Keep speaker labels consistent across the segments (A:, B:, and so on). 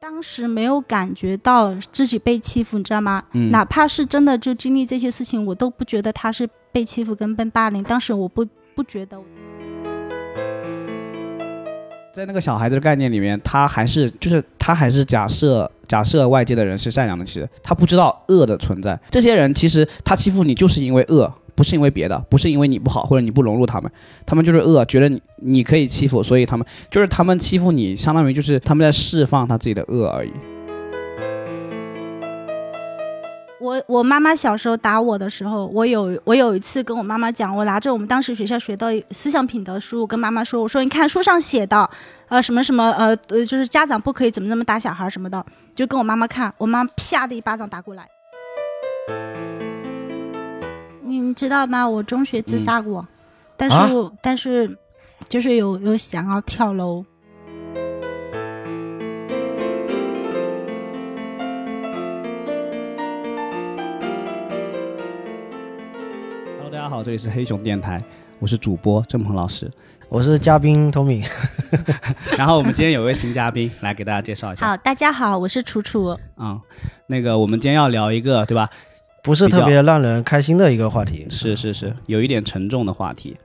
A: 当时没有感觉到自己被欺负，你知道吗？
B: 嗯
A: 哪怕是真的就经历这些事情，我都不觉得他是被欺负跟被霸凌。当时我不不觉得，
B: 在那个小孩子的概念里面，他还是就是他还是假设假设外界的人是善良的，其实他不知道恶的存在。这些人其实他欺负你就是因为恶，不是因为别的，不是因为你不好或者你不融入他们，他们就是恶，觉得你你可以欺负，所以他们就是他们欺负你，相当于就是他们在释放他自己的恶而已。
A: 我我妈妈小时候打我的时候，我有我有一次跟我妈妈讲，我拿着我们当时学校学的思想品德书，我跟妈妈说，我说你看书上写的，呃什么什么呃呃，就是家长不可以怎么怎么打小孩什么的，就跟我妈妈看，我妈啪的一巴掌打过来。你你知道吗？我中学自杀过，但
C: 嗯啊
A: 是我、但是就是有有想要跳楼。
B: Hello，大家好，这里是黑熊电台，我是主播郑鹏老师。
C: 我是嘉宾 Tommy，
B: 然后我们今天有位新嘉宾来给大家介绍一下。
A: 好，大家好，我是楚楚。
B: 嗯，那个我们今天要聊一个对吧？
C: 不是特别让人开心的一个话题。
B: 是是是，有一点沉重的话题，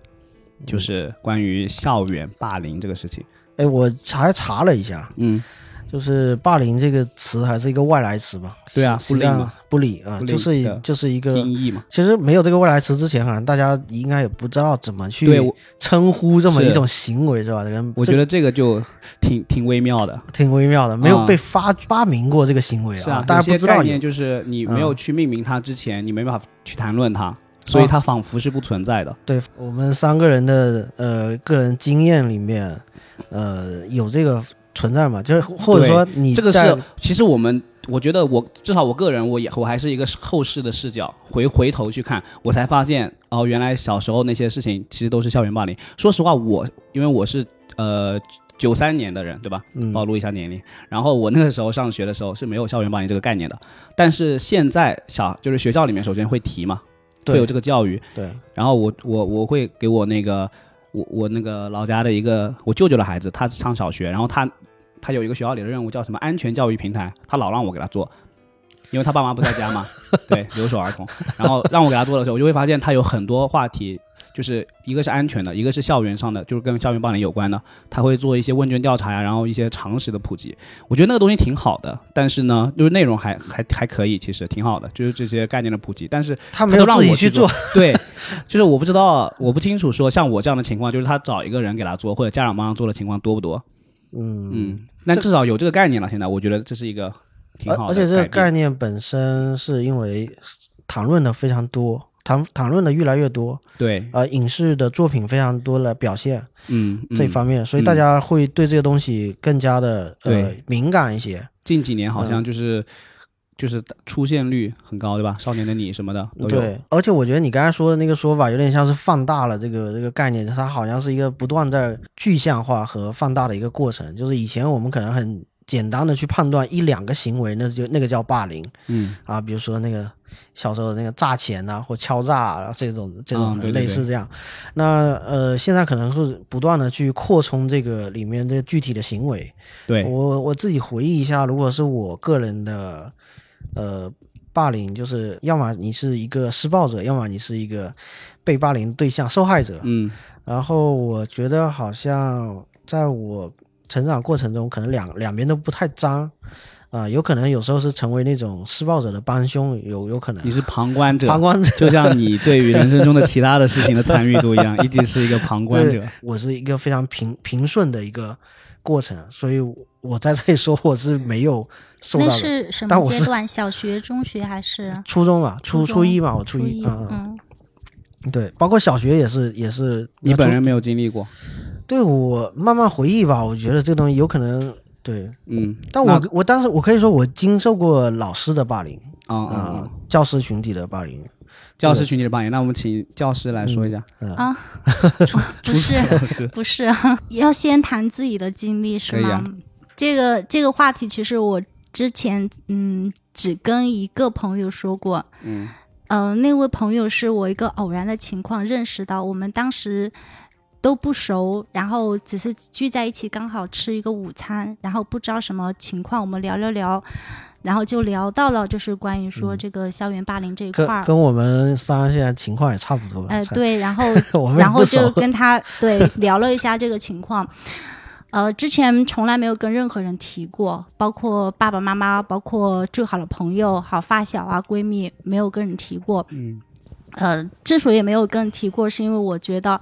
C: 嗯
B: 就是关于校园霸凌这个事情。
C: 哎，我查查了一下，
B: 嗯，
C: 就是“霸凌”这个词还是一个外来词嘛？
B: 对啊
C: 实际上不理啊
B: 不，理
C: 就是
B: 的
C: 就是一个。
B: 音译 E 嘛。
C: 其实没有这个外来词之前，好像大家应该也不知道怎么去
B: 对，我
C: 称呼这么
B: 是
C: 一种行为，是吧？人
B: 我觉得这个就挺挺微妙的。
C: 挺微妙的，没有
B: 啊
C: 被发发明过这个行为
B: 是啊，
C: 大
B: 有
C: 家不
B: 些
C: 知
B: 概
C: 道嗯
B: 念
C: 有。
B: 就是你没有去命名它之前，你没办法去谈论它，所
C: 哦
B: 以它仿佛是不存在的。
C: 对我们三个人的呃个人经验里面，呃有这个存在嘛？就是或者
B: 对
C: 说你
B: 这个
C: 在
B: 是，其实我们，我觉得我至少我个人，我也我还是一个后世的视角，回回头去看，我才发现哦，原来小时候那些事情其实都是校园霸凌。说实话，我因为我是呃九三年的人，对吧？
C: 嗯
B: 暴露一下年龄。然后我那个时候上学的时候是没有校园霸凌这个概念的，但是现在小就是学校里面首先会提嘛，会有
C: 对
B: 这个教育。
C: 对
B: 然后我我我会给我那个我我那个老家的一个我舅舅的孩子，他上小学，然后他他有一个学校里的任务叫什么安全教育平台，他老让我给他做。因为他爸妈不在家嘛，对，留守儿童。然后让我给他做的时候，我就会发现他有很多话题，就是一个是安全的，一个是校园上的，就是跟校园霸凌有关的。他会做一些问卷调查呀，然后一些常识的普及。我觉得那个东西挺好的，但是呢，就是内容还还还可以，其实挺好的，就是这些概念的普及。但是
C: 他
B: 他
C: 没
B: 都
C: 有
B: 让
C: 自己
B: 我去
C: 做，
B: 对，就是我不知道，我不清楚说像我这样的情况，就是他找一个人给他做，或者家长帮他做的情况多不多？
C: 嗯。
B: 嗯，但至少有这个概念了。现在我觉得这是一个挺
C: 而
B: 好的
C: 而且这个概
B: 念，
C: 念本身是因为谈论的非常多，谈谈论的越来越多，
B: 对，
C: 呃，影视的作品非常多来表现
B: 嗯，
C: 这
B: 嗯
C: 方面，所以大
B: 嗯
C: 家会对这个东西更加的呃
B: 对
C: 敏感一些。
B: 近几年好
C: 嗯
B: 像就是、就是出现率很高，对吧？少年的你什么的都有，
C: 嗯对，而且我觉得你刚才说的那个说法有点像是放大了这个这个概念，它好像是一个不断在具象化和放大的一个过程。就是以前我们可能很简单的去判断一两个行为，那就那个叫霸凌
B: 嗯，
C: 啊，比如说那个小时候的那个诈钱呐、或敲诈啊这种
B: 嗯
C: 这种
B: 对对
C: 类似这样。那呃，现在可能会不断的去扩充这个里面的具体的行为，
B: 对，
C: 我我自己回忆一下，如果是我个人的，呃，霸凌，就是要么你是一个施暴者，要么你是一个被霸凌对象、受害者。
B: 嗯，
C: 然后我觉得好像在我成长过程中，可能两两边都不太沾，啊、有可能有时候是成为那种施暴者的帮凶，有有可能
B: 你是旁观者，
C: 旁观者。
B: 就像你对于人生中的其他的事情的参与度一样，一直是一个旁观者。
C: 我是一个非常平平顺的一个过程，所以我在这里说我是没有受到
A: 那
C: 的。
A: 是什
C: 但
A: 么
C: 我
A: 阶
C: 是
A: 段？小学、中学还是？
C: 初中吧，初
A: 初
C: 初一
A: 中
C: 吧，我初一，
A: 一，
C: 嗯嗯，
A: 嗯，
C: 对，包括小学也是也是。
B: 你
C: 那
B: 本
C: 初
B: 人没有经历过，
C: 对我慢慢回忆吧，我觉得这东西有可能对，
B: 嗯，
C: 但我我当时我可以说我经受过老师的霸凌
B: 啊
C: 啊、
B: 啊、嗯
C: 教师群体的霸凌，
B: 教师群体的扮演，那我们请教师来说一下，
C: 嗯、
A: 啊不是，
B: 老 师，
A: 不是，要先谈自己的经历是
B: 可以
A: 吗？
B: 啊
A: 这个这个话题，其实我之前嗯只跟一个朋友说过，
B: 嗯。
A: 呃，那位朋友是我一个偶然的情况认识到，我们当时都不熟，然后只是聚在一起，刚好吃一个午餐，然后不知道什么情况，我们聊聊聊，然后就聊到了就是关于
B: 嗯
A: 说这个校园霸凌这一块
C: 跟
A: 儿。
C: 跟我们仨现在情况也差不多吧？
A: 呃，
C: 差，
A: 对，然后
C: 我们也
A: 然后
C: 不
A: 就
C: 熟。
A: 跟他对聊了一下这个情况。呃，之前从来没有跟任何人提过，包括爸爸妈妈，包括最好的朋友、好发小啊、闺蜜，没有跟人提过。
B: 嗯，
A: 呃，之所以没有跟人提过，是因为我觉得，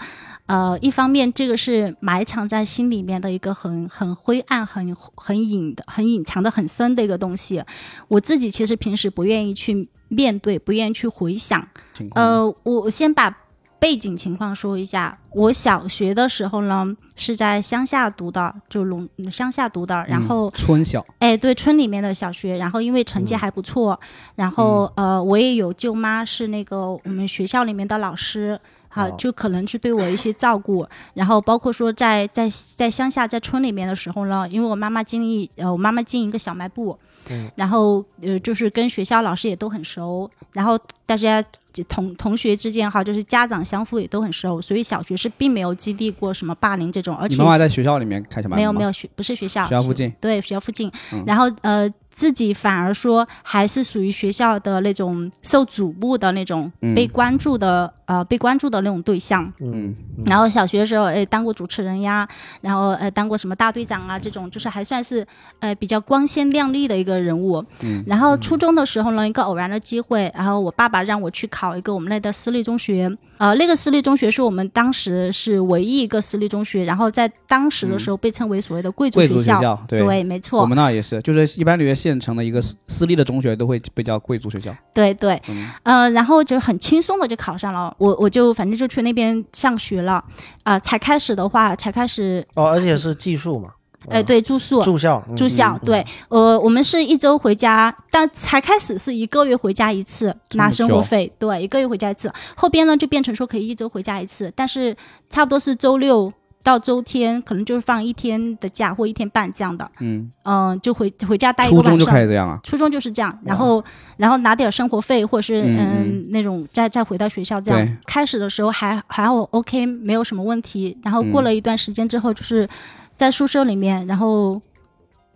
A: 呃，一方面这个是埋藏在心里面的一个很很灰暗、很很隐的、很隐藏的很深的一个东西。我自己其实平时不愿意去面对，不愿意去回想。
B: 情况
A: 呃，我我先把背景情况说一下。我小学的时候呢，是在乡下读的，就农乡下读的。然
B: 嗯
A: 后，
B: 村小，
A: 哎，对，村里面的小学。然后因为
B: 嗯
A: 成绩还不错，然后呃，我也有舅妈是那个我们学校里面的老师。啊，
C: 哦
A: 就可能去对我一些照顾，然后包括说在在在乡下在村里面的时候呢，因为我妈妈经历呃我妈妈经营一个小卖部，
C: 嗯
A: 然后呃就是跟学校老师也都很熟，然后大家同同学之间哈，就是家长相互也都很熟，所以小学是并没有经历过什么霸凌这种，而
B: 你
A: 且
B: 妈妈在学校里面开小卖部
A: 没有
B: 吗
A: 没有学不是学校
B: 学校附近，
A: 对学校附近，
B: 嗯
A: 然后呃自己反而说还是属于学校的那种受瞩目的那种
B: 嗯
A: 被关注的、呃被关注的那种对象。
B: 嗯，
A: 然后小学的时候，哎，当过主持人呀，然后呃，当过什么大队长啊，这种就是还算是呃比较光鲜亮丽的一个人物。
B: 嗯
A: 然后初中的时候呢，一个偶然的机会，然后我爸爸让我去考一个我们那的私立中学，呃，那个私立中学是我们当时是唯一一个私立中学，然后在当时的时候被称为所谓的贵族
B: 贵族
A: 学校。
B: 校，对，
A: 对，没
B: 我
A: 错，
B: 们那儿也是，就是一般纽约县城的一个私私立的中学都会被叫贵族学校，
A: 对对，
B: 嗯，
A: 呃，然后就很轻松的就考上了，我我就反正就去那边上学了，啊、才开始的话，才开始，
C: 哦，而且是寄宿嘛，
A: 哎，
B: 哦
C: 嗯
A: 对，住宿，
C: 住校，嗯
A: 住校，对，呃，我们是一周回家，但才开始是一个月回家一次
B: 这么
A: 拿生活
B: 久
A: 费，对，一个月回家一次，后边呢就变成说可以一周回家一次，但是差不多是周六到周天，可能就是放一天的假或一天半这样的，
B: 嗯，
A: 嗯、就回回家待一个
B: 初
A: 晚上。
B: 中就开始这样啊，
A: 初中就是这样，然后然后拿点生活费，或者是
B: 嗯
A: 嗯那种再再回到学校这
B: 对
A: 样。开始的时候还还好 OK，没有什么问题。然后过
B: 嗯
A: 了一段时间之后，就是在宿舍里面，然后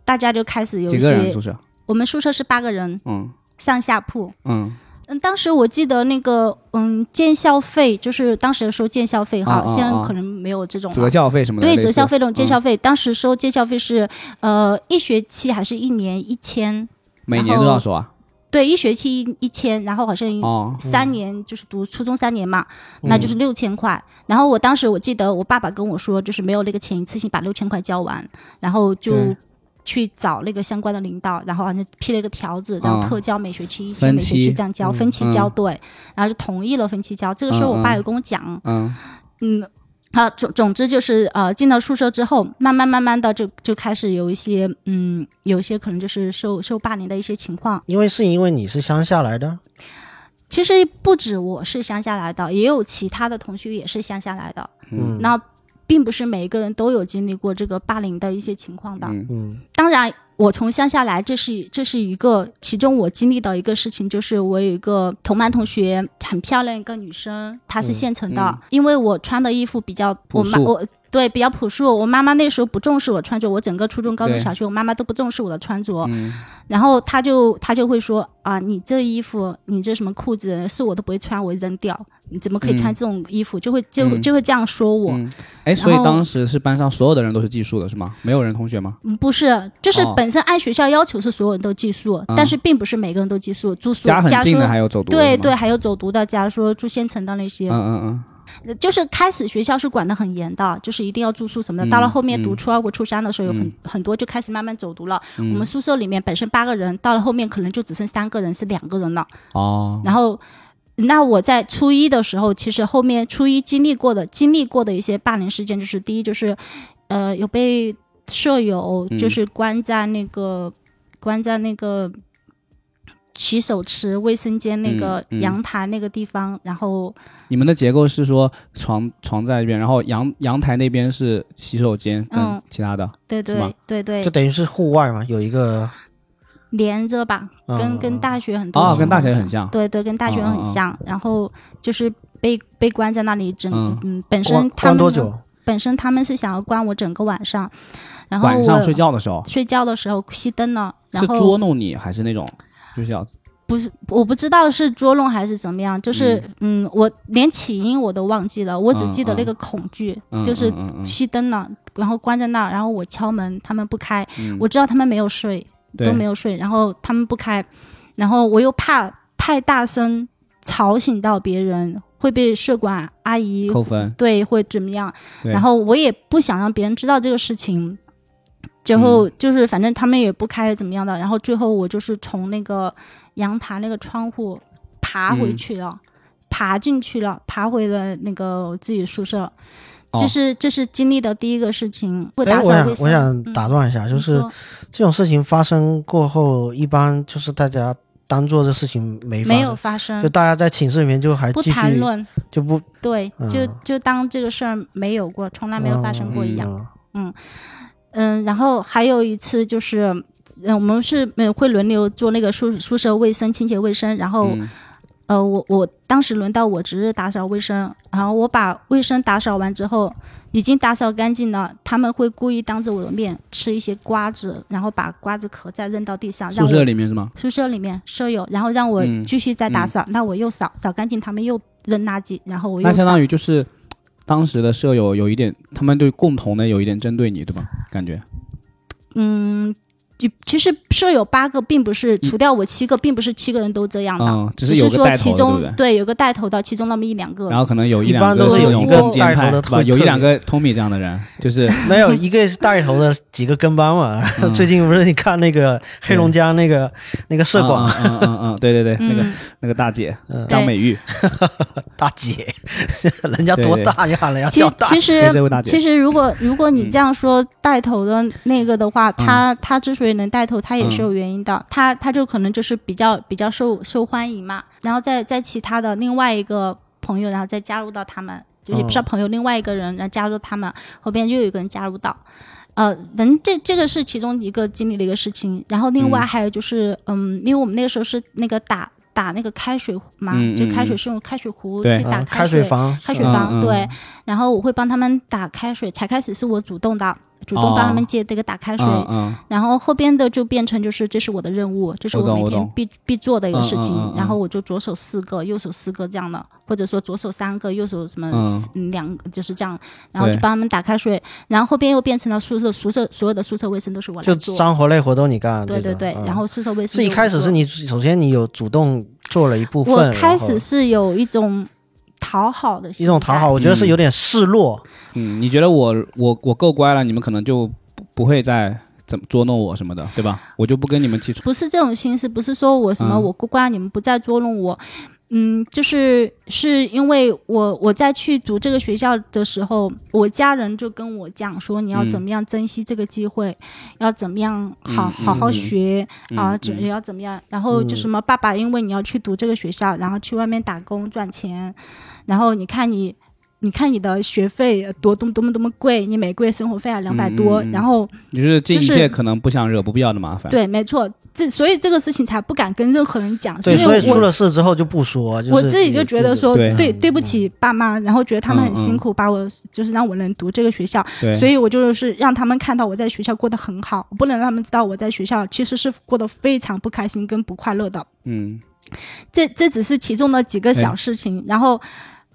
A: 大家就开始有
B: 几
A: 一
B: 个人
A: 些
B: 宿，舍，
A: 我们宿舍是八个人
B: 嗯
A: 上下铺。
B: 嗯，
A: 嗯，当时我记得那个嗯建校费，就是当时收建校费哈，
B: 啊啊
A: 现在
B: 啊
A: 可能没有这种了
B: 择校费什么的，
A: 对
B: 类似
A: 择校费那种建
B: 嗯
A: 校费，当时收建校费是呃一学期还是一年一千。
B: 每年都要收啊，
A: 对，一学期一一千，然后好像
B: 哦，嗯
A: 三年、就是读初中三年嘛，那就是六千块。然后我当时我记得我爸爸跟我说，就是没有那个钱一次性把六千块交完，然后就
B: 对
A: 去找那个相关的领导，然后好像批了一个条子，然后
B: 啊
A: 特交每学期一千，
B: 分
A: 每学期
B: 期
A: 这样交，
C: 嗯
A: 分期交
B: 嗯
A: 对，然后就同意了分期交。这个时候
B: 嗯
A: 我爸
B: 嗯
A: 有跟我讲，
B: 嗯，
A: 嗯，啊，总总之就是呃，进到宿舍之后，慢慢慢慢的就就开始有一些嗯，有一些可能就是受受霸凌的一些情况。
C: 因为是因为你是乡下来的，
A: 其实不止我是乡下来的，也有其他的同学也是乡下来的。
C: 嗯，
A: 那并不是每一个人都有经历过这个霸凌的一些情况的。
B: 嗯
C: 嗯
A: 当然，我从乡下来，这是这是一个其中我经历到一个事情，就是我有一个同班同学，很漂亮一个女生，她是县城的，
B: 嗯
A: 因为我穿的衣服比较，我
B: 朴素
A: 妈我。对，比较朴素。我妈妈那时候不重视我穿着，我整个初中、高中、
B: 对
A: 小学，我妈妈都不重视我的穿着。
B: 嗯，
A: 然后她就她就会说啊，你这衣服，你这什么裤子，是我都不会穿，我会扔掉。你怎么可以
B: 嗯
A: 穿这种衣服？就会就会
B: 嗯
A: 就会这样说我。
B: 嗯哎，
A: 然
B: 所以
A: 后
B: 当时是班上所有的人都是寄宿的是吗？没有人同学吗？
A: 嗯，不是，就是
B: 哦
A: 本身按学校要求是所有人都寄宿，
B: 嗯
A: 但是并不是每个人都寄宿，住宿
B: 家很近的
A: 说
B: 还有走读的
A: 对
B: 是吗
A: 对，，还有走读的，假如说住县城的那些呃
B: 嗯，嗯嗯，
A: 就是开始学校是管得很严的，就是一定要住宿什么的。
B: 嗯
A: 到了后面读
B: 嗯
A: 初二或初三的时候，有很
B: 嗯
A: 很多就开始慢慢走读了。
B: 嗯
A: 我们宿舍里面本身八个人，到了后面可能就只剩三个人是两个人了。
B: 哦，
A: 然后，那我在初一的时候，其实后面初一经历过的经历过的一些霸凌事件，就是第一就是，呃，有被舍友
B: 嗯
A: 就是关在那个、关在那个洗手池、卫生间那个
B: 嗯嗯
A: 阳台那个地方，然后
B: 你们的结构是说床床在这边，然后阳阳台那边是洗手间
A: 嗯
B: 跟其他的，
A: 对
B: 是
A: 对
B: 吗
A: 对
C: 就
A: 对，
C: 等于是户外嘛，有一个
A: 连着吧，
C: 嗯
A: 跟
C: 嗯
A: 跟大学很多
B: 哦，
A: 情
B: 跟大
A: 况
B: 学
A: 下
B: 很像，
A: 对对，跟大学
B: 嗯嗯
A: 很
B: 嗯
A: 像，然后就是被被关在那里，整
B: 嗯
A: 嗯，本身
C: 关
A: 他们
C: 关
B: 啊
C: 多久？
A: 本身他们是想要关我整个晚上，然后
B: 晚上
A: 我
B: 睡觉的时候
A: 睡觉的时候熄灯了，然
B: 是
A: 后
B: 捉弄你还是那种就是要
A: 不是，我不知道是捉弄还是怎么样，就是嗯我连起因我都忘记了，我只记得那个恐惧，
B: 嗯
A: 就是
B: 嗯嗯嗯
A: 熄灯了，然后关在那儿，然后我敲门，他们不开，
B: 嗯
A: 我知道他们没有睡，
B: 对
A: 都没有睡，然后他们不开，然后我又怕太大声吵醒到别人，会被舍管阿姨
B: 扣分，
A: 对会怎么样，
B: 对
A: 然后我也不想让别人知道这个事情。最
C: 嗯
A: 后就是，反正他们也不开怎么样的，然后最后我就是从那个阳台那个窗户爬回
B: 嗯
A: 去了，爬进去了，爬回了那个我自己宿舍。
B: 哦
A: 这是这是经历的第一个事情，会
C: 哎，
A: 打
C: 我
A: 扫
C: 想
A: 卫
C: 我
A: 生
C: 想
A: 嗯
C: 打断一下，就
A: 你
C: 是
A: 说
C: 这种事情发生过后，一般就是大家当做这事情没发
A: 没有
C: 生，
A: 发生
C: 就，大家在寝室里面就还
A: 不
C: 继
A: 谈
C: 续
A: 论，
C: 就不
A: 对，就
C: 嗯
A: 就当这个事儿没有过，从来没有发生过一样。
C: 嗯
A: 嗯，然后还有一次就是，嗯，我们是嗯会轮流做那个宿宿舍卫生、清洁卫生，然后、
B: 嗯
A: 呃，我我当时轮到我值日打扫卫生，然后我把卫生打扫完之后，已经打扫干净了，他们会故意当着我的面吃一些瓜子，然后把瓜子壳再扔到地上，让
B: 宿舍
A: 我
B: 里面是吗？
A: 宿舍里面舍友，然后让我
B: 嗯
A: 继续再打
B: 嗯
A: 扫，那我又扫扫干净，他们又扔垃圾，然后我又
B: 那相
A: 扫
B: 当于就是当时的舍友有一点，他们对共同的有一点针对你，对吧？感觉
A: 嗯，就其实舍友八个，并不是
B: 一
A: 除掉我七个，并不是七个人都这样的，
B: 嗯只
A: 只
B: 是有个
A: 说
B: 带头
A: 其
B: 的
A: 中
B: 对不
A: 有个带头的，其中那么一两个。
B: 然后可能有
C: 一
B: 两
C: 般
B: 个
A: 都是
B: 那
A: 有
B: 种
A: 一个
B: 攻坚
C: 带头
B: 派，
C: 的
B: 对吧？
C: 会
B: 有一
C: 特
B: 两个 Tommy 这样的人， 就是
C: 没有一个是带头的，几个跟班嘛。
B: 嗯
C: 最近不是你看那个黑龙江那个那个社广
B: 嗯嗯嗯嗯嗯，对对对，那个
A: 嗯，
B: 那个大姐
C: 嗯
B: 张美玉，
C: 大姐， 人家多大，你喊人家
A: 其
C: 叫
A: 实
C: 大
A: 其
C: 姐，
B: 谢谢这
A: 实
B: 位大
A: 其
B: 姐，
A: 实，如 果如果你
B: 嗯
A: 这样说带头的那个的话，他他之所以能带头，他也是
B: 嗯
A: 有原因的，他他就可能就是比较比较受受欢迎嘛，然后再再其他的另外一个朋友，然后再加入到他们，就是不是
C: 哦
A: 朋友，另外一个人然后加入他们，后边又有一个人加入到，呃，反正这这个是其中一个经历的一个事情，然后另外
B: 嗯
A: 还有就是，嗯，因为我们那个时候是那个打打那个开水壶嘛，
B: 嗯
A: 就
B: 嗯
A: 开水
B: 嗯
A: 是用开水壶
B: 对
A: 去打
C: 嗯开
A: 水。
C: 房，
A: 开水
B: 嗯
A: 房、
B: 嗯
A: 对，然后我会帮他们打开水，才开始是我主动的，主动
B: 哦
A: 帮他们接这个打开水，
B: 嗯嗯，
A: 然后后边的就变成就是这是我的任务，这是
B: 我懂
A: 每
B: 我
A: 天
B: 懂
A: 必必做的一个事情，
B: 嗯嗯嗯嗯
A: 然后我就左手四个，右手四个这样的，或者说左手三个，右手什么
B: 嗯
A: 四、两个，就是这样，然后就
B: 对
A: 帮他们打开水，然后后边又变成了宿舍宿舍所有的宿舍卫生都是我来
C: 嗯就
A: 做，
C: 脏活累活都你干。
A: 对
C: 这
A: 对
C: 种
A: 对，
C: 嗯
A: 然后宿舍卫生
C: 是一
A: 都我
C: 开始
A: 做
C: 是你首先你有主动做了一部分，
A: 我开
C: 然
A: 始
C: 后
A: 是有一种讨好的
C: 一种讨好，。我觉得是有点示弱，
B: 嗯，你觉得我我我够乖了，你们可能就不不会再怎么捉弄我什么的，对吧？我就不跟你们起冲。
A: 不是这种心思，不是说我什么
B: 嗯
A: 我孤寡，你们不再捉弄我。嗯，就是是因为我我在去读这个学校的时候，我家人就跟我讲说，你要
B: 嗯
A: 怎么样珍惜这个机会，要怎么样好、
B: 嗯
A: 好好
B: 嗯
A: 学、啊，
B: 嗯
A: 怎、
B: 嗯
A: 要怎么样，然后就什么爸爸，因为你要去读这个学校，然后去外面打工赚钱，然后你看你。你看你的学费呃多多么多么多么贵，你每个月生活费啊两百多，
B: 嗯嗯嗯
A: 然后
B: 你就是尽一
A: 就是
B: 切可能不想惹不必要的麻烦。
A: 对，没错，这所以这个事情才不敢跟任何人讲，是
C: 对，
A: 因
C: 所
A: 为
C: 以出
A: 我
C: 了事之后就不说。就是
A: 我自己就觉得说，
B: 对
A: 对
C: 嗯
A: 对不起爸妈，然后觉得他们很辛苦，把我就是让我能读这个学校，
B: 对，
A: 所以我就是让他们看到我在学校过得很好，我不能让他们知道我在学校其实是过得非常不开心跟不快乐的。
B: 嗯
A: 这这只是其中的几个小
B: 哎
A: 事情，然后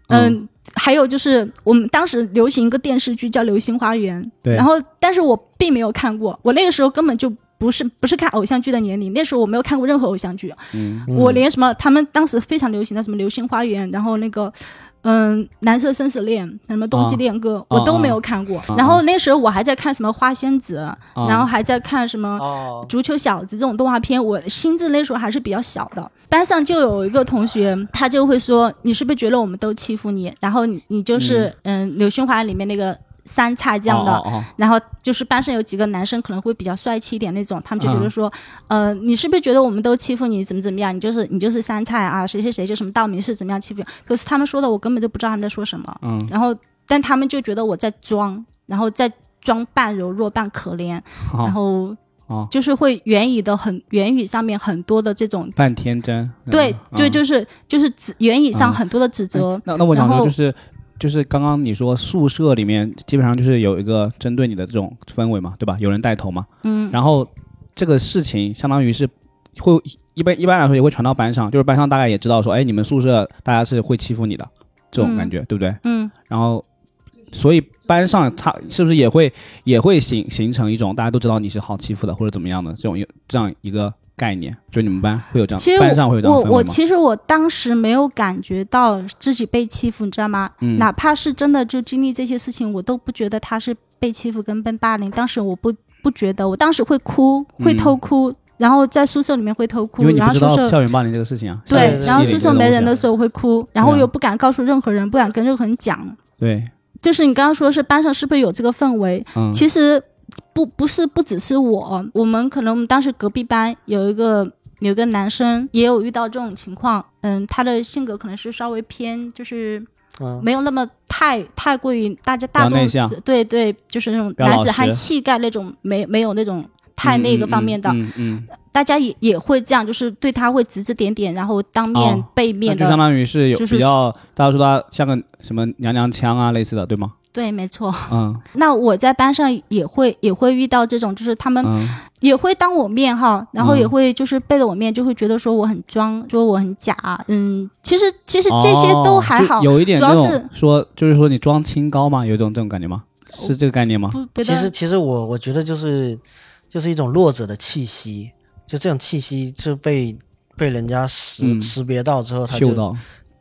A: 嗯。还有就是，我们当时流行一个电视剧叫《流星花园》，
B: 对
A: 然后但是我并没有看过，我那个时候根本就不是不是看偶像剧的年龄，那时候我没有看过任何偶像剧，啊
B: 嗯
A: 我连什么他们当时非常流行的什么《流星花园》，然后那个。嗯，蓝色生死恋，什么冬季恋歌，
B: 啊
A: 我都没有看过。然后那时候我还在看什么花仙子，
B: 啊
A: 然后还在看什么
C: 哦，
A: 足球小子这种动画片，我心智那时候还是比较小的。班上就有一个同学，他就会说：“你是不是觉得我们都欺负你？然后你你就是嗯，流星花园里面那个三叉这样的。
B: 哦哦哦
A: 然后就是班上有几个男生可能会比较帅气一点那种，他们就觉得说，呃，你是不是觉得我们都欺负你怎么怎么样？你就是你就是山菜啊，谁谁谁就什么道明寺怎么样欺负你？可是他们说的我根本就不知道他们在说什么。
B: 嗯
A: 然后，但他们就觉得我在装，然后在装扮柔弱、扮可怜，
B: 好
A: 然后
B: 哦
A: 就是会言语的很言语上面很多的这种，
B: 半天真。
A: 对
B: 嗯
A: 对，
B: 嗯
A: 就是就是指言语上
B: 嗯哎
A: 很多的指责
B: 那那我想
A: 然
B: 说
A: 后
B: 就是。就是刚刚你说宿舍里面基本上就是有一个针对你的这种氛围嘛，对吧？有人带头嘛，
A: 嗯，
B: 然后这个事情相当于是会一般一般来说也会传到班上，就是班上大概也知道说，哎，你们宿舍大家是会欺负你的这种感觉，对不对？
A: 嗯
B: 然后所以班上他是不是也会也会形形成一种大家都知道你是好欺负的或者怎么样的这种一这样一个概念？就你们班会有这样
A: 其，实
B: 嗯班上会有这样
A: 我
B: 的氛围
A: 我
B: 吗？
A: 其实我当时没有感觉到自己被欺负，你知道吗？
B: 嗯
A: 哪怕是真的就经历这些事情，我都不觉得他是被欺负跟被霸凌。当时我不不觉得，我当时会哭，会偷哭，然后在宿舍里面会偷哭
B: 因为，嗯你
A: 然
B: 不
A: 后
B: 知
A: 宿
B: 道
A: 舍
B: 校园霸凌这个事情啊，
C: 对
A: 对，然后
B: 校
A: 宿
B: 园欺凌这
A: 舍
B: 个
A: 没
B: 东西
A: 人
B: 啊
A: 的时候会哭，然后
B: 对啊
A: 又不敢告诉任何人，不敢跟任何人讲。
B: 对，
A: 就是你刚刚说的是班上是不是有这个氛围？
B: 嗯，
A: 其实不不是不只是我，我们可能我们当时隔壁班有一个有一个男生也有遇到这种情况，嗯，他的性格可能是稍微偏就是
C: 嗯，
A: 没有那么太太过于大家大
B: 比较内
A: 众
B: 向
A: 对对，就是那种
B: 比较
A: 男
B: 老
A: 子汉
B: 实
A: 气概那种没没有那种太
B: 嗯
A: 那个方面的，
B: 嗯嗯嗯
A: 大家也也会这样，就是对他会指指点点，然后当面、
B: 哦
A: 背
B: 那
A: 面
B: 就相
A: 的，
B: 当于是有
A: 就是
B: 比较，大家说他像个什么娘娘腔啊类似的，对吗？
A: 对，没错。
B: 嗯
A: 那我在班上也会也会遇到这种，就是他们
B: 嗯
A: 也会当我面哈，然后也
B: 嗯
A: 会就是背着我面，就会觉得说我很装，说我很假。嗯，其实其实这些都还好，
B: 哦就有一点
A: 主要
B: 那
A: 是
B: 种说，就是说你装清高嘛，有一种这种感觉吗？是这个概念吗？
A: 不不
C: 其实
A: 得
C: 其实我我觉得就是就是一种弱者的气息，就这种气息是被被人家识、
B: 嗯
C: 识别到之后，他
B: 嗅
C: 就
B: 到，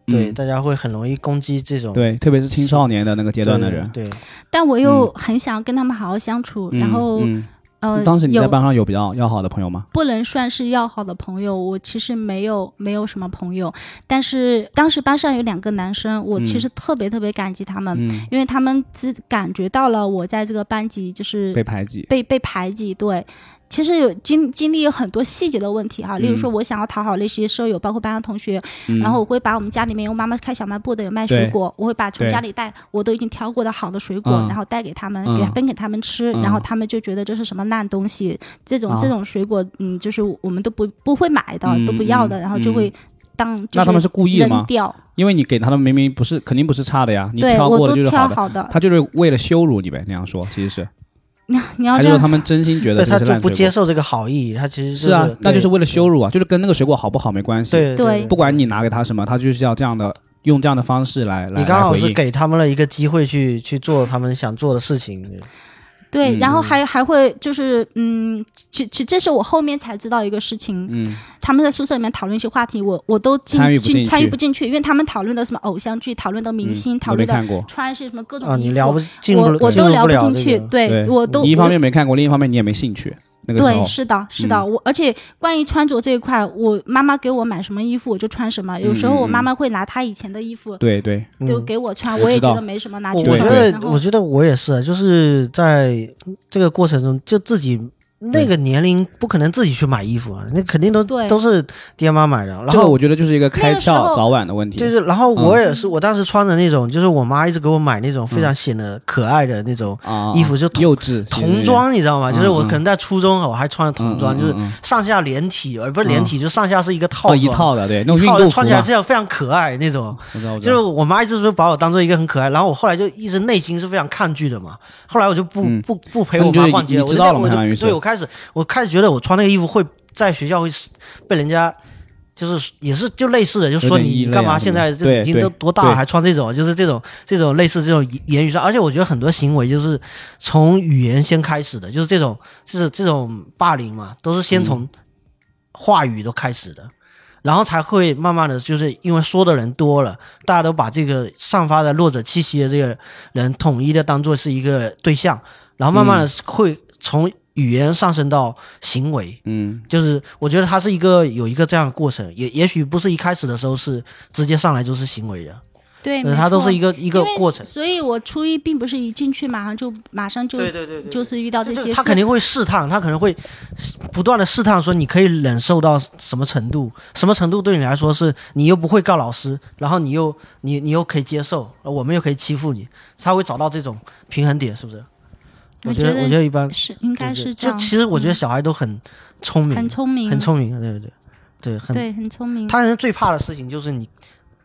C: 对、
B: 嗯
C: 大家会很容易攻击这种
B: 对，特别是青少年的那个阶
C: 阶
B: 段的人，
C: 对，对
A: 但我又很想跟他们好好相处，
B: 嗯
A: 然后、
B: 嗯
A: 呃，
B: 当时你在
A: 有
B: 班上有比较要好的朋友吗？
A: 不能算是要好的朋友，我其实没有没有什么朋友，但是当时班上有两个男生，我其
B: 嗯
A: 实特别特别感激他们，
B: 嗯，
A: 因为他们只感觉到了我在这个班级就是
B: 被排挤，
A: 被被排挤，对。其实有经经历很多细节的问题哈，例如说
B: 嗯
A: 我想要讨好那些舍友，包括班上同学，
B: 嗯
A: 然后我会把我们家里面有妈妈开小卖部的有卖水
B: 对
A: 果，我会把从
B: 对
A: 家里带我都已经挑过的好的水果，
B: 嗯
A: 然后带给他们，
B: 嗯
A: 给分给他们吃，
B: 嗯
A: 然后他们就觉得这是什么烂东西，这种
B: 啊
A: 这种水果，嗯，就是我们都不不会买的，
B: 嗯
A: 都不要的，
B: 嗯
A: 然后就会当就
B: 那他们是故意的
A: 扔
B: 吗？
A: 掉，
B: 因为你给他们明明不是，肯定不是差的呀，你
A: 对
B: 挑
A: 我
B: 过的
A: 都
B: 就是
A: 挑
B: 好的，
A: 好的，
B: 他就是为了羞辱你呗，那样说其实是，
A: 你 你要
B: 还
A: 这
B: 是说
A: 样
B: 他们真心觉得
C: 对
B: 这
C: 他
B: 是
C: 就
B: 烂
C: 不
B: 水
C: 接
B: 果？
C: 受这个好意，他其实
B: 是啊，那就是
C: 对
B: 为了羞辱啊，就是跟那个水果好不好没关系，
C: 对
A: 对
B: 不管你拿给他什么，他就是要这样的，用这样的方式来来
C: 你刚
B: 来
C: 好
B: 回
C: 是
B: 应。
C: 给他们了一个机会去去做他们想做的事情，
A: 对，
B: 嗯
A: 然后还还会就是，嗯，其其这是我后面才知道一个事情，
B: 嗯，
A: 他们在宿舍里面讨论一些话题，我我都进
B: 参与不
A: 进
B: 进
A: 参与
B: 去
A: 不进去，因为他们讨论的什么偶像剧，讨论的明星，
B: 嗯
A: 讨
B: 我没
A: 论的
B: 看过。
A: 穿一些什么各种
C: 啊，
A: 衣
C: 你
A: 服
C: 聊不进入
A: 我我
C: 进
A: 都
C: 入
A: 聊
C: 不了
A: 进
C: 这
A: 去，
C: 个
A: 对我都
B: 你一方
A: 我
B: 面没看过，另一方面你也没兴趣。那个时
A: 对，
B: 候，嗯
A: 是的，是的，我而且关于穿着这一块，我妈妈给我买什么衣服我就穿什么，有时候我
B: 嗯嗯
A: 妈妈会拿她以前的衣服
B: 对对，
A: 就
C: 嗯
A: 给我穿，
B: 我
A: 也
B: 知
A: 觉
B: 道
A: 得没什么拿
C: 我
A: 啊去
C: 我
A: 穿，
C: 觉
B: 对
A: 然
C: 得，
A: 后
C: 我觉得我也是，啊就是在这个过程中，就自己那个年龄不可能自己去买衣服啊，那肯定都
A: 对
C: 都是爹妈买的。然
B: 这个
C: 后
B: 我嗯觉得就是一个开
A: 那个时候
B: 窍早晚的问题。
C: 就是，然后我也是，我当时穿的那种，就是我妈一直给我买那种非常显得可爱的那种
B: 嗯啊，
C: 衣服就童
B: 幼稚
C: 童，装，你知道吗？
B: 嗯
C: 就是我
B: 嗯
C: 可能在初中啊我还穿的
B: 其实
C: 童
B: 嗯
C: 装，
B: 嗯
C: 就是
B: 嗯嗯
C: 上下连体，而不是连体，就上下是一个套
B: 哦
C: 装
B: 一套的，对，那种
C: 一
B: 运
C: 套
B: 动
C: 的，
B: 服
C: 穿起来
B: 嘛
C: 这，样非常可爱那种。
B: 我知道，我知
C: 就是
B: 道。
C: 我妈一直说把我当做一个很可爱，然后我后来就一直内心是非常抗拒的嘛。后来我就不、
B: 嗯
C: 不不陪
B: 那
C: 我
B: 你就
C: 妈
B: 是
C: 逛街，
B: 你
C: 我就
B: 知道
C: 在
B: 了嘛
C: 我就
B: 相当于是
C: 对我开始我开始觉得我穿那个衣服会在学校会是被人家。就是也是就类似的，就说
B: 有点
C: 你
B: 异
C: 你
B: 类啊
C: 干嘛
B: 什
C: 现
B: 么的
C: 在这已经
B: 对
C: 都
B: 对
C: 多大了
B: 对
C: 还穿这种，就是这种这种类似这种言言语上，而且我觉得很多行为就是从语言先开始的，就是这种就是这种霸凌嘛，都是先
B: 嗯
C: 从话语都开始的，然后才会慢慢的就是因为说的人多了，大家都把这个散发的弱者气息的这个人统一的当做是一个对象，然后慢
B: 嗯
C: 慢的会从语言上升到行为。
B: 嗯，
C: 就是我觉得它是一个有一个这样的过程，也也许不是一开始的时候是直接上来就是行为的，
A: 对，
C: 呃
A: 没
C: 它都
A: 错
C: 是一个一个
A: 因为
C: 过程。
A: 所以我初一并不是一进去马上就马上就
C: 对对
A: 就是遇到这些
C: 他
A: 事，
C: 肯定会试探，他可能会不断的试探，说你可以忍受到什么程度，什么程度对你来说是你又不会告老师，然后你又你你又可以接受，呃我们又可以欺负你，他会找到这种平衡点，是不是？
A: 我
C: 我觉
A: 觉得
C: 得我觉得一般，
A: 是应该
C: 对
A: 是
C: 对
A: 这
C: 就
A: 样。嗯
C: 其实我觉得小孩都很聪明，
A: 很聪明，
C: 很聪明，对对对，对很
A: 对，很聪明。
C: 他人最怕的事情就是你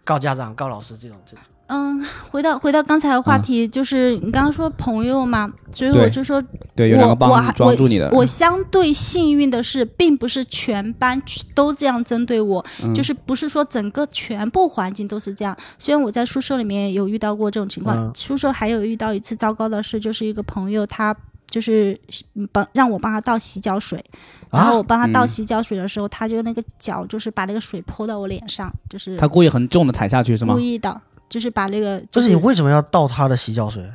C: 告家长、告老师这种，这种
A: 嗯，回到回到刚才的
C: 嗯
A: 话题，就是你刚刚说朋友嘛，所以我
B: 对
A: 就说
B: 对，有两个
A: 我我
B: 帮
A: 还
B: 帮助你的人嗯
A: 我。我相对幸运的是，并不是全班都这样针对我，
B: 嗯
A: 就是不是说整个全部环境都是这样。虽然我在宿舍里面有遇到过这种情况，
C: 嗯
A: 宿舍还有遇到一次糟糕的事，就是一个朋友他。就是嗯帮让我帮他倒洗脚水，然后我帮他倒
B: 嗯
A: 洗脚水的时候，他就那个脚就是把那个水泼到我脸上，就是
B: 他故意很重的踩下去是吗
A: 故？意的，就是把那个
C: 就是是你为什么要倒他的洗脚水？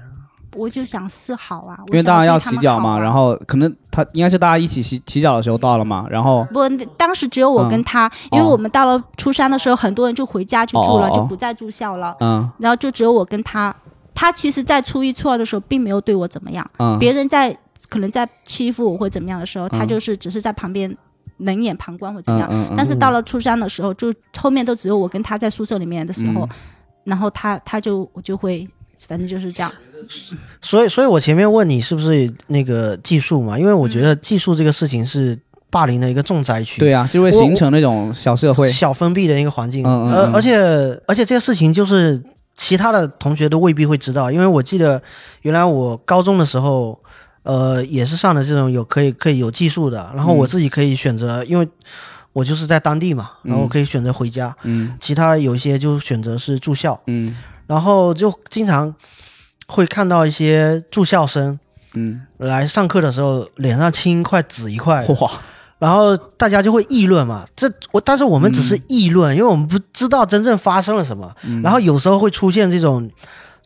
A: 我就想示好啊，我
B: 因为
A: 想
B: 大家
A: 对
B: 要
A: 他
B: 洗
A: 们
B: 脚
A: 好
B: 嘛，
A: 啊
B: 然后可能他应该是大家一起洗洗脚的时候到了嘛，然后
A: 不，那当时只有我
B: 嗯
A: 跟他，因为我们到了初三的时候，很多人就回家去住了，
B: 哦哦哦哦
A: 就不再住校了，
B: 嗯
A: 然后就只有我跟他。他其实，在初一、初二的时候，并没有对我怎么样，
B: 嗯，
A: 别人在可能在欺负我或怎么样的时候，他
B: 嗯
A: 就是只是在旁边冷眼旁观或怎么
B: 嗯
A: 样。
B: 嗯嗯，
A: 但是到了初三的时候，就后面都只有我跟他在宿舍里面的时候，
B: 嗯
A: 然后他他就我就会，反正就是这样。
C: 所以，所以我前面问你是不是那个寄宿嘛？因为我觉得寄宿这个事情是霸凌的一个重灾区。
B: 对啊，就会
C: 我
B: 形成那种小社会，
C: 小封闭的一个环境，
B: 嗯嗯
C: 呃
B: 嗯，
C: 而且而且这个事情就是其他的同学都未必会知道，因为我记得原来我高中的时候，呃，也是上的这种有可以可以有寄宿的，然
B: 嗯
C: 后我自己可以选择，因为我就是在当地嘛，然后我可以选择回家，
B: 嗯
C: 其他有一些就选择是住校，
B: 嗯
C: 然后就经常会看到一些住校生
B: 嗯，
C: 来上课的时候脸上青一块紫一块的，
B: 哇，
C: 然后大家就会议论嘛，这我但是我们只
B: 嗯
C: 是议论，因为我们不知道真正发生了什么。然后有时候会出现这种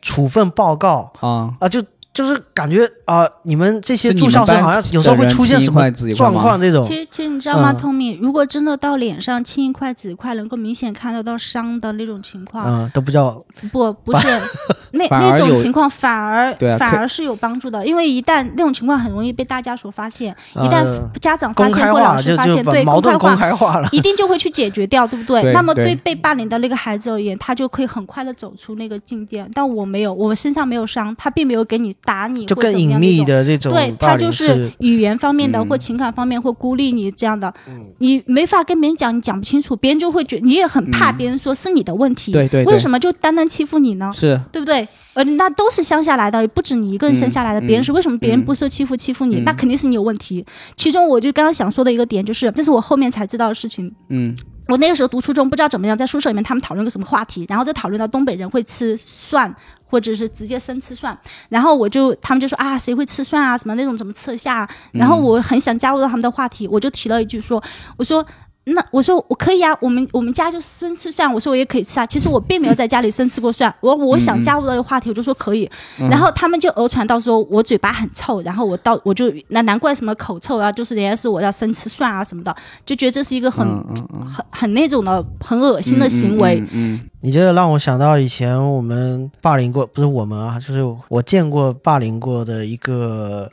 C: 处分报告
B: 啊，
C: 啊、就就是感觉啊、你们这些
B: 是你
C: 住
B: 们
C: 校生
B: 班
C: 好像
B: 的
C: 有时候会
B: 人
C: 出现
B: 青一
C: 什么
B: 块紫一块
C: 状
B: 吗
C: 况这种
A: 其，实，其实你知道吗，
C: 嗯
A: 通敏、如果真的到脸上青一块紫一块，能够明显看得到伤的那种情况，
C: 嗯，都不叫
A: 不不是 那
B: 反而
A: 那种
B: 有
A: 情况，反而
B: 对啊
A: 反
B: 可
A: 而是有帮助的，因为一旦那种情况很容易被大家所发现，
C: 呃
A: 一旦家长发
C: 公
A: 现
C: 开
A: 或
C: 化
A: 老
C: 了，
A: 师
C: 就
A: 发
C: 就
A: 现，
C: 把
A: 对
C: 矛盾
A: 公
C: 公
A: 开化。
C: 开化了。
A: 一定就会去解决掉，对不对？
B: 对
A: 那么对
B: 对
A: 被霸凌的那个孩子而言，他就可以很快的走出那个境界。但我没有，我身上没有伤，他并没有给你打你，
C: 就
A: 或者
C: 更
A: 怎么
C: 隐
A: 样那
C: 秘
A: 种
C: 的这种
A: 对
C: 霸
A: 他
C: 凌
A: 就是
C: 是，
A: 语言方面的、
B: 嗯
A: 或情感方面或孤立你这样的，你没法跟别人讲，你讲不清楚，别人就会觉你也很怕
C: 嗯
A: 别人说是你的问题，
B: 对对对
A: 为什么就单单欺负你呢？
B: 是，
A: 对不对？呃，那都是乡下来的，也不止你一个人
B: 嗯
A: 乡下来的，
B: 嗯
A: 别人是为什么别人
B: 嗯
A: 不受欺负欺负你？
B: 嗯
A: 那肯定是你有问题。其中我就刚刚想说的一个点就是，这是我后面才知道的事情，
B: 嗯
A: 我那个时候读初中，不知道怎么样，在宿舍里面他们讨论个什么话题，然后就讨论到东北人会吃蒜，或者是直接生吃蒜，然后我就他们就说啊，谁会吃蒜啊，什么那种怎么吃一下、啊，然后我很想加入到他们的话题，我就提了一句说，我说。那我说我可以啊，我们我们家就生吃蒜，我说我也可以吃啊。其实我并没有在家里生吃过蒜，我我想加入到这个话题，我就说可以。然后他们就讹传到说我嘴巴很臭，然后我到我就那难怪什么口臭啊，就是人家是我要生吃蒜啊什么的，就觉得这是一个很
B: 嗯嗯嗯，
A: 很很那种的很恶心的行为。
B: 嗯，嗯，
C: 你这个让我想到以前我们霸凌过，不是我们啊，就是我见过霸凌过的一个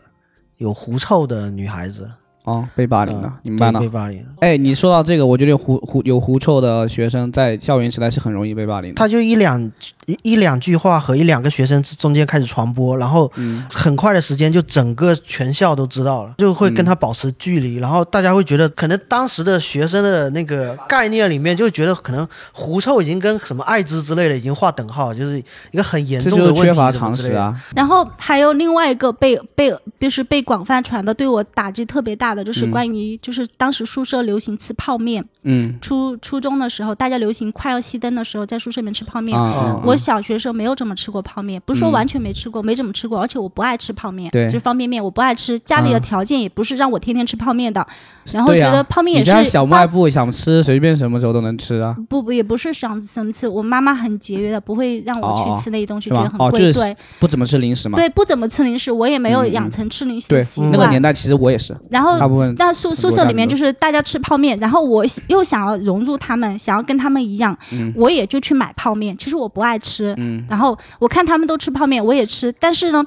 C: 有狐臭的女孩子，
B: 哦，被霸凌
C: 嗯
B: 了，你们班呢
C: 对被？霸凌了，
B: 哎，你说到这个，我觉得有狐狐有狐臭的学生在校园时代是很容易被霸凌的。
C: 他就一两一一两句话和一两个学生之中间开始传播，然后
B: 嗯
C: 很快的时间就整个全校都知道了，就会
B: 嗯
C: 跟他保持距离，然后大家会觉得可能当时的学生的那个概念里面就觉得可能狐臭已经跟什么艾滋之类的已经划等号，就是一个很严
B: 这
C: 重
B: 就
C: 的
B: 是
C: 问题，
B: 缺乏常识！啊！
A: 然后还有另外一个被被就是被广泛传的对我打击特别大的，就是关于就是当时宿舍流行吃泡面，
B: 嗯
A: 初初中的时候大家流行快要熄灯的时候在宿舍里面吃泡面。
B: 啊，
A: 我
B: 啊嗯
A: 小学时候没有怎么吃过泡面，不是说完全没吃过，没怎么吃过，而且我不爱吃泡面，
B: 对啊
A: 就是方便面我不爱吃，家里的条件也不是让我天天吃泡面的，然后
B: 对
A: 觉
B: 呀
A: 得泡面
B: 你
A: 也
B: 家
A: 是
B: 小
A: 发
B: 卖部想吃随便什么时候都能吃啊。
A: 不不也不是想生吃，我妈妈很节约的，不会让我
B: 哦
A: 去吃那些东西，觉
B: 是吧
A: 得很
B: 哦
A: 贵。
B: 就是
A: 对
B: 不怎么吃零食嘛。
A: 对，不怎么吃零食，我也没有
B: 嗯嗯
A: 养成吃零食的
B: 对
A: 习
B: 那个年
A: 惯。
B: 代其实我也是，
A: 然后
B: 大部分
A: 但宿
B: 很
A: 宿
B: 多
A: 舍
B: 家
A: 里面
B: 庭
A: 就
B: 都
A: 是大家吃泡面，然后我喜又想要融入他们，想要跟他们一样，
B: 嗯
A: 我也就去买泡面。其实我不爱吃，
B: 嗯
A: 然后我看他们都吃泡面，我也吃，但是呢。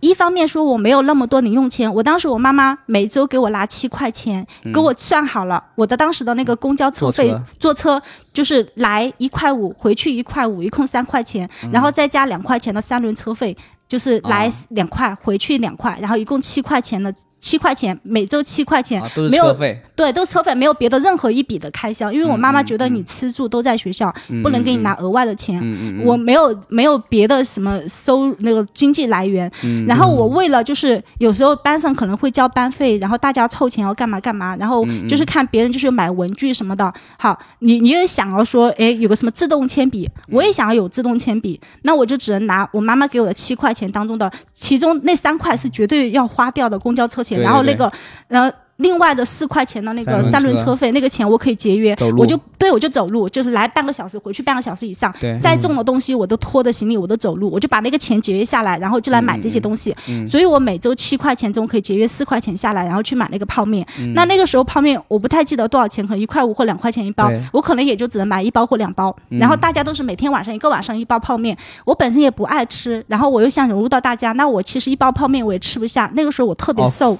A: 一方面说我没有那么多零用钱，我当时我妈妈每周给我拿七块钱，给我算好了我的当时的那个公交车
B: 嗯坐
A: 费
B: 车，
A: 坐车就是
B: 嗯
A: 来一块五，回去一块五，一共三块钱，然后再加两块钱的三轮车费，就是来
B: 啊
A: 两块，回去两块，然后一共七块钱的，七块钱，每周七块钱，
B: 啊，都是
A: 没有
B: 车费，
A: 对，都是车费，没有别的任何一笔的开销，因为我妈
B: 嗯
A: 妈觉得你吃住都在学校，不能给你拿额外的钱。
B: 嗯嗯嗯，
A: 我没有没有别的什么收那个经济来源，
B: 嗯
A: 然后我为了就是有时候班上可能会交班费，然后大家凑钱要干嘛干嘛，然后
B: 嗯
A: 就是看别人就是买文具什么的。好，你你也想要说，哎，有个什么自动铅笔，
B: 嗯
A: 我也想要有自动铅笔，那我就只能拿我妈妈给我的七块钱当中的，其中那三块是绝对要花掉的公交车钱，
B: 对
A: 然后那
B: 对
A: 个然后。另外的四块钱的那个
B: 三
A: 三
B: 轮
A: 轮
B: 车
A: 车费，那个钱我可以节约
B: 走，路
A: 我就对我就走路，就是来半个小时，回去半个小时以上，
B: 对，
A: 再重的东西我都拖着行李，我都走路，我就把那个钱节约下来，然后就来买
B: 嗯
A: 这些东西。所以我每周七块钱中可以节约四块钱下来，然后去买那个泡面。
B: 嗯
A: 那那个时候泡面我不太记得多少钱，可能一块五或两块钱一包
B: 对，嗯
A: 我可能也就只能买一包或两包。然后大家都是每天晚上一个晚上一包泡面，我本身也不爱吃，然后我又想融入到大家，那我其实一包泡面我也吃不下。那个时候我特别
B: 哦
A: 瘦，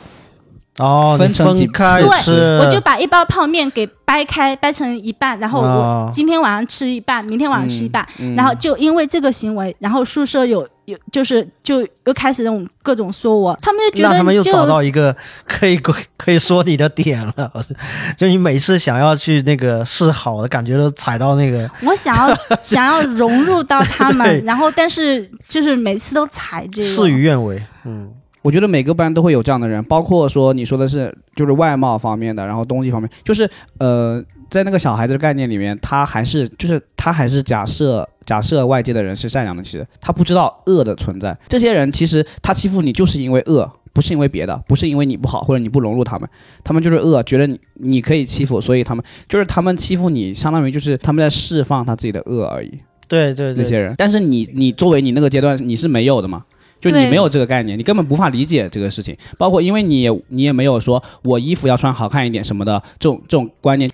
C: 哦，
B: 分
C: 你
B: 成几
C: 分开
A: 对
C: 吃，
A: 我就把一包泡面给掰开，掰成一半，然后我
C: 哦
A: 今天晚上吃一半，明天晚上吃一半，
B: 嗯
A: 然后就因为这个行为，然后宿舍有有就是就又开始那种各种说我，他们就觉
C: 那
A: 得
C: 他们
A: 你
C: 又
A: 就
C: 找到一个可以 可以说你的点了， 就你每次想要去那个示好的感觉都踩到那个，
A: 我想 要想要融入到他们
C: 对，
A: 然后但是就是每次都踩这
C: 事
A: 个。
C: 与愿违。嗯，
B: 我觉得每个班都会有这样的人，包括说你说的是就是外貌方面的，然后东西方面，就是呃，在那个小孩子的概念里面，他还是就是他还是假设假设外界的人是善良的，其实他不知道恶的存在。这些人其实他欺负你就是因为恶，不是因为别的，不是因为你不好或者你不融入他们，他们就是恶，觉得你你可以欺负，所以他们就是他们欺负你，相当于就是他们在释放他自己的恶而已。
C: 对对
B: 那些
C: 对，
B: 人，但是你你作为你那个阶段你是没有的嘛，就你
A: 对
B: 没有这个概念，你根本无法理解这个事情，包括因为你也你也没有说我衣服要穿好看一点什么的这种这种观念，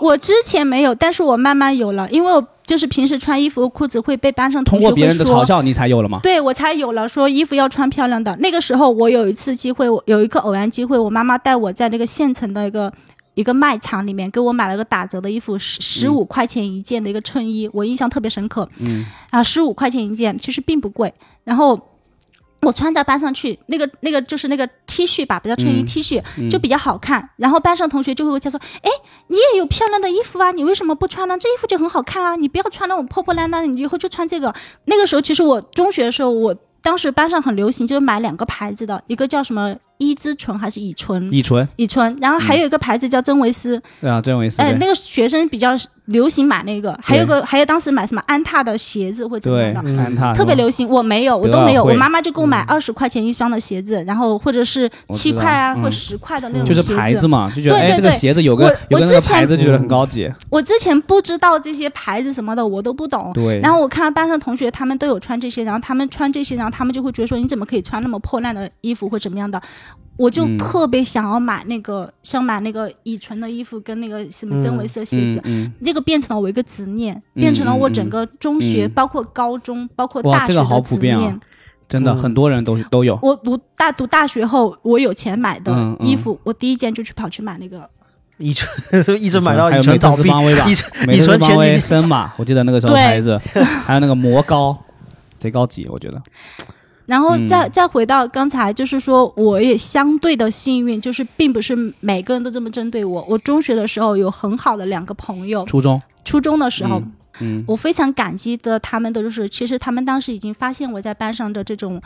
A: 我之前没有，但是我慢慢有了，因为我就是平时穿衣服、裤子会被班上同
B: 通
A: 学
B: 过
A: 会
B: 别人的
A: 说
B: 嘲笑你才有了嘛。
A: 对我才有了说衣服要穿漂亮的。那个时候，我有一次机会，我有一个偶然机会，我妈妈带我在那个县城的一个一个卖场里面，给我买了个打折的衣服，十十五块钱一件的一个衬衣，我印象特别深刻。
B: 嗯，
A: 啊，十五块钱一件，其实并不贵。然后。我穿到班上去，那个那个就是那个 T 恤吧，比较衬衣
B: 嗯
A: T 恤、就比较好看。然后班上同学就会问他说：“哎，你也有漂亮的衣服啊，你为什么不穿呢？这衣服就很好看啊，你不要穿那种破破烂烂的，你以后就穿这个。”那个时候，其实我中学的时候，我当时班上很流行，就是买两个牌子的，一个叫什么伊之纯还是乙醇，
B: 乙醇
A: 乙醇，然后还有一个牌子叫真维斯，
B: 啊，这种意思。
A: 哎、
B: 对
A: 那个学生比较流行买那个，还有个还有当时买什么安踏的鞋子或者怎么
B: 对，
A: 样的。
C: 嗯
B: 安踏
A: 特别
B: 是吧
A: 流行，我没有，我
B: 德
A: 都
B: 奥
A: 没有。
B: 惠
A: 我妈妈就给我买二十块钱一双的鞋子，然后或者是
B: 嗯我知
A: 七
B: 道
A: 块啊，
B: 嗯
A: 或者十块的那种
B: 就
A: 鞋
B: 是牌子嘛，就觉得
A: 对
B: 哎
A: 对
B: 这个
A: 对
B: 鞋子有个有
A: 我我
B: 个那个
A: 之前
B: 牌子就觉得很高级，
A: 我之前不知道这些牌子什么的，我都不懂。
B: 对。
A: 然后我看到班上同学他们都有穿这些，然后他们穿这些，然后他们就会觉得说你怎么可以穿那么破烂的衣服或怎么样的，我就
B: 嗯
A: 特别想要买那个，想买那个乙醇的衣服跟那个什么真维斯的鞋子
B: 嗯。嗯，
A: 那个变成了我一个执念，变成了我整个中学，
B: 嗯嗯
A: 包括高中，包括
B: 哇
A: 大学
B: 这个好
A: 的
B: 普
A: 执
B: 遍
A: 念。
B: 啊真的
C: 嗯
B: 很多人都都有。
A: 我读大读大学后，我有钱买
B: 嗯
A: 的
B: 嗯
A: 衣服，我第一件就去跑去买那个。
C: 乙醇 就一直买到
B: 还有
C: 乙
B: 美
C: 醇
B: 特
C: 倒
B: 斯
C: 闭
B: 邦威吧，，
C: 乙醇
B: 美
C: 乙
B: 特斯
C: 醇
B: 邦
C: 前几
B: 威、
C: 天
B: 森马，我记得那个时候
A: 对
B: 牌子，还有那个魔高，贼高级，我觉得。
A: 然后再、
B: 嗯
A: 再回到刚才，就是说我也相对的幸运，就是并不是每个人都这么针对我。我中学的时候有很好的两个朋友，
B: 初中，
A: 初中的时候。
B: 嗯，
A: 我非常感激的，他们的就是，其实他们当时已经发现我在班上的这种，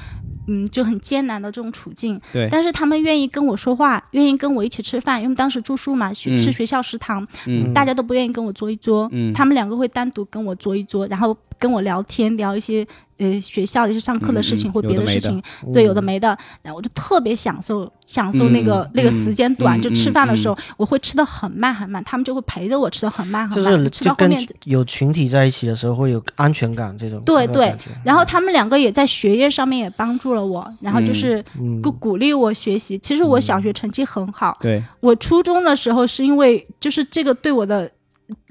A: 嗯，就很艰难的这种处境，
B: 对，
A: 但是他们愿意跟我说话，愿意跟我一起吃饭，因为当时住宿嘛，去
B: 嗯
A: 吃学校食堂，
B: 嗯
A: 大家都不愿意跟我坐一桌，
B: 嗯
A: 他们两个会单独跟我坐一桌，然后跟我聊天，聊一些呃学校一些上课的事情、
B: 嗯嗯
A: 或别
B: 有的没
A: 事
B: 的
A: 情，对，有的没的，然后我就特别享受享受那个、
B: 嗯
A: 那个时间段，
B: 嗯
A: 就吃饭的时候、我会吃的很慢很慢，他们就会陪着我吃的很慢
C: 就
A: 很慢，
C: 是
A: 吃到
C: 就
A: 后
C: 跟
A: 面。
C: 有群体在一起的时候会有安全感这种。
A: 对
C: 这种
A: 对
C: 感觉，
A: 然后他们两个也在学业上面也帮助了我，然后就是
C: 嗯
A: 鼓鼓励我学习。其实我小
B: 嗯
A: 学成绩很好，
B: 对，
A: 我初中的时候是因为就是这个对我的，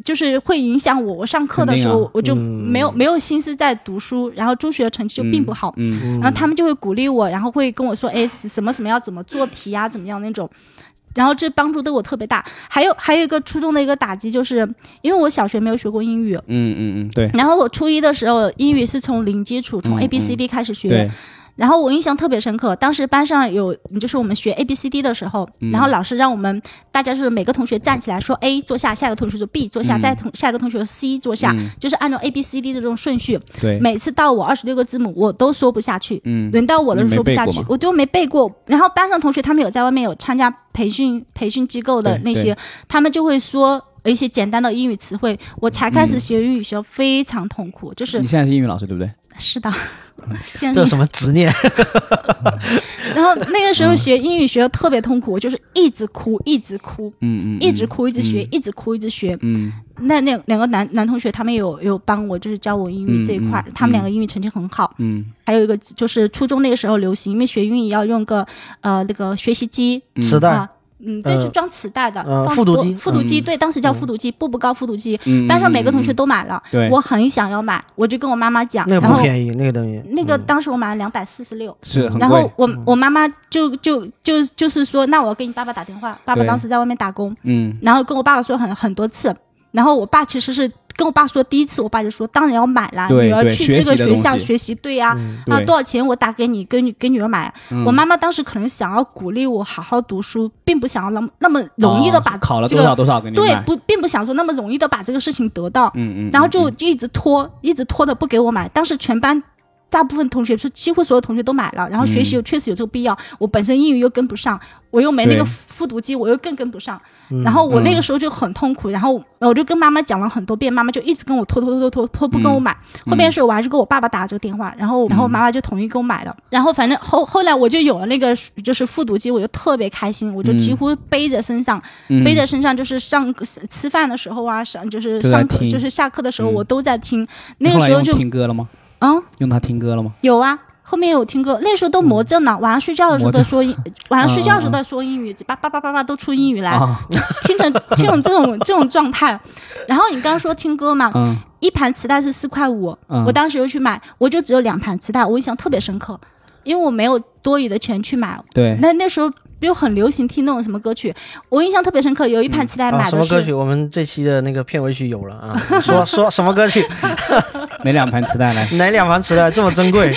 A: 就是会影响我。我上课的时
B: 肯
A: 候、
B: 定啊
A: 我就
C: 嗯
A: 没有、没有心思在读书，然后中学的成绩就并不好。
B: 嗯，
C: 嗯
A: 然后他们就会鼓励我，然后会跟我说：“哎，什么什么要怎么做题啊，怎么样那种。”然后这帮助对我特别大。还有还有一个初中的一个打击，就是因为我小学没有学过英语，
B: 嗯嗯嗯，对
A: 然后我初一的时候英语是从零基础，从
B: 嗯
A: A B C D 开始学。
B: 对，
A: 然后我印象特别深刻，当时班上有就是我们学 A B C D 的时候，
B: 嗯
A: 然后老师让我们大家是每个同学站起来说 A 坐下，下一个同学说 B 坐下，
B: 嗯
A: 再同下一个同学说 C 坐下，
B: 嗯
A: 就是按照 A B C D 的这种顺序。
B: 对，
A: 每次到我二十六个字母，我都说不下去。
B: 嗯，
A: 轮到我了，
B: 你没
A: 说不
B: 背
A: 下
B: 过
A: 去
B: 吗，
A: 我都没背过。然后班上同学他们有在外面有参加培训培训机构的
B: 对
A: 那些，他们就会说一些简单的英语词汇。我才开始学英语学非常痛苦，就是
B: 你现在是英语老师对不对？
A: 是的，现在
C: 这什么执念？
A: 然后那个时候学英语学的特别痛苦，我就是一直哭，一直哭，
B: 嗯嗯，
A: 一直哭，一直学
B: 嗯，
A: 一直哭，一直学。
B: 嗯，
A: 那那两个男男同学他们有有帮我，就是教我英语这一块儿
B: 嗯嗯，
A: 他们两个英语成绩很好。
B: 嗯
A: 还有一个就是初中那个时候流行，因为学英语要用个呃那个学习机
B: 嗯，
C: 磁带
A: 啊，嗯，对，
C: 呃
A: 是装磁带的，
C: 呃
A: 放
C: 复读
A: 我
C: 机
A: 复读机，
B: 嗯
A: 对，当时叫
C: 嗯
A: 复读机，步步高复读机，
B: 嗯，
A: 班上每个同学
B: 嗯，
A: 都买了
B: 对，
A: 我很想要买，我就跟我妈妈讲，
C: 那个
A: 然
C: 不
A: 后
C: 便宜，那个等于
A: 那个
C: 嗯
A: 当时我买了两百四十六。
B: 嗯是很
A: 然
B: 贵
A: 后，我我妈妈就就就就是说，那我要给你爸爸打电话。爸爸
B: 对
A: 当时在外面打工，
B: 嗯
A: 然后跟我爸爸说很很多次，然后我爸其实是跟我爸说第一次，我爸就说当然要买啦，
B: 对
A: 女儿
B: 对
A: 去
B: 学
A: 这
B: 习
A: 个
B: 的
A: 学
B: 东
A: 校
B: 西
A: 学习，对呀、
C: 嗯
A: 啊
B: 对
A: 多少钱我打给你，给女给女儿买。
B: 嗯
A: 我妈妈当时可能想要鼓励我好好读书，并不想要那么那么容易的
B: 哦
A: 把
B: 考了
A: 这
B: 多
A: 个、
B: 少多少给你
A: 对
B: 买
A: 不，并不想说那么容易的把这个事情得到，
B: 嗯嗯，
A: 然后就
B: 嗯
A: 就一直拖，一直拖的不给我买。当时全班大部分同学是几乎所有同学都买了，然后学习
B: 嗯
A: 又确实有这个必要。我本身英语又跟不上，我又没那
B: 对
A: 个复读机，我又更跟不上。
C: 嗯
A: 然后我那
B: 嗯
A: 个时候就很痛苦，然后我就跟妈妈讲了很多遍，妈妈就一直跟我拖拖拖拖拖拖不跟我买。
B: 嗯
A: 后面的时候我还是给我爸爸打了这个电话，然后然后妈妈就同意给我买了。然后反正后后来我就有了那个就是复读机，我就特别开心，我就几
B: 嗯
A: 乎背着身上。
B: 嗯
A: 背在身上，就是上吃饭的时候啊，上就是
B: 都在
A: 上课
B: 听
A: 就是下课的时候，
B: 嗯
A: 我都在听。
B: 你
A: 那个
B: 后来
A: 时候
B: 用
A: 就
B: 听歌了吗？
A: 嗯
B: 用它听歌了吗？
A: 有啊，后面有听歌，那时候都魔怔了，晚上睡觉的时候
B: 魔
A: 在
B: 怔
A: 说英， 晚上睡觉的时候
B: 嗯嗯嗯嗯
A: 在说英语，叭叭叭叭叭都出英语来，
B: 啊，
A: 听成听成这种这种状态。然后你刚刚说听歌嘛，
B: 嗯
A: 一盘磁带是四块五，
B: 嗯，
A: 我当时又去买，我就只有两盘磁带，我印象特别深刻，因为我没有多余的钱去买。
B: 对，
A: 那那时候又很流行听那种什么歌曲，我印象特别深刻，有一
B: 嗯
A: 盘磁带
C: 啊
A: 买
C: 什
A: 的
C: 么
A: 是、
C: 歌曲？我们这期的那个片尾曲有了啊，说 说什么歌曲？
B: 哪两盘磁带来？
C: 哪两盘磁带这么珍 贵？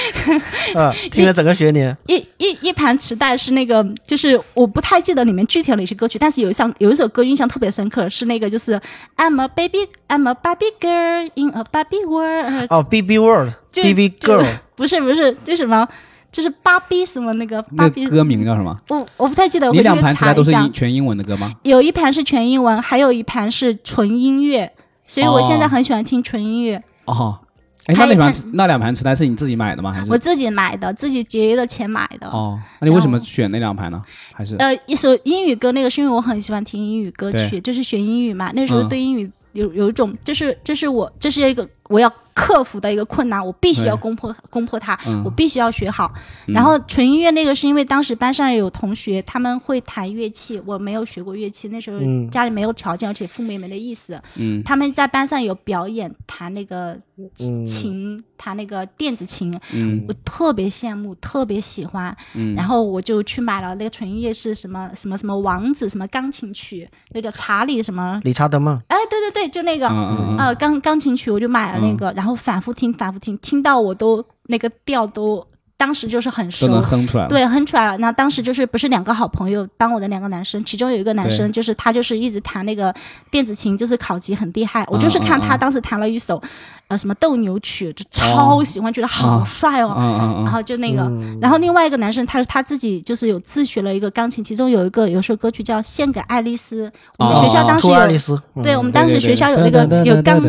C: 啊，听了整个学年，
A: 一一一盘磁带是那个，就是我不太记得里面具体的哪些歌曲，但是有一项有一首歌印象特别深刻，是那个就是 I'm a baby, I'm a Barbie girl in a Barbie world，、
C: 哦，B B World，B B
A: 就
C: Girl，
A: 不是不是，这什么？就是芭比什么 那个芭
B: 那
A: 比，
B: 歌名叫什么？
A: 我我不太记得，我
B: 你
A: 回去
B: 两盘磁带
A: 查
B: 都
A: 一
B: 是
A: 下
B: 英。全英文的歌吗？
A: 有一盘是全英文，还有一盘是纯音乐，所以我现在
B: 哦
A: 很喜欢听纯音乐。
B: 哦，哎，那
A: 还有
B: 那
A: 一
B: 盘
A: 盘
B: 磁那两盘磁带是你自己买的吗？还
A: 我
B: 是？
A: 自己买的，自己节约的钱买的。
B: 哦，那你为什么
A: 然后
B: 选那两盘呢？还是
A: 呃，一首英语歌，那个是因为我很喜欢听英语歌曲，就是学英语嘛。那时候
B: 嗯
A: 对英语有、有一种，就是这是我这是一个我要克服的一个困难，我必须要
B: 对
A: 攻破攻破它，
B: 嗯
A: 我必须要学好。
B: 嗯
A: 然后纯音乐那个是因为当时班上有同学他们会弹乐器，我没有学过乐器，那时候
C: 嗯
A: 家里没有条件，而且父母也没那意思，
B: 嗯
A: 他们在班上有表演弹那个
C: 嗯
A: 琴，弹那个电子琴，
B: 嗯
A: 我特别羡慕，特别喜欢。
B: 嗯，
A: 然后我就去买了那个纯音乐是什么什么什么王子什么钢琴曲，那叫查理什么，
C: 理查德曼，
A: 哎，对对对，就那个
B: 嗯嗯嗯
A: 呃钢钢琴曲，我就买了那个，然后反复听反复听，听到我都那个调都当时就是很
B: 都
A: 熟。
B: 能哼出来了。
A: 对，哼出来了。那当时就是不是两个好朋友帮我的两个男生，其中有一个男生就是他就是一直弹那个电子琴，就是考级很厉害。我就是看他当时弹了一首，呃什么斗牛曲，就超喜欢，觉得好帅哦。
B: 嗯嗯
A: 然
B: 嗯，
A: 后就那个，然后另外一个男生，他是他自己就是有自学了一个钢琴，其中有一个有首歌曲叫《献给爱丽丝》，我们
B: 哦
A: 学校当时
C: 兔
A: 有，
C: 爱丽丝，嗯
A: 对我们当时学校有那个有钢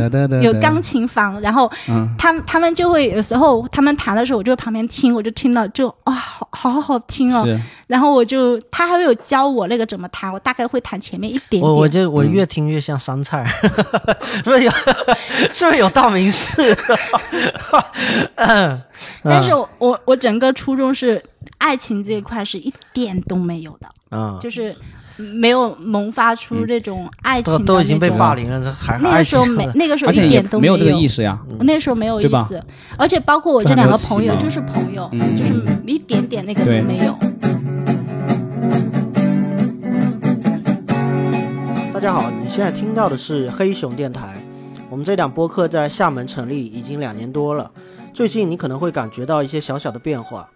A: 有钢琴房，然后
B: 嗯
A: 他们他们就会有时候他们弹的时候，我就在旁边听，我就听了就哇、好好好听哦。
B: 是
A: 然后我就他还会有教我那个怎么弹，我大概会弹前面一点
C: 我我
A: 点。
C: 就我越听越像山菜， 是不是有 是不是有道明寺？ 嗯
A: 但是我我我整个初中是爱情这一块是一点都没有的。
B: 嗯
C: 啊，
A: 就是没有萌发出这种爱情
C: 都
A: 的
C: 都已经被
A: 那种
C: 霸。凌了，这还
A: 那
C: 还
A: 个时候
C: 去
A: 没，那个时候
B: 而且
A: 一
B: 也
A: 点都
B: 没
A: 有
B: 这个意识呀。
A: 那时候没有意
B: 对吧
A: 思，而且包括我这
B: 这还
A: 两
B: 没
A: 个
B: 有
A: 朋
B: 启
A: 友
B: 蒙
A: 就是朋友，
B: 嗯
A: 就是一点点那个都
B: 对
A: 没有。
D: 大家好，你现在听到的是黑熊电台。我们这档播客在厦门成立已经两年多了，最近你可能会感觉到一些小小的变化。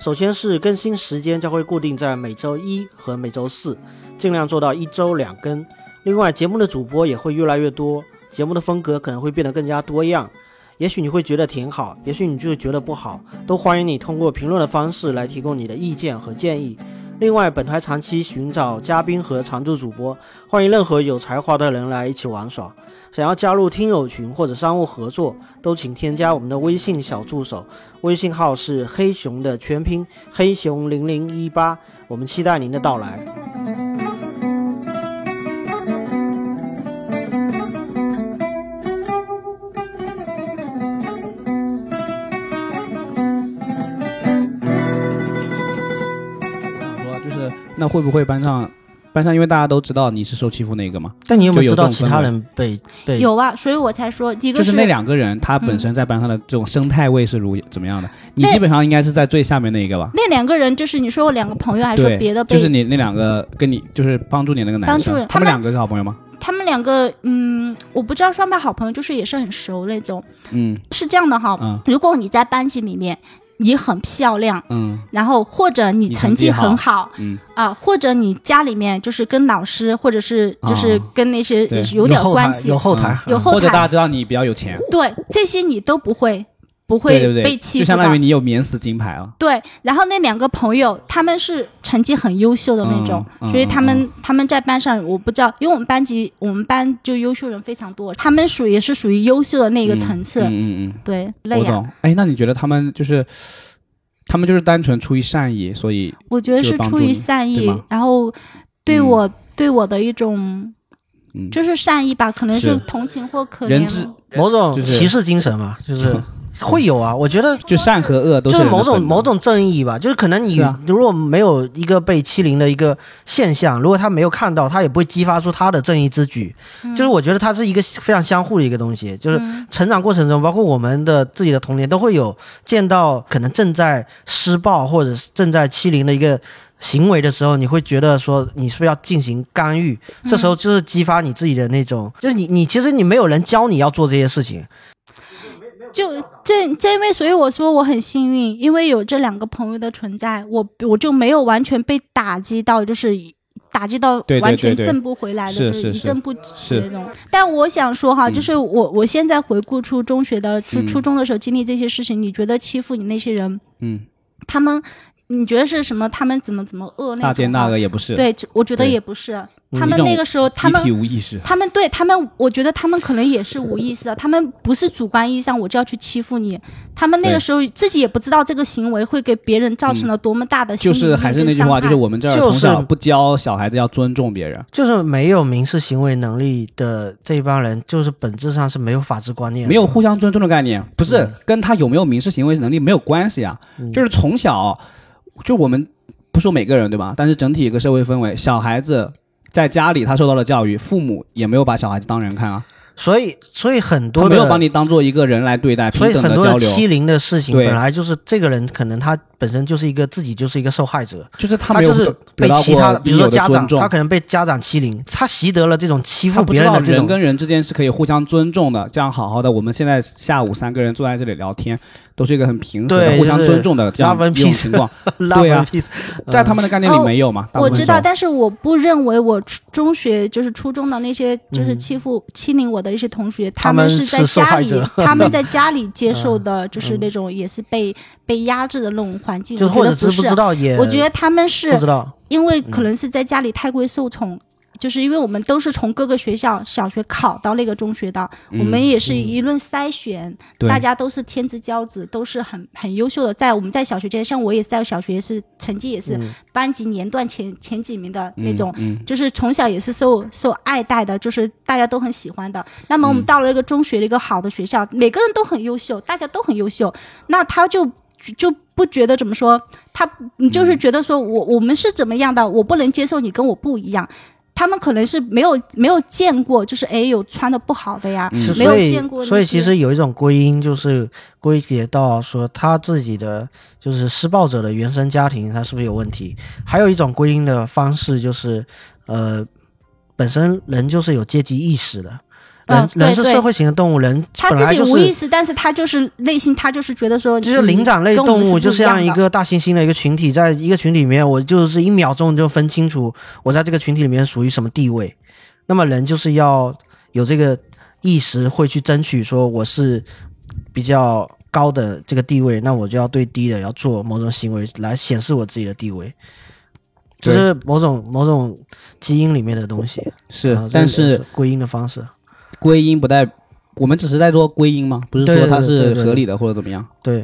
D: 首先是更新时间将会固定在每周一和每周四，尽量做到一周两更。另外，节目的主播也会越来越多，节目的风格可能会变得更加多样。也许你会觉得挺好，也许你就会觉得不好，都欢迎你通过评论的方式来提供你的意见和建议。另外，本台长期寻找嘉宾和常驻主播，欢迎任何有才华的人来一起玩耍。想要加入听友群或者商务合作，都请添加我们的微信小助手，微信号是黑熊的全拼黑熊零零一八。我们期待您的到来。
B: 想说就是那会不会班上班上，因为大家都知道你是受欺负那个嘛，
C: 但你有没
B: 就
C: 有
B: 有
C: 知道
B: 这种
C: 其
B: 氛
C: 他
B: 围
C: 人被被
A: 有啊，所以我才说，一个嗯
B: 就是那两个人他本身在班上的这种生态位是如怎么样的？你
A: 那
B: 基本上应该是在最下面那一个吧？
A: 那两个人，就是你说我两个朋友，还是说
B: 对，
A: 别的被、
B: 就是你那两个跟你就是帮助你那个男
A: 帮
B: 生
A: 助，
B: 他
A: 他
B: 们
A: 们
B: 两个是好朋友吗？
A: 他们两个，嗯，我不知道算不算好朋友，就是也是很熟那种。
B: 嗯
A: 是这样的哈，
B: 嗯
A: 如果你在班级里面你很漂亮，
B: 嗯
A: 然后或者你
B: 你
A: 成
B: 成绩
A: 绩很好
B: 嗯，
A: 啊，或者你家里面就是跟老师或者是就是
B: 啊
A: 跟那些
B: 对
A: 也是有点
C: 后台
A: 关系，嗯
C: 有后台，
A: 有
B: 或
A: 后
B: 者大家
A: 台，
B: 知道你比较有钱，
A: 对这些你都不会不
B: 对对
A: 会
B: 不对？
A: 被欺
B: 就
A: 负
B: 相
A: 到。
B: 当于你有免死金牌了。
A: 对，然后那两个朋友他们是成绩很优秀的那种，
B: 嗯嗯
A: 所以他们、
B: 嗯
A: 他们在班上我不知道，因为我们班级我们班就优秀人非常多，他们属于也是属于优秀的那个层次，
B: 嗯嗯
A: 对，
B: 嗯，
A: 累
B: 我
A: 呀、
B: 懂。哎，那你觉得他们就是他们就是单纯出于善意，所以
A: 我觉得
B: 就是帮
A: 出
B: 助
A: 于
B: 你
A: 善
B: 对
A: 意
B: 吗，
A: 然后对我、对我的一种
B: 嗯，
A: 就是善意吧，可能
B: 是
A: 是同情或可
B: 人
A: 怜哦
B: 之
A: 吧。
C: 某种
B: 就是
C: 歧视精神嘛，就是会有啊。我觉得
B: 就善和恶都
C: 就是是
B: 人的
C: 某种
B: 本能
C: 某种正义吧，就是可能你
B: 是啊
C: 如果没有一个被欺凌的一个现象，如果他没有看到，他也不会激发出他的正义之举。就是我觉得它是一个非常相互的一个东西，就是
A: 嗯
C: 成长过程中，包括我们的自己的童年，都会有见到可能正在施暴或者是正在欺凌的一个行为的时候，你会觉得说你是不是要进行干预？这时候就是激发你自己的那种，就是你你其实你没有人教你要做这些事情，
A: 就这这因为，所以我说我很幸运，因为有这两个朋友的存在，我我就没有完全被打击到，就是打击到
B: 对对
A: 完全
B: 对对
A: 正不回来的，
B: 是
A: 就是一
B: 是
A: 正不
B: 是
A: 起那种。但我想说哈，
B: 嗯
A: 就是我我现在回顾初中学的初
B: 嗯
A: 初中的时候经历这些事情，你觉得欺负你那些人，
B: 嗯
A: 他们你觉得是什么？他们怎么怎么恶那种？
B: 大奸大恶。也不是，
A: 对，我觉得
B: 对嗯
A: 也不是，他们
B: 一种
A: 那个时候，他
B: 集
A: 们
B: 体无意识。
A: 他们对他们，我觉得他们可能也是无意识的，他们不是主观意义上我就要去欺负你，他们那
B: 对
A: 个时候自己也不知道这个行为会给别人造成了多么大的心
B: 就
A: 理阴
B: 是
A: 影
B: 还是那
A: 跟
B: 句
A: 伤
B: 话，
A: 害。
B: 就是我们这儿
C: 就
B: 从
C: 是
B: 小不教小孩子要尊重别人，
C: 就是没有民事行为能力的这一帮人，就是本质上是没有法治观念的，
B: 没有互相尊重的概念，不
C: 嗯
B: 是跟他有没有民事行为能力没有关系啊，就是从小就我们不说每个人对吧，但是整体一个社会氛围，小孩子在家里他受到了教育，父母也没有把小孩子当人看啊，
C: 所以所以很
B: 他
C: 多
B: 没
C: 的
B: 有把你当做一个人来对待，
C: 所
B: 平
C: 以
B: 等
C: 很
B: 的
C: 多
B: 交
C: 的
B: 流，
C: 欺凌的事情，
B: 对
C: 本来就是这个人可能他本身就是一个自己就是一个受害者，
B: 就是他
C: 他
B: 没有
C: 就是
B: 得
C: 被
B: 到
C: 其他，
B: 过
C: 比
B: 应
C: 如说
B: 有
C: 家
B: 的尊，
C: 长
B: 重
C: 他。可能被家长欺凌，他习得了这种欺
B: 他
C: 负
B: 不知
C: 别人
B: 道
C: 的这
B: 人
C: 种，
B: 跟人之间是可以互相尊重的，这样好好的。我们现在下午三个人坐在这里聊天，都是一个很平和的、
C: 对
B: 互相
C: 就是
B: 尊重的这样
C: love and
B: 一种
C: peace
B: 情 况，
C: love
B: 对啊
C: and peace，嗯
B: 在他们的概念里
A: 哦
B: 没有嘛？大部
A: 我
B: 分
A: 知
B: 时候
A: 道，但是我不认为我初中学就是初中的那些就是
C: 嗯
A: 欺负、欺凌我的一些同学，
C: 他
A: 他
C: 们
A: 是在
C: 是受
A: 家
C: 害
A: 里
C: 者，
A: 他们在家里接受的就是那种也是被、被压制的那种环境，
C: 就是
A: 我觉
C: 或
A: 得
C: 者知不知
A: 是。
C: 道也，
A: 我觉得他们是
C: 不知道，
A: 因为可能是在家里太过于受宠，就是因为我们都是从各个学校小学考到那个中学的，我们也是一论筛选，
B: 对
C: 啊
A: 大家都是天之骄子，都是很很优秀的。在我们在小学阶段，像我也是在小学也是成绩也是
C: 嗯
A: 班级年段前、前几名的那种。
B: 嗯，嗯
A: 就是从小也是受受爱戴的，就是大家都很喜欢的。那么我
C: 嗯
A: 们到了一个中学的一个好的学校，每个人都很优秀，大家都很优秀，那他就就不觉得怎么说，他你就是
C: 嗯
A: 觉得说我我们是怎么样的，我不能接受你跟我不一样。他们可能是没有没有见过，就是哎有穿的不好的呀，
B: 嗯
C: 是
A: 没有
C: 所以
A: 见过
C: 所以
A: 那
C: 其
A: 些
C: 实有一种归因，就是归结到说他自己的就是施暴者的原生家庭，他是不是有问题？还有一种归因的方式就是，呃，本身人就是有阶级意识的。人、
A: 嗯对
C: 人是社会型的动物，人
A: 他
C: 本
A: 自
C: 来
A: 己
C: 就
A: 无意
C: 是
A: 识，但是他就是内心，他就是觉得说，
C: 就是灵长类
A: 嗯跟我
C: 动
A: 们
C: 物，
A: 是
C: 就
A: 不
C: 像
A: 样
C: 一
A: 的
C: 个大猩猩的一个群体，在一个群体里面，我就是一秒钟就分清楚我在这个群体里面属于什么地位。那么人就是要有这个意识，会去争取说我是比较高的这个地位，那我就要对低的要做某种行为来显示我自己的地位。这
B: 对
C: 是某种某种基因里面的东西，
B: 是
C: 啊，
B: 但
C: 这个
B: 是
C: 归因的方式，
B: 归因不代，我们只是在说归因嘛，不是说
C: 对
B: 它
C: 对对
B: 是
C: 对对
B: 合理的或者怎么样。
C: 对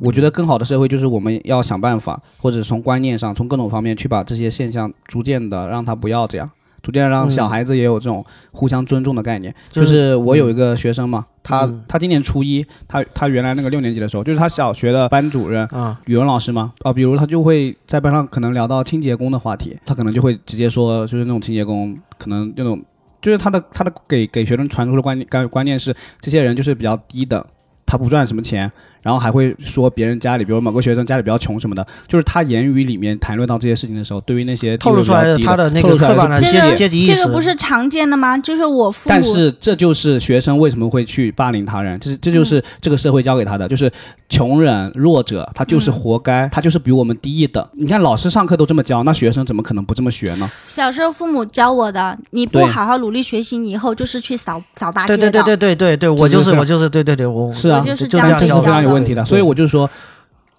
B: 我
C: 嗯
B: 觉得更好的社会就是我们要想办法，或者从观念上，从各种方面去把这些现象逐渐的让它不要这样，逐渐让
C: 嗯
B: 小孩子也有这种互相尊重的概念。
C: 就是
B: 就是我有一个学生嘛，他
C: 嗯
B: 他今年初一，他他原来那个六年级的时候，就是他小学的班主任，
C: 啊，
B: 语文老师嘛，啊，比如他就会在班上可能聊到清洁工的话题，他可能就会直接说，就是那种清洁工，可能那种就是他的他的给给学生传输的观念观观念是，这些人就是比较低等，他不赚什么钱，然后还会说别人家里，比如某个学生家里比较穷什么的，就是他言语里面谈论到这些事情的时候，对于那些地
C: 透
B: 位
C: 露
B: 比
C: 出
B: 较
C: 来的
B: 低
C: 他的那
B: 透
C: 个
B: 露出来
C: 刻
B: 的
C: 板的
B: 是
A: 这
C: 阶
A: 个
C: 阶级意
A: 这
C: 识，
A: 个不是常见的吗？就是我父母，
B: 但是这就是学生为什么会去霸凌他人，这是这就是
A: 嗯
B: 这个社会教给他的，就是穷人、弱者，他
A: 嗯
B: 就是活该，他就是比我们低一等。你看老师上课都这么教，那学生怎么可能不这么学呢？
A: 小时候父母教我的，你不
B: 对
A: 好好努力学习，你以后就是去扫扫大街的。
C: 对对对对对对对，
B: 这
C: 我就
B: 就是是
C: 我就是对对对，我
B: 是啊
A: 啊我就是这
C: 就
A: 啊
B: 但
A: 样
B: 这
A: 教
B: 是
A: 的
B: 非常有问题的。所以我就说，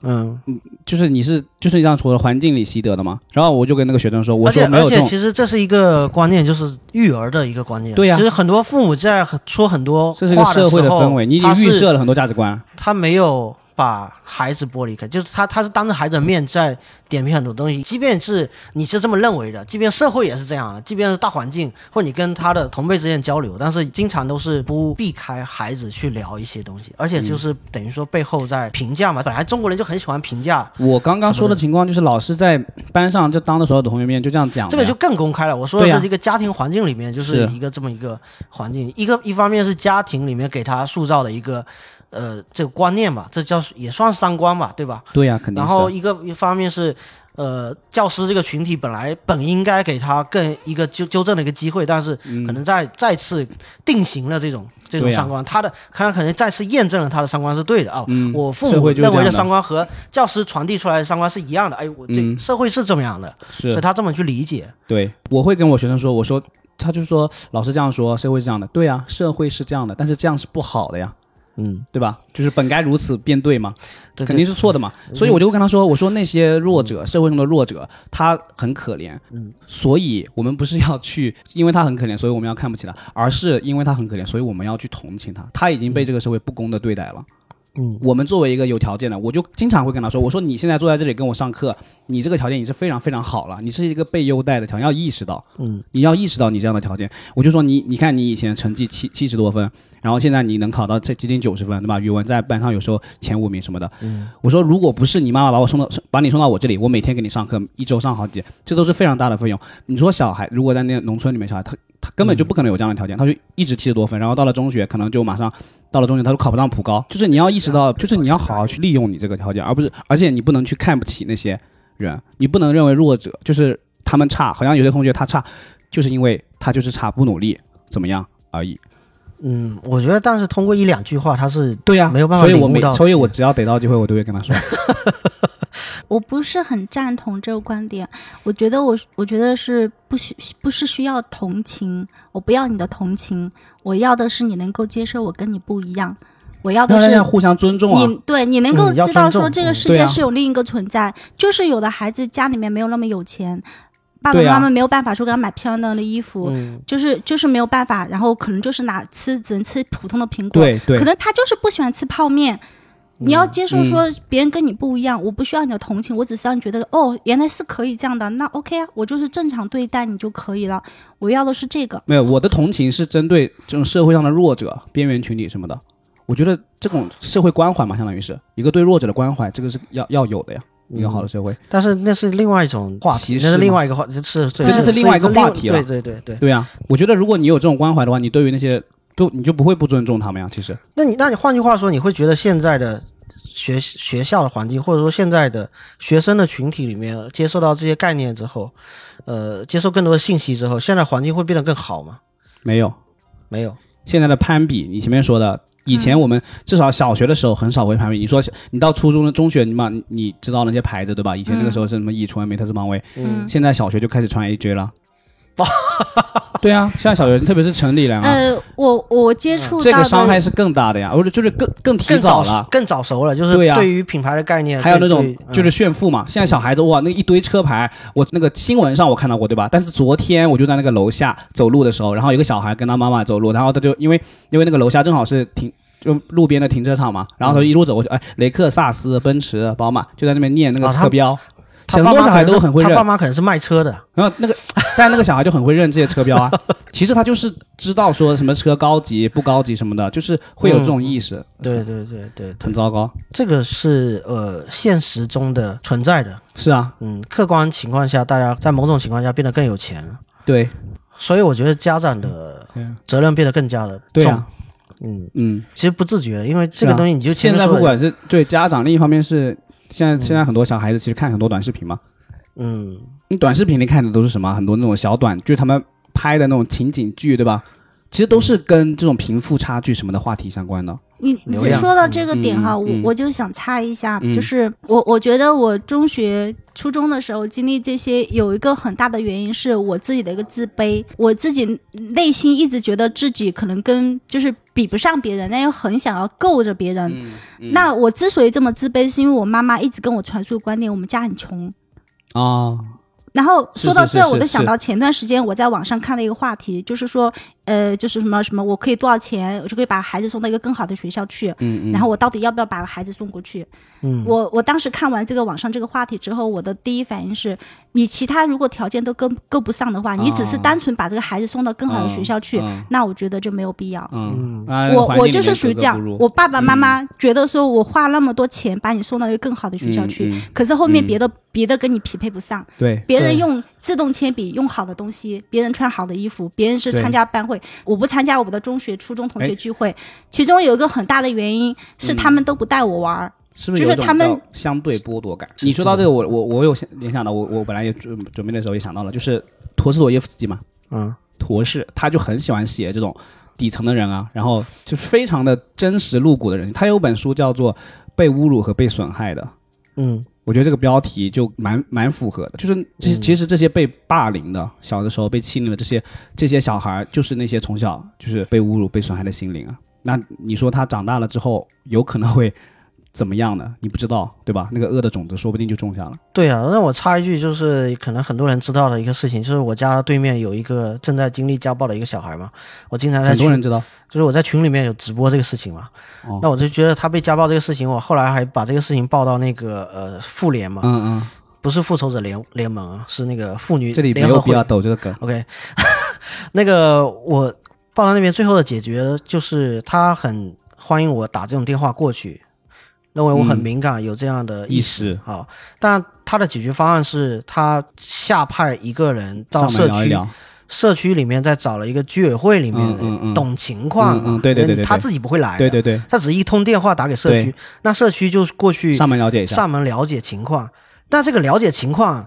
C: 嗯，
B: 就是你是就是你这样说的环境里习得的嘛。然后我就跟那个学生说，我
C: 而且
B: 说没有
C: 而
B: 这
C: 且
B: 种，
C: 其实这是一个观念，就是育儿的一个观念。
B: 对呀
C: 其实很多父母在很说很多
B: 这是一个
C: 话
B: 社会
C: 时
B: 的
C: 候，
B: 氛围，你已经
C: 他是
B: 预设了很多价值观。
C: 他没有把孩子剥离开，就是他他是当着孩子的面在点评很多东西，即便是你是这么认为的，即便社会也是这样的，即便是大环境或者你跟他的同辈之间交流，但是经常都是不避开孩子去聊一些东西，而且
B: 嗯
C: 就是等于说背后在评价嘛，本来中国人就很喜欢评价，
B: 我刚刚说
C: 什么
B: 的
C: 的
B: 情况就是老师在班上就当着所有的同学面就这样讲的呀，
C: 这个就更公开了。我说
B: 啊
C: 的
B: 对呀啊
C: 是这个家庭环境里面，就是
B: 是
C: 一个这么一个环境，一个一方面是家庭里面给他塑造的一个呃这个观念吧，这叫也算是三观吧，对吧？
B: 对呀，肯定
C: 然
B: 是。
C: 后一个一方面是，呃，教师这个群体本来本应该给他更一个纠纠正的一个机会，但是可能再、再次定型了这种这种
B: 嗯对呀
C: 三观，他的他可能再次验证了他的三观是对的啊、
B: 嗯
C: 我父
B: 社
C: 母
B: 会就是
C: 认为
B: 这样的
C: 三观和教师传递出来的三观是一样的，哎，我对、
B: 嗯
C: 社会是这么样的，
B: 是
C: 所以他这么去理解，
B: 对，我会跟我学生说，我说，他就说老师这样说，社会是这样的，对啊，社会是这样的，但是这样是不好的呀，
C: 嗯，
B: 对吧？就是本该如此便对嘛，
C: 对嗯
B: 肯定是错的嘛。所以我就跟他说，我说那些弱者，社会中的弱者，他很可怜，
C: 嗯，
B: 所以我们不是要去，因为他很可怜，所以我们要看不起他，而是因为他很可怜，所以我们要去同情他，他已经被这个社会不公的对待了。
C: 嗯
B: 我们作为一个有条件的，我就经常会跟他说：“我说你现在坐在这里跟我上课，你这个条件你是非常非常好了，你是一个被优待的条件，要意识到，
C: 嗯，
B: 你要意识到你这样的条件。”我就说你，你看你以前成绩七七十多分，然后现在你能考到这接近九十分，对吧？语文在班上有时候前五名什么的。嗯、我说，如果不是你妈妈把我送到把你送到我这里，我每天给你上课，一周上好几节，这都是非常大的费用。你说小孩如果在那农村里面，小孩他他根本就不可能有这样的条件，他就一直七十多分，然后到了中学可能就马上到了中学他都考不上普高，就是你要意识到，就是你要好好去利用你这个条件，而不是而且你不能去看不起那些人，你不能认为弱者就是他们差，好像有些同学他差，就是因为他就是差不努力怎么样而已。
C: 嗯，我觉得但是通过一两句话，他是
B: 对呀、
C: 没有办法
B: 所以我
C: 领悟
B: 每
C: 到
B: 所以
C: 自己
B: 我只要逮到机会我都会跟他
A: 啊
B: 说，
A: 我不是很赞同这个观点。我觉得我我觉得是不需不是需要同情，我不要你的同情，我要的是你能够接受我跟你不一样，我要的
B: 让大
A: 是
B: 家互相尊重啊。
A: 你对你能够
C: 嗯要
A: 知道
C: 尊重
A: 说这个
C: 嗯
A: 世
B: 对
A: 界
B: 啊
A: 是有另一个存在，就是有的孩子家里面没有那么有钱，爸爸
B: 对啊
A: 妈妈没有办法说给他买漂亮的衣服，
C: 嗯
A: 就是就是没有办法，然后可能就是拿吃只能吃普通的苹果，
B: 对对
A: 可，能他就是不喜欢吃泡面。你要接受
B: 嗯
A: 说别人跟你不一样，我不需要你的同情，我只是让你觉得哦，原来是可以这样的，那 OK 啊，我就是正常对待你就可以了。我要的是这个，
B: 没有我的同情是针对这种社会上的弱者、边缘群体什么的。我觉得这种社会关怀嘛，相当于是一个对弱者的关怀，这个是要要有的呀，一个好的社会。
C: 但是那是另外一种话题，
B: 歧视
C: 那是另
B: 吗
C: 外一个话，是是，
B: 这是另外一个话题了
C: 对对对对。
B: 对呀、我觉得如果你有这种关怀的话，你对于那些就你就不会不尊重他们呀。其实，
C: 那你那你换句话说，你会觉得现在的学学校的环境，或者说现在的学生的群体里面，接受到这些概念之后，呃，接受更多的信息之后，现在环境会变得更好吗？
B: 没有，
C: 没有，
B: 现在的攀比，你前面说的，以前我们至少小学的时候很少会攀比。你说你到初中、中学嘛，你你知道那些牌子对吧？以前那个时候是什么乙醇、美特斯邦威，
A: 嗯
B: 现在小学就开始穿 AJ 了。对啊，现在小学特别是城里人啊，
A: 呃，我我接触到
B: 嗯这
A: 的
B: 个伤害是更大的呀，或者就是更更提
C: 更
B: 早
C: 早
B: 了。
C: 更早熟了，就是
B: 对呀
C: 对于品牌的概念，
B: 还有那
C: 对
B: 种
C: 对
B: 就是
C: 嗯
B: 炫富嘛，现在小孩子哇，那一堆车牌，我那个新闻上我看到过，对吧？但是昨天我就在那个楼下走路的时候，然后有个小孩跟他妈妈走路，然后他就因为因为那个楼下正好是停就路边的停车场嘛，然
C: 嗯
B: 后他就一路走过去，哎，雷克萨斯、奔驰、宝马就在那边念那个
C: 啊他
B: 车标，
C: 他
B: 很
C: 爸
B: 多
C: 妈
B: 小
C: 可
B: 孩
C: 能
B: 都
C: 是
B: 很会
C: 他
B: 认
C: 爸，妈可能是卖车的，
B: 然后那个但那个小孩就很会认这些车标啊，其实他就是知道说什么车高级不高级什么的，就是会有这种意识，
C: 嗯对对对对对，
B: 很糟糕。
C: 这个是呃现实中的存在的，
B: 是啊，
C: 嗯，客观情况下，大家在某种情况下变得更有钱了，
B: 对，
C: 所以我觉得家长的
B: 嗯
C: 责任变得更加的
B: 对
C: 重，
B: 啊
C: 嗯，
B: 嗯。
C: 其实不自觉的，因为这
B: 是
C: 个
B: 啊
C: 东西你就
B: 现
C: 前面
B: 在
C: 说
B: 不
C: 的，
B: 管是对家长，另一方面是现在现在很多小孩子其实看很多短视频嘛，
C: 嗯，
B: 你短视频里看的都是什么？很多那种小短，就是他们拍的那种情景剧，对吧？其实都是跟这种贫富差距什么的话题相关的。
A: 你
C: 流
A: 你
C: 量
A: 说到这个点哈，
B: 嗯
A: 我
B: 嗯
A: 我就想插一下，
B: 嗯
A: 就是我我觉得我中学、初中的时候经历这些，有一个很大的原因是我自己的一个自卑，我自己内心一直觉得自己可能跟就是比不上别人，但又很想要够着别人。
B: 嗯，
A: 那我之所以这么自卑，是因为我妈妈一直跟我传输观点，我们家很穷。
B: 啊，
A: 然后
B: 是
A: 说到
B: 是是
A: 这，
B: 是
A: 我就想
B: 是
A: 到前段时间我在网上看了一个话题，就是说，呃，就是什么什么，我可以多少钱，我就可以把孩子送到一个更好的学校去。
B: 嗯嗯，
A: 然后我到底要不要把孩子送过去？
C: 嗯
A: 我我当时看完这个网上这个话题之后，我的第一反应是，你其他如果条件都跟够不上的话，你只是
B: 哦
A: 单纯把这个孩子送到更好的学校去，
B: 嗯
A: 那我觉得就没有必要。
B: 嗯，
A: 我我就是属于这样，我爸爸妈妈觉得说我花那么多钱把你送到一个更好的学校去，
B: 嗯嗯
A: 可是后面
B: 嗯
A: 别的、别的跟你匹配不上，
B: 对
A: 别人
C: 对
A: 用自动铅笔用好的东西，别人穿好的衣服，别人是
B: 对
A: 参加班会，我不参加我的中学、初中同
B: 哎嗯
A: 学聚会。其中有一个很大的原因是他们都不带我玩儿。
B: 是不是
A: 就
B: 有
A: 是
B: 一种
A: 他们
B: 叫相对剥夺感？你说到这个，我我我有想联想到，我我本来也准准备的时候也想到了，就是陀思妥耶夫斯基嘛，
C: 嗯，
B: 驼氏，他就很喜欢写这种底层的人啊，然后就非常的真实露骨的人。他有本书叫做《被侮辱和被损害的》，
C: 嗯
B: 我觉得这个标题就蛮蛮符合的，就是这些
C: 嗯
B: 其实这些被霸凌的，小的时候被欺凌的这些这些小孩儿，就是那些从小就是被侮辱、被损害的心灵啊。那你说他长大了之后有可能会怎么样呢？你不知道，对吧？那个恶的种子说不定就种下了。
C: 对啊，那我插一句，就是可能很多人知道的一个事情，就是我家对面有一个正在经历家暴的一个小孩嘛，我经常在
B: 很多
C: 群，
B: 人知道，
C: 就是我在群里面有直播这个事情嘛，
B: 哦
C: 那我就觉得他被家暴这个事情，我后来还把这个事情报到那个呃妇联嘛，
B: 嗯
C: 不是复仇者联联盟啊，是那个妇
B: 嗯，
C: 女
B: 这里没
C: 联
B: 有
C: 合
B: 必
C: 会
B: 要抖这个梗。
C: OK，那个我报到那边最后的解决就是他很欢迎我打这种电话过去，认为我很
B: 嗯
C: 敏感，有这样的
B: 意
C: 意
B: 识
C: 识啊、但他的解决方案是他下派一个人到
B: 上门
C: 社区，
B: 聊一聊，
C: 社区里面再找了一个居委会里面、
B: 嗯嗯嗯
C: 懂情况、啊
B: 嗯嗯对对对对对
C: 他自己不会来的，
B: 对对对，
C: 他只是一通电话打给社区
B: 对，
C: 那社区就过去
B: 上门了解一下。
C: 上门了解情况。但这个了解情况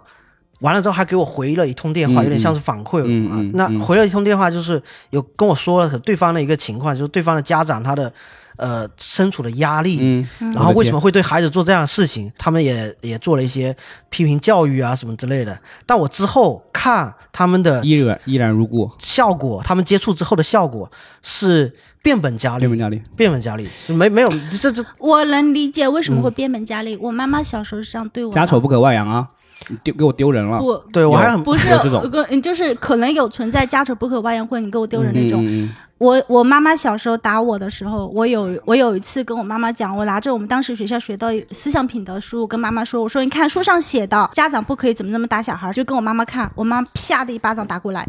C: 完了之后，还给我回了一通电话，
B: 嗯
C: 有点像是反馈、
B: 嗯
C: 啊。
B: 嗯嗯
C: 那回了一通电话，就是有跟我说了对方的一个情况，就是对方的家长他的呃身处的压力。
B: 嗯，
C: 然后为什么会对孩子做这样的事情？他们也也做了一些批评教育啊什么之类的。但我之后看他们的
B: 依然依然如故？
C: 效果，他们接触之后的效果是变本加厉
B: 六，门家里，
C: 变本加厉，没没有这这
A: 我能理解为什么会变本加厉。我妈妈小时候是这样对我的，
B: 嗯家丑不可外扬啊！你丢给我丢人了，
A: 不
C: 对我还很
A: 不是
B: 有这种
A: 个，嗯就是可能有存在家丑不可外扬，或者你给我丢人那种。
B: 嗯嗯
A: 我我妈妈小时候打我的时候，我有我有一次跟我妈妈讲，我拿着我们当时学校学到思想品德书，我跟妈妈说，我说你看书上写的，家长不可以怎么怎么打小孩，就跟我妈妈看，我妈啪的一巴掌打过来。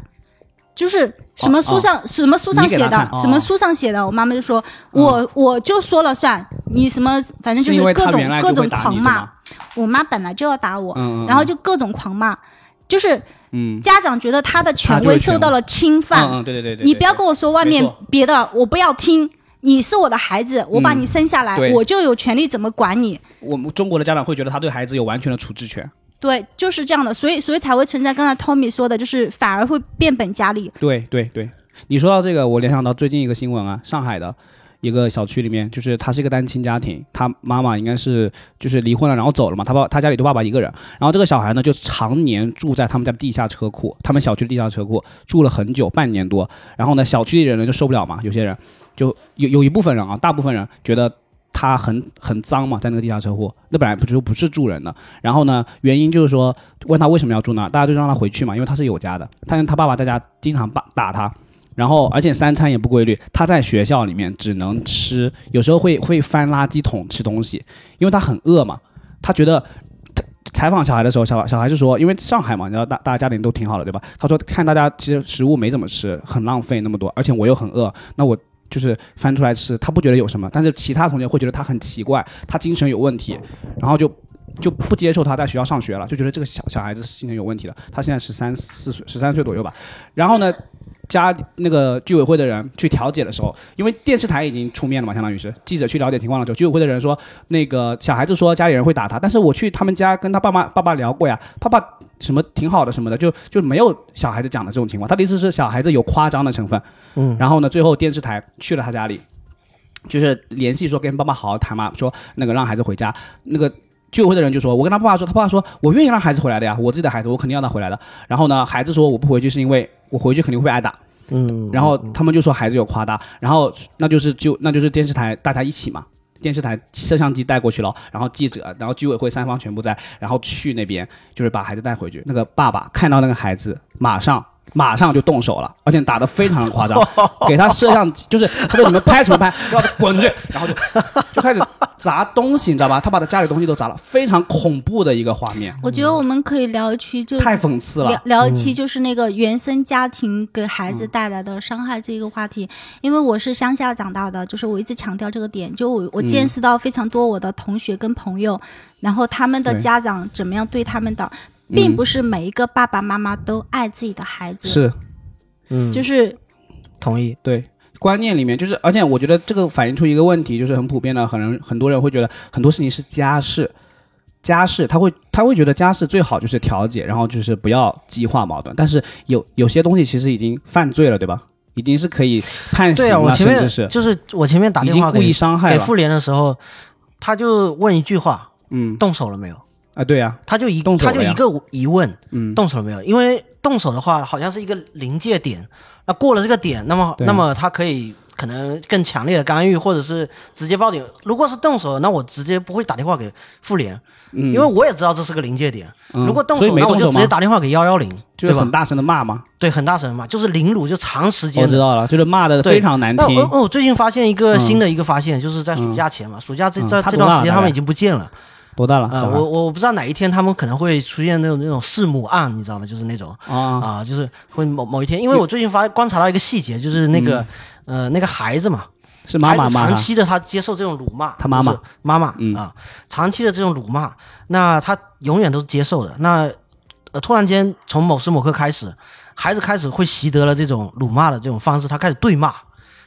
A: 就是什么书上、什么书上写
B: 哦你给她
A: 的、
B: 看哦
A: 什么书上写的，我妈妈就说，我我就说了算，你什么反正
B: 嗯
A: 就是
B: 因为
A: 各
B: 他
A: 种
B: 原来
A: 各
B: 就
A: 种
B: 会打
A: 狂
B: 你的
A: 骂
B: 嘛，，
A: 我妈本来就要打我，
B: 嗯嗯嗯
A: 然后就各种狂骂，就是
B: 嗯，
A: 家长觉得他的权
B: 他就是
A: 威
B: 权
A: 受到了侵犯，
B: 嗯嗯对对对对，
A: 你不要跟我说外面
B: 没错
A: 别的，我不要听。你是我的孩子，我把你生下来，
B: 嗯对
A: 我就有权利怎么管你。
B: 我我们中国的家长会觉得他对孩子有完全的处置权，
A: 对，就是这样的，所以所以才会存在刚才 Tommy 说的，就是反而会变本加厉。
B: 对对对，你说到这个，我联想到最近一个新闻啊，上海的一个小区里面，就是他是一个单亲家庭，他妈妈应该是就是离婚了，然后走了嘛，他爸他家里就爸爸一个人，然后这个小孩呢就常年住在他们家地下车库，他们小区的地下车库住了很久，半年多，然后呢，小区里人呢就受不了嘛，有些人就有有一部分人啊，大部分人觉得。他很很脏嘛，在那个地下车库，那本来不就不是住人的。然后呢，原因就是说，问他为什么要住那儿，大家就让他回去嘛，因为他是有家的。但是他爸爸在家经常打打他，然后而且三餐也不规律，他在学校里面只能吃，有时候会会翻垃圾桶吃东西，因为他很饿嘛。他觉得，他采访小孩的时候，小小孩就说，因为上海嘛，你知道大大家家庭都挺好的，对吧？他说看大家其实食物没怎么吃，很浪费那么多，而且我又很饿，那我就是翻出来吃，他不觉得有什么，但是其他同学会觉得他很奇怪，他精神有问题，然后就就不接受他在学校上学了，就觉得这个小小孩子是精神有问题的。他现在十三四岁，十三岁左右吧。然后呢，家那个居委会的人去调解的时候，因为电视台已经出面了嘛，相当于是记者去了解情况的时候，居委会的人说，那个小孩子说家里人会打他，但是我去他们家跟他爸妈爸爸聊过呀，爸爸什么挺好的什么的，就就没有小孩子讲的这种情况。他的意思是小孩子有夸张的成分。
C: 嗯，
B: 然后呢，最后电视台去了他家里，就是联系说跟爸爸好好谈嘛，说那个让孩子回家。那个居委会的人就说，我跟他爸爸说，他爸爸说我愿意让孩子回来的呀，我自己的孩子，我肯定要他回来的。然后呢，孩子说我不回去是因为我回去肯定会被挨打。
C: 嗯，
B: 然后他们就说孩子有夸大，然后那就是就那就是电视台大家一起嘛，电视台摄像机带过去了，然后记者，然后居委会三方全部在，然后去那边就是把孩子带回去。那个爸爸看到那个孩子，马上马上就动手了，而且打得非常的 夸张，给他摄像机就是他说你们拍什么拍，让他滚出去，然后就就开始砸东西，你知道吧？他把他家里东西都砸了，非常恐怖的一个画面，
A: 我觉得我们可以聊一期就
B: 嗯太讽刺了
A: 聊。聊一
B: 嗯
A: 期就是那个原生家庭给孩子带来的伤害这个话题，因为我是乡下长大的，就是我一直强调这个点，就我我
B: 嗯
A: 见识到非常多我的同学跟朋友，然后他们的
B: 对
A: 家长怎么样对他们的，
B: 嗯
A: 并不是每一个爸爸妈妈都爱自己的孩子，
B: 是，
C: 嗯，
A: 就是
C: 同意。
B: 对，观念里面就是，而且我觉得这个反映出一个问题，就是很普遍的，很人很多人会觉得很多事情是家事，家事他会他会觉得家事最好就是调解，然后就是不要激化矛盾。但是有有些东西其实已经犯罪了，对吧？已经是可以判刑
C: 对啊，
B: 了，
C: 我前
B: 甚
C: 面
B: 至是
C: 就是我前面打
B: 已
C: 电
B: 经
C: 话
B: 故意
C: 给
B: 伤害
C: 给
B: 了。
C: 妇联的时候，他就问一句话：
B: 嗯
C: 动手了没有？
B: 啊，对呀、
C: 他就一
B: 动手
C: 他
B: 了
C: 就
B: 呀
C: 一个疑问，
B: 嗯，
C: 动手了没有？因为动手的话，好像是一个临界点，那过了这个点，那么
B: 对
C: 那么他可以可能更强烈的干预，或者是直接报警。如果是动手了，那我直接不会打电话给妇联，
B: 嗯，
C: 因为我也知道这是个临界点。
B: 嗯
C: 如果动
B: 所以
C: 手，
B: 没
C: 那我
B: 动
C: 就
B: 手
C: 直接
B: 吗？
C: 打电话给幺幺零，
B: 就
C: 对
B: 是
C: 吧
B: 很？大声的骂吗？
C: 对，很大声嘛，就是凌辱，就长时
B: 我
C: 间
B: 知
C: 的。
B: 道了，就是骂的
C: 对
B: 非常难
C: 那
B: 听。
C: 我我我最近发现一个
B: 嗯
C: 新的一个发现，就是在暑
B: 嗯
C: 假前嘛，暑假这
B: 嗯
C: 这
B: 他
C: 这
B: 多大
C: 段
B: 了
C: 时间
B: 大
C: 他
B: 概
C: 们已经不见了。
B: 多大了？
C: 啊，
B: 小孩
C: 我我我不知道哪一天他们可能会出现那种那种弑母案，你知道吗？就是那种
B: 啊，
C: 啊，就是会某某一天，因为我最近发观察到一个细节，就是那个、呃那个孩子嘛，
B: 嗯是妈妈
C: 孩子
B: 骂
C: 长
B: 他。
C: 期的他接受这种辱骂，
B: 他妈妈
C: 就是妈妈、
B: 嗯
C: 啊，长期的这种辱骂，那他永远都是接受的。那呃突然间从某时某刻开始，孩子开始会习得了这种辱骂的这种方式，他开始对骂，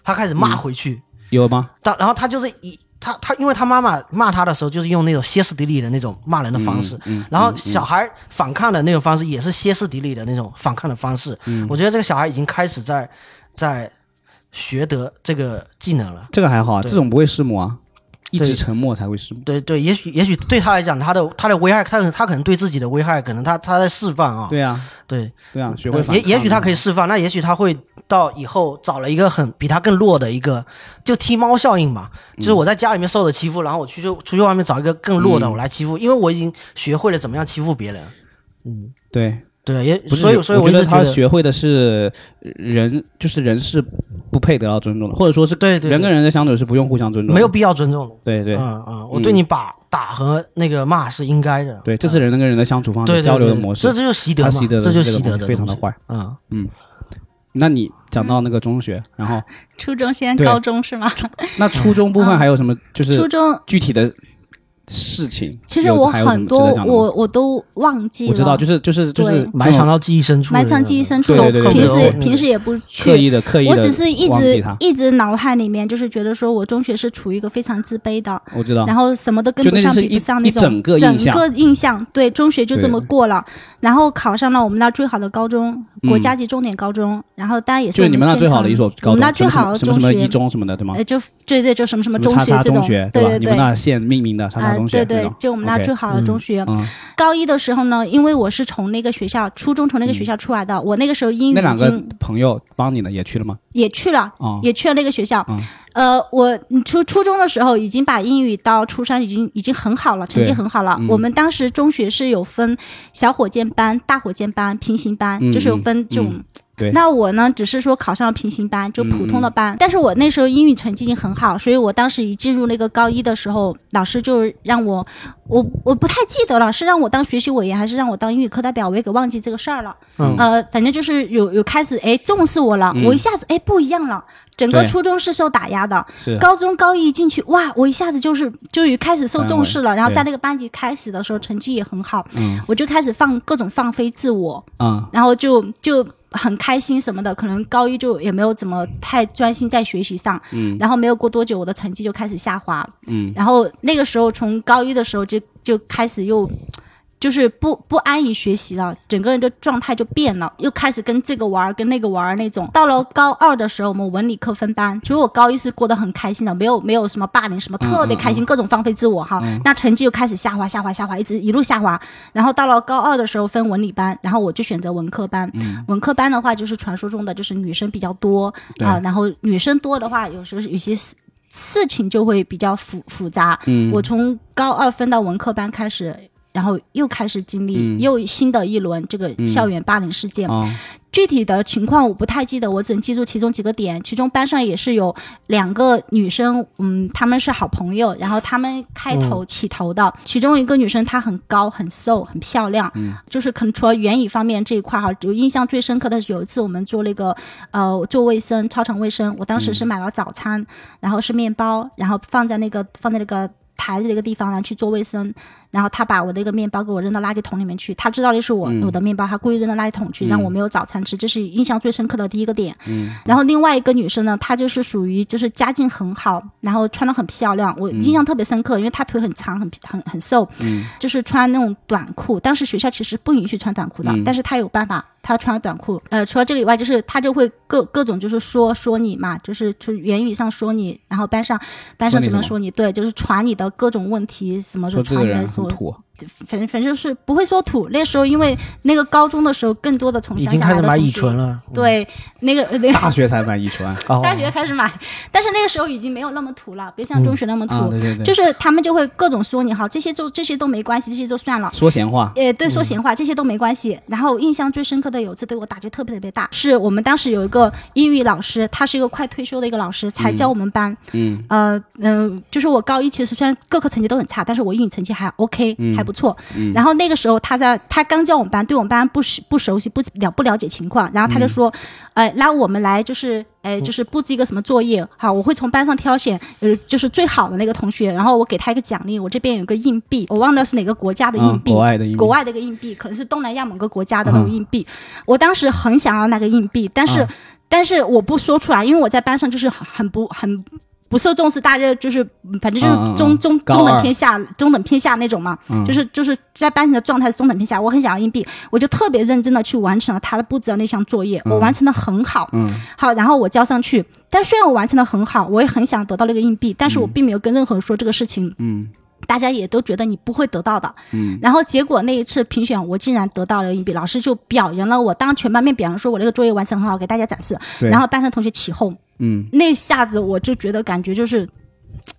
C: 他开始
B: 嗯
C: 骂回去，
B: 有吗？
C: 他然后他就是以他他，因为他妈妈骂他的时候，就是用那种歇斯底里的那种骂人的方式，
B: 嗯嗯
C: 然后小孩反抗的那种方式也是歇斯底里的那种反抗的方式。
B: 嗯
C: 我觉得这个小孩已经开始在在学得这个技能了。
B: 这个还好啊，
C: 对
B: 这种不会弑母啊，一直
C: 对
B: 沉默才会弑母。
C: 对对，也许也许对他来讲，他的他的危害，他可能他可能对自己的危害，可能他他在释放啊。
B: 对啊，
C: 对，
B: 对啊，学会反抗
C: 也也许他可以释放，那也许他会到以后找了一个很比他更弱的一个，就踢猫效应嘛，就是我在家里面受了欺负，然后我去就出去外面找一个更弱的
B: 嗯
C: 我来欺负，因为我已经学会了怎么样欺负别人。嗯，
B: 对，
C: 对，也
B: 不是
C: 所以所以
B: 我
C: 一
B: 觉得
C: 直
B: 他
C: 觉得
B: 学会的是人，就是人是不配得到尊重的，或者说是
C: 对对
B: 人跟人的相处是不用互相尊重的，
C: 没有必要尊重了。
B: 对
A: 啊
B: 对
C: 嗯嗯，我对你把打和那个骂是应该的。
B: 对，这
C: 嗯
B: 是人跟人的相处方
C: 对
B: 式、
C: 对
B: 交流的
C: 对
B: 模式
C: 这，这就是习得
B: 他
C: 嘛，
B: 习得的
C: 这就是
B: 这个
C: 习得
B: 东西
C: 的
B: 非常的
C: 东西。
B: 坏。
C: 嗯，
B: 那你讲到那个中学，然后
A: 初中现在
B: 对
A: 高中是吗？
B: 那初中部分还有什么就
A: 嗯初
B: 是
A: 中
B: 具体的事情？
A: 其实
B: 有
A: 我
B: 还有什
A: 很
B: 么值
A: 多
B: 得讲的吗
A: 我我都忘记了，
B: 我知道，就是就是就是
A: 对
C: 埋藏到记忆深处的
A: 埋
C: 那种，
A: 藏记忆深处
B: 对
A: 了，
B: 对对
A: 平
C: 对
A: 时
C: 对
A: 平时也不去
B: 刻意的刻意的，
A: 我只是一
B: 忘记
A: 直
B: 他，
A: 一直脑海里面就是觉得说我中学是处于一个非常自卑的，
B: 我知道。
A: 然后什么都跟
B: 啊就
A: 不
B: 那
A: 上，
B: 是
A: 比
B: 一
A: 不上
B: 一
A: 那种
B: 整个印象
A: 个印象对，中学就
B: 对
A: 这么过了，然后考上了我们那最好的高中，国家级重点高中，然后当然也是
B: 嗯就是你们那
A: 县
B: 最好
A: 城
B: 的一所高中，
A: 我们那最好的
B: 什么
A: 中
B: 什么什么
A: 学
B: 一，中什么的，对吗
A: 呃，？就对对，就什么什么
B: 什
A: 中
B: 么叉
A: 学
B: 叉
A: 这
B: 中
A: 种，
B: 学，
A: 对
B: 吧？
A: 对
B: 你们
A: 对，
B: 那县命名的叉叉
A: 啊
B: 中学
A: 对
B: 那
A: 对
B: 种，，
A: 就我们那
B: OK
A: 最好的中学。
B: 嗯，
A: 高一的时候呢，因为我是从那个学校初中从那个学校出来的，我那个时候英语
B: 那两
A: 已
B: 个
A: 经
B: 朋友帮你的也去了吗？
A: 也去了，
B: 啊，
A: 也去了那个学校。
B: 嗯
A: 呃，我初初中的时候已经把英语到初三已经已经很好了，成绩
B: 对
A: 很好了。
B: 嗯
A: 我们当时中学是有分小火箭班、大火箭班、平行班，
B: 嗯
A: 就是有分这种。
B: 嗯对嗯
A: 那我呢，只是说考上了平行班，就普通的班。但是我那时候英语成绩已经很好，所以我当时一进入那个高一的时候，老师就让我，我我不太记得了，是让我当学习委员还是让我当英语课代表，我也给忘记这个事儿了。
C: 嗯
A: 呃，反正就是有有开始哎重视我了，
B: 嗯
A: 我一下子哎不一样了。整个
B: 对
A: 初中是受打压的，
B: 是
A: 高中高一进去哇，我一下子就是就有开始受
B: 安
A: 重
B: 稳
A: 视了，然后
B: 对
A: 在那个班级开始的时候成绩也很好，
B: 嗯
A: 我就开始放各种放飞自我，
B: 啊，
A: 然后就就很开心什么的。可能高一就也没有怎么太专心在学习上，
B: 嗯
A: 然后没有过多久我的成绩就开始下滑，
B: 嗯
A: 然后那个时候从高一的时候就就开始又。就是不不安于学习了，整个人的状态就变了，又开始跟这个玩儿，跟那个玩儿那种。到了高二的时候，我们文理科分班，所以我高一是过得很开心的，没有没有什么霸凌什么，特别开心，各种放飞自我哈。那成绩又开始下滑，下滑，下滑，一直一路下滑。然后到了高二的时候分文理班，然后我就选择文科班。文科班的话，就是传说中的就是女生比较多
B: 对
A: 啊、然后女生多的话，有时候有些事事情就会比较复复杂。
B: 嗯，
A: 我从高二分到文科班开始，然后又开始经历、
B: 嗯
A: 又新的一轮这个
B: 嗯
A: 校园霸凌事件。
B: 啊
A: 具体的情况我不太记得，我只能记住其中几个点。其中班上也是有两个女生，嗯，她们是好朋友，然后她们开头起头的。其中一个女生她很高、很瘦、很漂亮，就是可能除了园艺方面这一块哈，我印象最深刻的是有一次我们做那个呃做卫生操场卫生，我当时是买了早餐，然后是面包，然后放在那个放在那个台子那个地方，然后去做卫生。然后他把我的一个面包给我扔到垃圾桶里面去，他知道的是我、
B: 嗯
A: 我的面包，他故意扔到垃圾桶去，让我没有早餐吃，这是印象最深刻的第一个点。
B: 嗯
A: 然后另外一个女生呢，她就是属于就是家境很好，然后穿的很漂亮，我印象特别深刻，因为她腿很长，很很很瘦，
B: 嗯
A: 就是穿那种短裤。当时学校其实不允许穿短裤的，
B: 嗯
A: 但是她有办法，她穿了短裤。呃，除了这个以外，就是她就会各各种就是说说你嘛，就是就是言语上说你，然后班上班上
B: 说你
A: 只能
B: 什么
A: 说你，对，就是传你的各种问题什么
B: 说
A: 的，
B: 这
A: 传你
B: 个人
A: 的
B: 很
A: 所
B: 土，
A: 反正反正是不会说土。那时候因为那个高中的时候，更多的从
C: 已
A: 乡
C: 经
A: 下
C: 开
A: 来
C: 始
A: 的
C: 买乙
A: 同
C: 醇
A: 学，
C: 了。嗯，
A: 对，那个那个
B: 大学才买遗传
C: 哦，
A: 大学开始买，但是那个时候已经没有那么土了，别像中学那么土。
B: 啊，对对对，
A: 就是他们就会各种说你好，这些就这些都没关系，这些就算了。
B: 说闲话，
A: 呃，对，说闲话，这些都没关系。然后印象最深刻的有一次对我打击特别特别大，是我们当时有一个英语老师，他是一个快退休的一个老师，才教我们班。
B: 嗯
A: 呃嗯、就是我高一其实虽然各科成绩都很差，但是我英语成绩还 OK，、
B: 嗯
A: 还不错。
B: 嗯
A: 然后那个时候他在他刚教我们班，对我们班不熟不熟悉，不了不了解情况，然
B: 嗯
A: 后他就说，呃，拉我们来就是。呃，就是布置一个什么作业，好，我会从班上挑选，呃，就是最好的那个同学，然后我给他一个奖励，我这边有个硬币，我忘了是哪个国家的硬
B: 嗯，
A: 币，
B: 国外的嗯英语，
A: 国外的一个硬币，可能是东南亚某个国家的那种硬币。我当时很想要那个硬币，但是、
B: 啊
A: 但是我不说出来，因为我在班上就是很很不很不受重视，大家就是反正就
B: 嗯嗯嗯
A: 是中、中
B: 高
A: 中等
B: 二
A: 偏下中等偏下那种嘛，
B: 嗯
A: 就是就是在班里的状态是中等偏下。我很想要硬币，我就特别认真的去完成了他的布置的那项作业，我完成的很好。
B: 嗯
A: 好，然后我交上去，但虽然我完成的很好，我也很想得到那个硬币，但是我并没有跟任何人说这个事情。
B: 嗯
A: 大家也都觉得你不会得到的。
B: 嗯，
A: 然后结果那一次评选，我竟然得到了硬币，老师就表扬了我，当全班面表扬说我那个作业完成很好，给大家展示。
B: 对
A: 然后班上同学起哄，
B: 嗯
A: 那下子我就觉得感觉就是。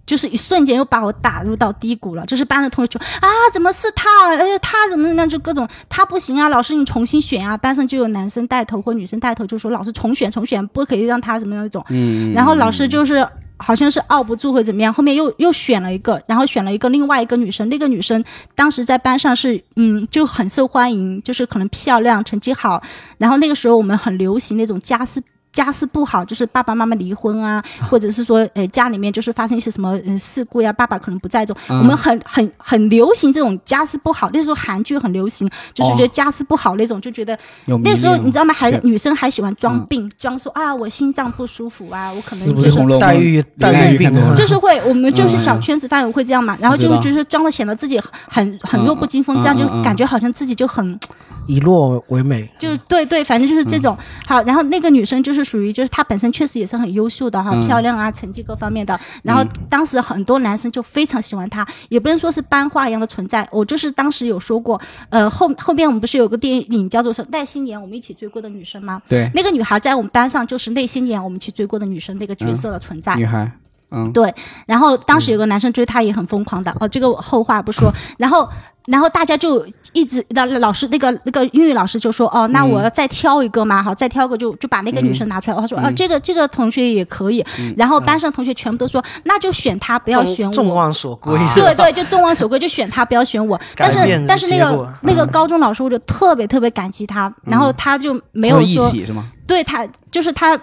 A: 就是一瞬间又把我打入到低谷了，就是班上同学说啊，怎么是他？哎，他怎么怎么样？就各种他不行啊，老师你重新选啊。班上就有男生带头或女生带头，就说老师重选重选，不可以让他怎么样那种。
B: 嗯，
A: 然后老师就是好像是拗不住或者怎么样，后面又又选了一个，然后选了一个另外一个女生，那个女生当时在班上是嗯就 很受欢迎，就是可能漂亮，成绩好，然后那个时候我们很流行那种家私。家世不好，就是爸爸妈妈离婚啊，或者是说呃家里面就是发生一些什么呃事故呀、爸爸可能不在这种，
B: 嗯
A: 我们很很很流行这种家世不好，那时候韩剧很流行，就是觉得家世不好那种，就觉得
B: 有
A: 那时候你知
B: 道
A: 道吗？还
B: 是
A: 女生还喜欢装
B: 啊嗯
A: 病，装说啊我心脏不舒服啊，我可能
B: 是不
A: 就是
B: 《
A: 是
B: 红楼梦》
C: 黛玉黛玉病
B: 看
C: 了
B: 多
A: 就
B: 了
A: 是会，我们就是小
B: 嗯
A: 圈子范围会这样嘛，然后就
B: 我
A: 会
B: 知道
A: 就是装的显得自己很很
B: 嗯
A: 弱不禁风，
B: 嗯
A: 这样就
B: 嗯嗯
A: 感觉好像自己就很
C: 以弱为美，
A: 就是对对，反正就是这
B: 嗯
A: 种。好，然后那个女生就是属于就是她本身确实也是很优秀的哈，
B: 嗯
A: 漂亮啊，成绩各方面的。然后当时很多男生就非常喜欢她，也不能说是班花一样的存在。我就是当时有说过，呃，后后面我们不是有个电影叫做《赖心妍》，我们一起追过的女生吗？
B: 对
A: 那个女孩在我们班上就是赖心妍，我们去追过的女生那个角色的存在。
B: 女孩，嗯，
A: 对，然后当
C: 嗯
A: 时有个男生追她也很疯狂的，哦，这个我后话不 说。然后，然后大家就一直那那老师那个那个英语老师就说，哦，那
C: 嗯
A: 我要再挑一个嘛，好，再挑一个就就把那个女生拿出来。我说，
C: 嗯
A: 哦，这个这个同学也可以。然后班上同学全部都说，那就选她，不要
C: 众
A: 选
C: 众
A: 我。
C: 望所归
B: 啊
C: 是吧
A: 对对，就众望所归，就选她，不要选我。但
C: 改变
A: 是但是那
C: 结
A: 个
C: 果嗯
A: 那个高中老师，我就特别特别感激她，然后她就没有
B: 他们一
A: 说，
B: 起是吗？
A: 对他，就是他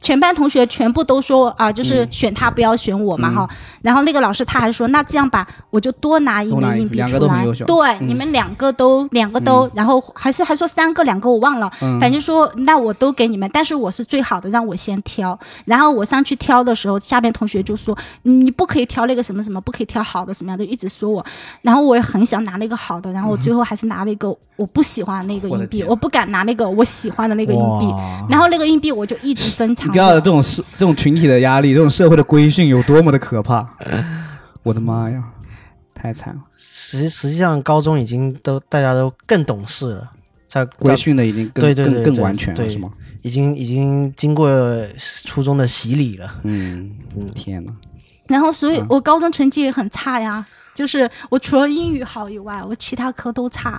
A: 全班同学全部都说啊，
B: 嗯
A: 就是选他不要选我嘛哈、然后那个老师他还说，那这样吧，我就多拿一
B: 多拿
A: 枚
B: 一
A: 硬币
B: 两
A: 出
B: 个都很
A: 来
B: 优秀。
A: 对、
B: 嗯
A: 你们两个都两个都，然后还是还说三个两个我忘了，
B: 嗯
A: 反正说那我都给你们，但是我是最好的，让我先挑。然后我上去挑的时候，下面同学就说你不可以挑那个什么什么，不可以挑好的什么样的，就一直说我。然后我也很想拿那个好的，然后我最后还是拿了一个我不喜欢的那个
B: 嗯我的
A: 硬币，
B: 天
A: 我不敢拿那个我喜欢的那个硬币。
B: 哇
A: 然后那个硬币我就一直珍藏
B: 啊你知道这
A: 着。
B: 种社这种群体的压力，这种社会的规训有多么的可怕？我的妈呀，太惨了！
C: 实实际上高中已经都大家都更懂事了，在
B: 规
C: 在
B: 训的已经更
C: 对对对
B: 更更
C: 对
B: 完全了，
C: 对
B: 是吗？
C: 已经已经经过初中的洗礼了。
B: 嗯，天哪！
A: 然后，所
B: 嗯
A: 以我高中成绩也很差呀，就是我除了英语好以外，我其他科都差。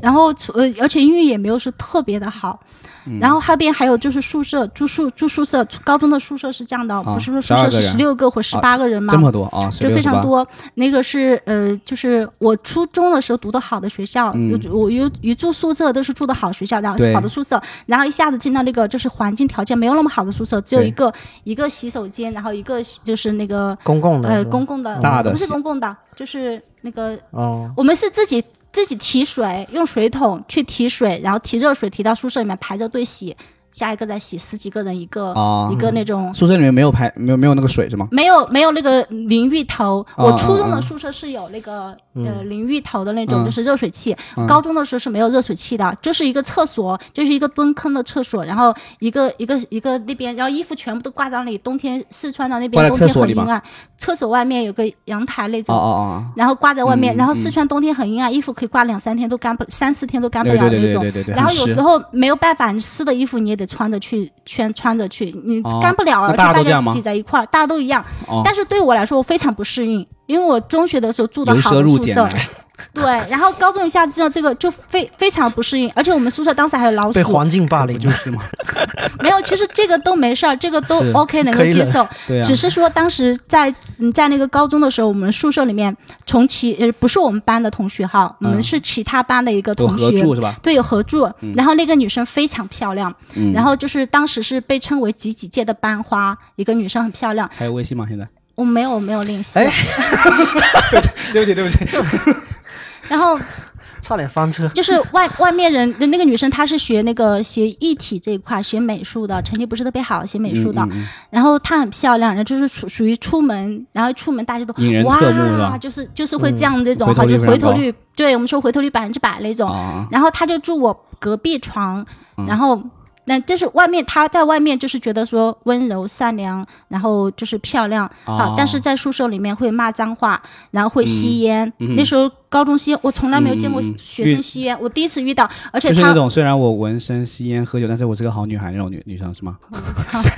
A: 然后除，呃，而且英语也没有说特别的好。
B: 嗯
A: 然后后边还有就是宿舍住宿住宿舍，高中的宿舍是这样的，
B: 啊
A: 不是说宿舍
B: 12个
A: 是
B: 人
A: 十六个或十八个人吗？
B: 这么多啊，16
A: 就非常。
B: 18
A: 多。那个是呃，就是我初中的时候读的好的学校，
B: 嗯
A: 我我有一住宿舍都是住的好学校，然后
B: 对
A: 好的宿舍，然后一下子进到那个就是环境条件没有那么好的宿舍，只有
B: 对
A: 一个一个洗手间，然后一个就是那个
C: 公共的
A: 呃
C: 是吧
A: 公共的，
B: 大的
A: 不是
B: 洗
A: 公共的，就是那个
C: 哦，
A: 我们是自己。自己提水，用水桶去提水，然后提热水提到宿舍里面排着队洗，下一个再洗，十几个人一个、
B: 啊
A: 一个那种
B: 宿舍里面没有排，没有没有那个水是吗？
A: 没有没有那个淋浴头，
B: 啊
A: 我初中
B: 啊啊
A: 的宿舍是有那个、呃
C: 嗯
A: 淋浴头的那种，
B: 嗯
A: 就是热水器。
B: 嗯
A: 高中的时候是没有热水器的，就是一个厕所，就是一个蹲坑的厕所，然后一个一个一个那边，然后衣服全部都挂在那里。冬天四川的那
B: 挂
A: 边
B: 在
A: 冬天
B: 厕所
A: 很
B: 里
A: 阴
B: 吗
A: 暗，厕所外面有个阳台那
B: 哦
A: 种。
B: 哦
A: 然后挂在外面，
B: 嗯
A: 然后
B: 嗯
A: 四川冬天很阴暗，衣服可以挂两三天都干不，三四天都
B: 哦，
A: 干不
B: 对
A: 了那
B: 对
A: 种。
B: 对对对对对。
A: 然后
B: 很
A: 有
B: 湿
A: 时候没有办法，你湿的衣服你也得穿着去，穿穿着去，你
B: 哦
A: 干不了啊，
B: 那
A: 而且
B: 大家
A: 大
B: 都这样
A: 家
B: 吗
A: 挤在一块儿，大家都一样。
B: 哦
A: 但是对我来说，我非常不适应，因为我中学的时候住的
B: 由
A: 好
B: 奢
A: 的
B: 入
A: 宿
B: 俭啊
A: 舍
B: 难，，
A: 对，然后高中一下知道这个就非非常不适应，而且我们宿舍当时还有 老鼠
C: 被，环境霸凌
B: 不就是吗？
A: 没有，其实这个都没事儿，这个都
B: 是
A: OK 能够
C: 可以
A: 接
C: 忍
A: 受，
B: 对啊
A: 只，是说当时在嗯在那个高中的时候，我们宿舍里面从其呃不是我们班的同学哈，我们
B: 嗯
A: 是其他班的一个
B: 有
A: 同
B: 嗯合
A: 学，
B: 住是吧？
A: 对，有合住。然后那个女生非常漂亮，
B: 嗯。
A: 然后就是当时是被称为几几届的班花，一个女生很漂亮。
B: 还有微信吗？现 在？
A: 我没有没有练习，
C: 哎
B: 对不起对 不起。
A: 然后
C: 差点 翻车。
A: 就是外外面人那个女生她是学那个学艺体这一块，学美术的，成绩不是特别好，学美术
B: 嗯
A: 的。然后她很漂亮，然后就是属属于出门，然后一出门大家都
B: 引人侧目是
A: 哇，
B: 吧
A: 就是就是会这样这种
B: 回头
A: 哈，
B: 率
A: 就
B: 非
A: 回
B: 常
A: 头
B: 高
A: 率，对我们说回头率百分之百那种。
B: 啊，
A: 然后他就住我隔壁床，
B: 嗯
A: 然后那但是外面他在外面就是觉得说温柔善良，然后就是漂亮，
B: 哦
A: 好，但是在宿舍里面会骂脏话，然后会吸烟。
B: 嗯嗯
A: 那时候高中吸烟，我从来没有见过
B: 嗯嗯嗯
A: 学生吸烟，我第一次遇到，而且
B: 就是
A: 他
B: 那种虽然我纹身、吸烟、喝酒，但是我是个好女孩那种女女生是吗？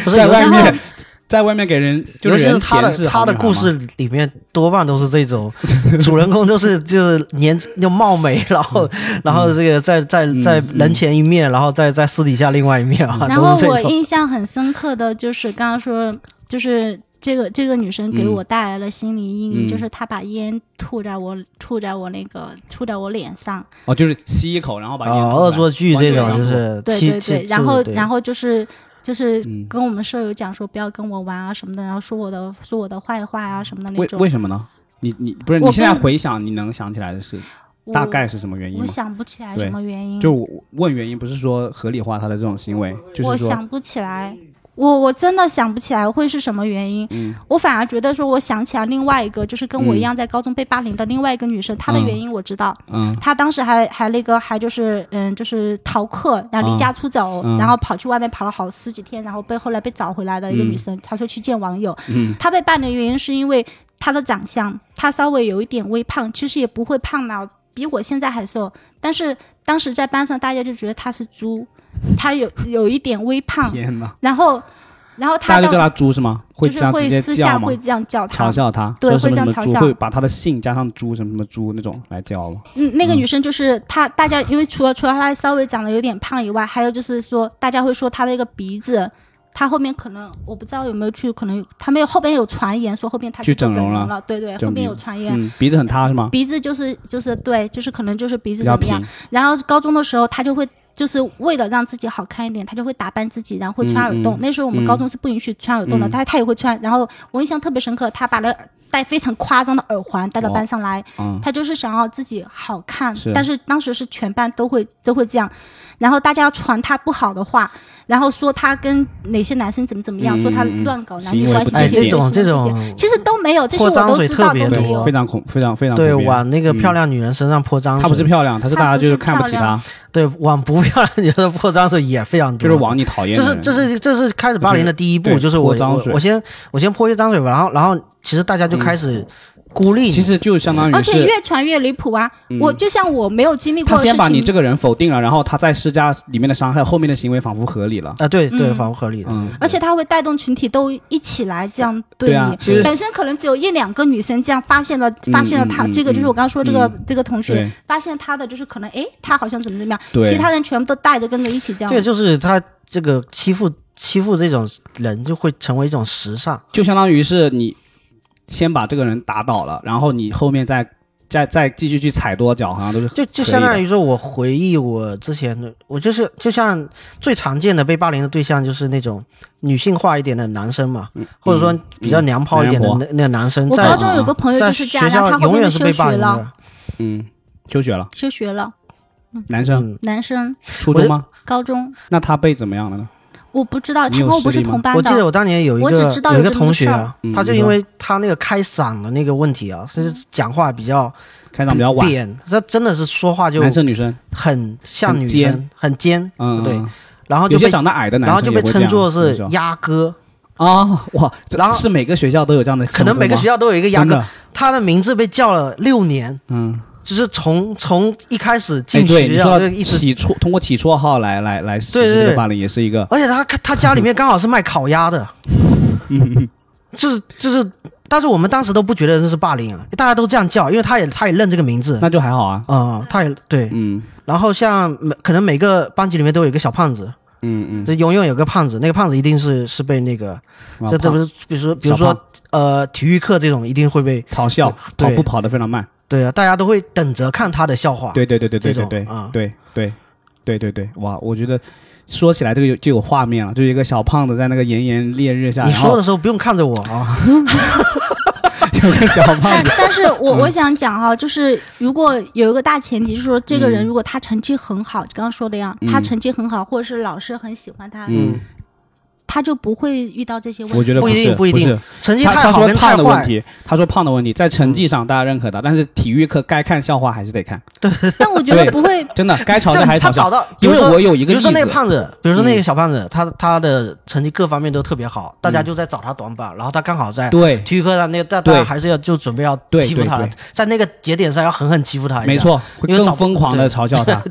C: 不是
B: 在外
C: 尤其是
B: 面，在外面给人 就
C: 尤其
B: 人
C: 是他
B: 嫌
C: 的
B: 是
C: 他
B: 好
C: 的
B: 女孩
C: 故
B: 吗
C: 事里面多半都是这种，主人公就是就是年就貌美，然后然后这个在在在
B: 嗯
C: 人前一面，然后在在私底下另外一面啊，
A: 嗯然
C: 都
A: 后
C: 是
A: 我
C: 这种。
A: 印象很深刻的就是刚刚说，就是这个这个女生给我带来了心理阴影，
B: 嗯
A: 就是她把烟吐在我吐在我那个吐在我脸上，
B: 哦，就是吸一口，然后把
C: 啊，恶作剧这种就
B: 完全
C: 是
A: 对
C: 欺
A: 对
C: 欺
A: 对，然后
C: 对
A: 然后就是就是
B: 嗯
A: 跟我们舍友讲说不要跟我玩啊什么的，然后说我的说我的坏话啊什么的那
B: 为
A: 种。
B: 为什么呢？你你不是
A: 我
B: 你现在
A: 不
B: 回想，你能想起来的是
A: 我
B: 大概是什么原因
A: 我
B: 吗？
A: 想不起来
B: 对
A: 什么原因，
B: 就我问原因，不是说合理化他的这种行为，就
A: 我
B: 是说，
A: 想不起来，我我真的想不起来会是什么原因。
B: 嗯
A: 我反而觉得说，我想起来另外一个，就是跟我一样在高中被霸凌的另外一个女生，她的
B: 嗯
A: 原因我知道。
B: 嗯
A: 她当时还还那个还就是嗯就是逃课，然后离家出走，
B: 嗯
A: 然后跑去外面跑了好十几天，然后被后来被找回来的一个
B: 嗯
A: 女生，她说去见网友，
B: 嗯
A: 她被霸凌的原因是因为她的长相，她稍微有一点微胖，其实也不会胖啦，比我现在还瘦。但是当时在班上，大家就觉得她是猪，她有有一点微胖，
B: 天哪！
A: 然后，然后
B: 大
A: 她
B: 家就叫
A: 到
B: 他猪是吗？会
A: 就
B: 这
A: 是
B: 样
A: 会
B: 直
A: 私
B: 接叫
A: 下
B: 吗
A: 会？这样叫她
B: 嘲。笑他，
A: 对
B: 说什
A: 会
B: 么
A: 这
B: 什
A: 样
B: 么
A: 嘲
B: 猪，
A: 笑
B: 会把他的姓加上猪什么什么猪那种来叫吗？
A: 嗯，那个女生就是她，大家因为除了除了她稍微长得有点胖以外，还有就是说大家会说她的一个鼻子。她后面可能我不知道有没有去，可能他们有后边有传言说后面她
B: 去
A: 整
B: 整容
A: 容
B: 了
A: 了，对对，
B: 整
A: 后面
B: 鼻
A: 有传言，
B: 嗯，鼻子很塌是吗？
A: 鼻子就是就是对，就是可能就是鼻
B: 比
A: 子怎
B: 较
A: 么
B: 平
A: 样。，然后高中的时候，他就会就是为了让自己好看一点，他就会打扮自己，然后会穿耳洞。
B: 嗯嗯
A: 那时候我们
B: 嗯
A: 高中是不允许穿耳洞的，
B: 嗯
A: 但他也会穿。然后我印象特别深刻，他把那耳戴非常夸张的耳环戴到班上来，
B: 嗯
A: 他就是想要自己好看，
B: 是
A: 但是当时是全班都会都会这样，然后大家要传他不好的话，然后说他跟哪些男生怎么怎么样，
B: 嗯
A: 说他
B: 嗯嗯
A: 乱搞男
B: 行
A: 女
B: 为
A: 关
B: 不
A: 系，
B: 检
C: 哎，
B: 这
A: 些
B: 点
C: 这
A: 东
C: 种
A: 西
C: 这种，
A: 其实都没有，这些我
C: 泼脏
A: 都
C: 水
A: 知道，
C: 特别
A: 都没
C: 多
A: 有
B: 对，非。常恐，非常非常
C: 对
B: 普遍
C: 往那个
B: 嗯
C: 漂亮女人身上泼脏水，
B: 她不是漂亮，她是
A: 她
B: 大家
A: 不
B: 就是看不起
A: 漂亮
B: 她，
C: 对往不漂亮女人身上泼脏水也非常多，
B: 就是往你讨厌
C: 这
B: 的
C: 是
B: 人。
C: 这是这是开始霸凌的第一步，
B: 对
C: 就是我
B: 泼脏
C: 我
B: 水嗯
C: 我先我先泼一脏水吧，然后然后其实大家就开始孤立你，
B: 其实就相当于
A: 嗯而且
B: 是，
A: 越传越离谱啊！我就像我没有经历过
B: 嗯他
A: 的事
B: 先
A: 情，
B: 把你这个人否定了，然后他再施加里面的伤害，后面的行为仿佛合理了。
C: 啊对对
A: 嗯
C: 反不合理的，
B: 嗯，
A: 而且他会带动群体都一起来这样对你。
B: 对啊就是
A: 本身可能只有一两个女生这样发现了，
B: 嗯
A: 发现了他、
B: 嗯嗯
A: 这个，就是我刚刚说这个、
B: 嗯
A: 这个同学
B: 对
A: 发现他的，就是可能哎，他好像怎么怎么样，
B: 对
A: 其他人全部都带着跟着一起这样。
C: 这个就是他这个欺负欺负这种人就会成为一种时尚，
B: 就相当于是你先把这个人打倒了，然后你后面再再再继续去踩多脚，好像都是
C: 就就
B: 可以
C: 相当
B: 的
C: 于说我回忆我之前的，我就是就像最常见的被霸凌的对象就是那种女性化一点的男生嘛，或者说比较娘炮一点的
B: 嗯
C: 那、那个男生
A: 我
C: 在
A: 高中有个朋友
C: 在
A: 就是这
C: 学
A: 样，然后他
C: 校
A: 后
C: 永
A: 面
C: 远
A: 就是休
C: 被
A: 学
C: 霸凌
A: 了，
C: 的。
B: 嗯，休学了，
A: 休学了，
B: 男生
C: 嗯，
A: 男生
B: 初中吗？
A: 高中，
B: 那他被怎么样了呢？
A: 我不知道，他
B: 你有
A: 跟我不是
B: 实力吗
A: 同班
C: 我记得
A: 的。
C: 我当年有一
A: 我
C: 个
A: 只知道有
C: 有一个
A: 这么
C: 同
A: 个
C: 学
A: 事儿
C: 啊，
B: 嗯
C: 他就
B: 你
C: 因
B: 说
C: 为他那个开嗓的那个问题啊，就是讲话比较
B: 开场比较晚，
C: 扁，他真的是说嗯话就
B: 男生女生，
C: 很像
B: 很
C: 女
B: 尖
C: 生，很尖，
B: 嗯，
C: 对
B: 嗯，
C: 然后
B: 有
C: 就
B: 些
C: 被
B: 长得矮的男
C: 然后
B: 生
C: 就
B: 也
C: 被
B: 会这
C: 称
B: 样
C: 作是
B: 那种
C: 鸭哥，
B: 啊，哇，这
C: 然后
B: 是每个学校都有这样的称呼
C: 可
B: 吗，
C: 能每个学校都有一个鸭
B: 真
C: 哥，
B: 的，
C: 他的名字被叫了六年。
B: 嗯，
C: 就是从从一开始
B: 哎，
C: 进
B: 对，
C: 学
B: 你
C: 校
B: 说
C: 就
B: 到
C: 一直，
B: 起绰通过起绰号来来来实
C: 对
B: 施这
C: 对
B: 个霸凌，也是一个
C: 而且他他家里面刚好是卖烤鸭的，
B: 嗯
C: 就是就是，但是我们当时都不觉得这是霸凌啊，大家都这样叫，因为他也他也认这个名字，
B: 那就还好啊。
C: 啊，他也对，
B: 嗯
C: 然后像每可能每个班级里面都有一个小胖子，
B: 嗯嗯
C: 就永远有个胖子，那个胖子一定是是被那个，
B: 哇，
C: 这这不
B: 胖
C: 是比如说比如
B: 小
C: 说
B: 胖
C: 呃体育课这种一定会被，
B: 嘲笑，跑
C: 对
B: 步跑得非常慢。
C: 对啊，大家都会等着看他的笑话，
B: 对对对对对
C: 这
B: 对
C: 种
B: 对
C: 啊
B: 对对对对对，哇，我觉得说起来这个有就有画面了，就一个小胖子在那个炎炎烈日下，
C: 你
B: 啊然
C: 说
B: 后
C: 的时候不用看着我啊，
B: 有个小胖
A: 但
B: 子，
A: 但是
B: 嗯
A: 我我想讲哈，就是如果有一个大前提，就是说这个人
B: 嗯
A: 如果他成绩很好，刚刚说的样，他
B: 嗯
A: 成绩很好，或者是老师很喜欢他，
B: 嗯，
A: 他就不会遇到这些问题。
B: 我觉得
C: 不一
B: 是
C: 定
B: 不
C: 不一定
B: 是
C: 成绩
B: 他
C: 太
B: 他
C: 好
B: 说
C: 跟太
B: 胖的问
C: 坏，嗯
B: 题，他说胖的问题，在成绩上大家认可他，但是体育课该看笑话还是得看，
A: 但我觉得不会，
B: 真 的该嘲
C: 就
B: 笑还是
C: 他
B: 嘲
C: 找
B: 笑。
C: 到，比
B: 因
C: 如
B: 为
C: 说
B: 我有一
C: 比
B: 个
C: 如
B: 例
C: 说那个
B: 子，
C: 胖子，比如说那
B: 嗯
C: 个小胖子，他他的成绩各方面都特别好，大家就在找他短板，然后他刚好在
B: 嗯对，
C: 体育课上，那个大大
B: 对
C: 家还是要就准备要
B: 对
C: 欺负
B: 对
C: 他了
B: 对，
C: 在那个节点上要狠狠欺负他一下，
B: 没 错，会
C: 因为
B: 更
C: 找不
B: 疯狂的
C: 对啊
B: 嘲笑他。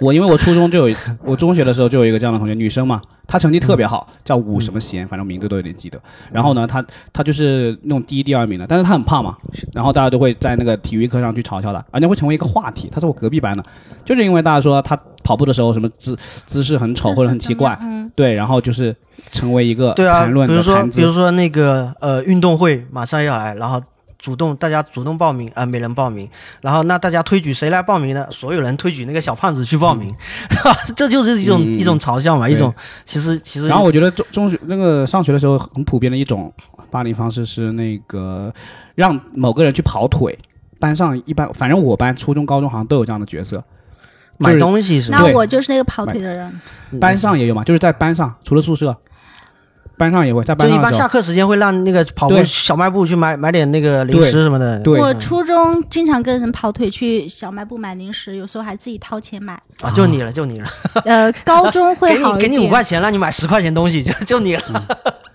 B: 我因为我初中就有，我中学的时候就有一个这样的同学，女生嘛，她成绩特
C: 嗯
B: 别好，叫武什么贤，反正名字都有点记得。然后呢，她她就是那种第一、第二名的，但是她很胖嘛，然后大家都会在那个体育课上去嘲笑她，而且会成为一个话题。她是我隔壁班的，就是因为大家说她跑步的时候什么姿姿势很丑或者很奇怪，
A: 嗯，
B: 对，然后就是成为一个
C: 对啊，
B: 谈论
C: 比如
B: 的
C: 说
B: 谈
C: 比如
B: 资。
C: 说那个呃运动会马上要来，然后主动大家主动报名啊、没人报名，然后那大家推举谁来报名呢？所有人推举那个小胖子去报名， 这就是一种、
B: 嗯
C: 一种嘲笑嘛，
B: 对
C: 一种其实其实
B: 然后我觉得中中学那个上学的时候很普遍的一种霸凌方式是那个让某个人去跑腿，班上一般反正我班初中高中好像都有这样的角色，
C: 买东西是吧？
A: 那
B: 对
A: 我就是那个跑腿的人，
B: 班上也有嘛，就是在班上除了宿舍，班上也会在
C: 嗯就
B: 班
C: 一
B: 上的
C: 般
B: 时候
C: 下课时间会让那个跑步
B: 对
C: 小卖部去买买点那个零
B: 对
C: 食什么的。
B: 对
A: 我初中经常跟人跑腿去小卖部买零食，有时候还自己掏钱买。
C: 啊，就你了，就你了，
A: 呃，高中会
C: 给
A: 好
C: 你
A: 一
C: 给
A: 点。
C: 你五块钱，让你买十块钱东西，就就你 了。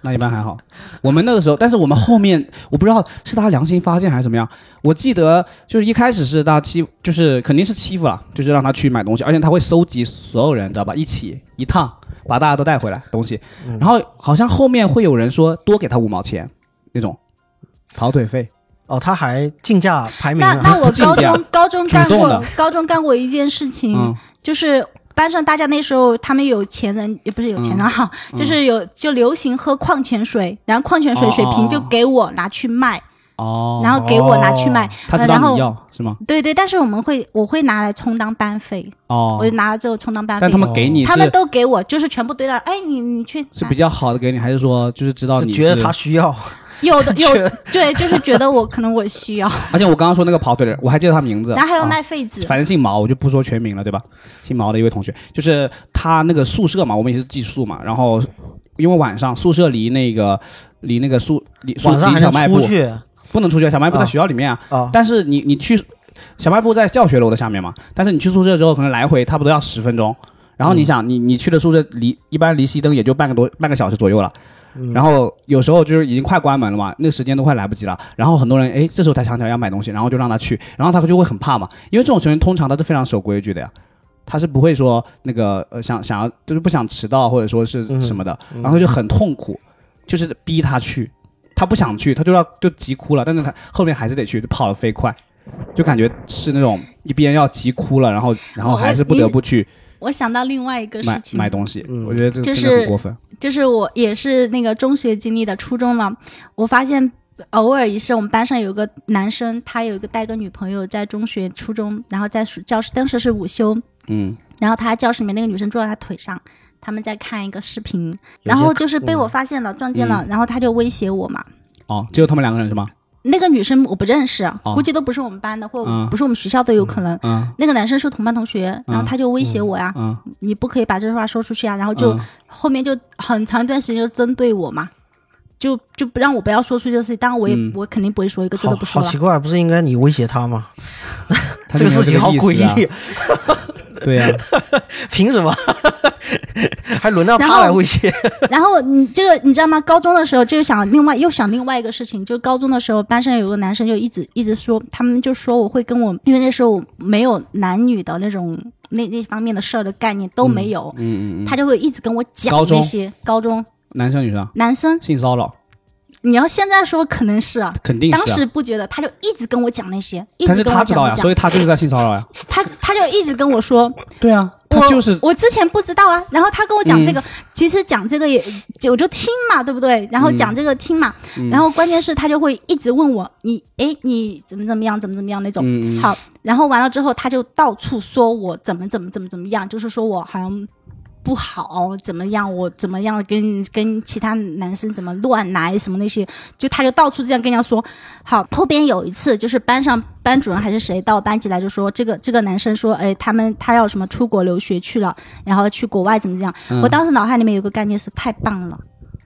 B: 那一般还好。我们那个时候，但是我们后面我不知道是他良心发现还是怎么样。我记得就是一开始是他欺，就是肯定是欺负了，就是让他去买东西，而且他会收集所有人，知道吧？一起一趟把大家都带回来东西。
C: 嗯
B: 然后好像后面会有人说多给他五毛钱那种跑腿费，
C: 哦，他还竞价排名
A: 那
C: 啊
A: 那我
B: 不竞
A: 高
B: 价
A: 中高中
B: 主
A: 干
B: 动
A: 过
B: 的，
A: 高中干过一件事情，
B: 嗯，
A: 就是班上大家那时候他们有钱人，也不是有钱人哈，
B: 嗯
A: 就是有就流行喝矿泉水，然后矿泉水水
B: 哦哦
A: 瓶
B: 哦
A: 就给我拿去卖，
B: 哦，
A: 然后给我拿去卖
C: 哦，
B: 他知
A: 呃然
B: 道
A: 后
B: 你要是吗？
A: 对对，但是我们会我会拿来充当班费，
B: 哦
A: 我，就拿了之后充当班费
B: 但他。们给你
A: 他们
B: 是
A: 都给我，就是全部堆到，哎，你你去
B: 是
A: 拿
B: 比较好的给你，还是说就是知道
C: 是
B: 你
C: 觉得
B: 是
C: 他需要，
A: 有 的有
C: 觉得
A: 对，就是觉得我可能我需要，
B: 而且我刚刚说那个跑腿的人，我还记得他名字，
A: 然后还有
B: 啊
A: 卖痱子，
B: 反正姓毛，我就不说全名了，对吧？姓毛的一位同学，就是他那个宿舍嘛，我们也是寄宿嘛，然后因为晚上宿舍离那个离那个宿离宿
C: 晚上
B: 离
C: 还
B: 小
C: 能
B: 卖
C: 出
B: 部
C: 去
B: 不能出去，小卖部在学校里面啊。
C: 啊。
B: 但是你你去小卖部在教学楼的下面嘛，但是你去宿舍之后，可能来回差不多要十分钟。然后你想，你你去的宿舍离一般离熄灯也就半个多半个小时左右了，然后有时候就是已经快关门了嘛，那个时间都快来不及了。然后很多人哎，这时候才想起来要买东西，然后就让他去，然后他就会很怕嘛，因为这种学生通常他是非常守规矩的呀，他是不会说那个呃想想要就是不想迟到或者说是什么的，然后就很痛苦，就是逼他去，他不想去，他就要就急哭了，但是他后面还是得去，就跑得飞快。就感觉是那种一边要急哭了，然后然后
A: 我
B: 还是不得不去
A: 我想到另外一个事
B: 买
A: 情，
B: 买东西，
C: 嗯
B: 我觉得这个
A: 就是
B: 真的很过分。
A: 就是我也是那个中学经历的初中了，我发现偶尔也是我们班上有个男生，他有一个带个女朋友在中学、初中，然后在暑教室，当时是午休，
B: 嗯，
A: 然后他教室里面那个女生坐在他腿上，他们在看一个视频，
C: 有些嗯
A: 然后就是被我发现了，撞见了，然后他就威胁我嘛。
B: 哦，只有他们两个人是吗？
A: 那个女生我不认识，啊
B: 哦
A: 估计都不是我们班的，或
B: 嗯
A: 不是我们学校都有可能。
B: 嗯
A: 那个男生是同班同学，然后他就威胁我呀，
B: 嗯，
A: 你不可以把这话说出去啊，然后就
B: 嗯
A: 后面就很长一段时间就针对我嘛，就就不让我不要说出这个事情。当然我也、
B: 嗯
A: 我肯定不会说一个字
C: 好
A: 都不说啊
C: 好
A: 了
C: 奇。怪，不是应该你威胁他吗？
B: 他就
C: 这个
B: 没有
C: 事情好
B: 意思
C: 诡
B: 啊
C: 异，，
B: 对啊呀，
C: 凭什么？ 还轮到
A: 然
C: 他来
A: 后
C: 威胁？
A: 然后你这个你知道吗？高中的时候就想另外又想另外一个事情，就高中的时候班上有个男生就一直一直说，他们就说我会跟我，因为那时候我没有男女的那种那那方面的事儿的概念都没有，
B: 嗯嗯嗯，
A: 他就会一直跟我讲
B: 高中
A: 那些高中
B: 男生女生
A: 男生，
B: 性骚扰
A: 你要现在说可能是啊。
B: 肯定
A: 当
B: 是
A: 时
B: 啊，
A: 不觉得，他就一直跟我讲那些，一
B: 但
A: 直
B: 是
A: 跟
B: 他
A: 我
B: 知
A: 讲
B: 道
A: 我
B: 呀，
A: 讲
B: 所，以他就是在性骚扰呀，
A: 他他就一直跟我说，
B: 对啊，他
A: 我
B: 就是嗯
A: 我之前不知道啊，然后他跟我讲这个，其实讲这个也就我就听嘛，对不对？然后
B: 嗯
A: 讲这个听嘛，然后关键是他就会一直问我，你哎你怎么怎么样，怎么怎么样那种。
B: 嗯嗯
A: 好，然后完了之后他就到处说我怎么怎么怎么怎么样，就是说我好像。不好，怎么样？我怎么样跟跟其他男生怎么乱来什么那些，就他就到处这样跟人家说。好，后边有一次就是班上班主任还是谁到班级来就说这个这个男生说，哎，他们他要什么出国留学去了，然后去国外怎么怎么样。
B: 嗯
A: 我当时脑海里面有个概念是太棒了，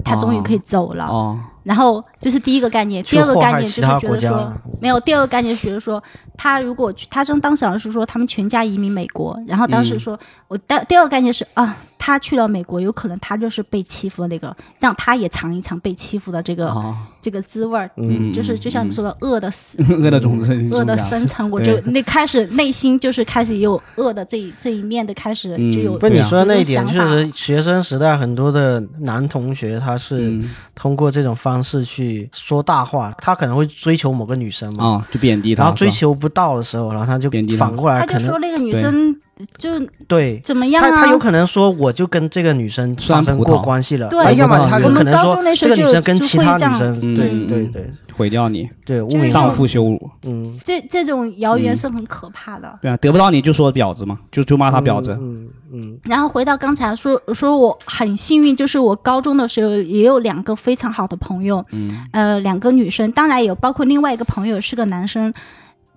A: 他终于可以走了。
B: 哦，
A: 然后这是第一个概念，
C: 去
A: 第二个概念
C: 祸害其
A: 就是
C: 他
A: 觉
C: 国
A: 得
C: 家
A: 说
C: 了
A: 没有，第二个概念觉得说他如果去，他说当时好像是说他们全家移民美国，然后当时
C: 嗯
A: 说、我第第二个概念是啊，他去了美国，有可能他就是被欺负的那个，让他也尝一尝被欺负的这个、
B: 哦，
A: 这个滋味儿。
B: 嗯，
A: 就是就像你说的恶的、
C: 嗯
B: 恶的种子，
A: 恶的深层，我就
B: 对
A: 那开始内心就是开始有恶的这一这一面的开始
B: 嗯
A: 就有。
C: 不，
B: 对
C: 你
B: 啊
C: 说的那一点
A: 有这
C: 确
A: 种想法
C: 实，学生时代很多的男同学他是
B: 嗯
C: 通过这种方式去说大话，他可能会追求某个女生嘛，
B: 啊，就贬低他，
C: 然后追
B: 是吧
C: 求不到的时候，然后他就
B: 贬低他
C: 反过来
A: 他
C: 可
A: 就
C: 能
A: 说那个女生就
C: 对。
A: 怎么样
C: 他
A: 啊？
C: 他有可能说，我就跟这个女生发
B: 酸
C: 生
B: 葡萄
C: 过关系了，
A: 对
C: 哎要么他有可
A: 我们
C: 能
A: 高中那
C: 说
A: 时
C: 这
A: 候就有
C: 个女生跟其他
A: 就会
C: 女生，
B: 这样
C: 对
B: 嗯
C: 对对
B: 毁掉你，
C: 对，污
A: 就是
C: 名
A: 让
B: 荡
C: 化，
B: 妇羞辱。
C: 嗯，
A: 这这种谣言
B: 嗯
A: 是很可怕的。
B: 对啊，得不到你就说婊子嘛，就就骂他婊子。
C: 嗯嗯
A: 然后回到刚才说说我很幸运，就是我高中的时候也有两个非常好的朋友，
B: 嗯，
A: 呃，两个女生，当然有包括另外一个朋友是个男生，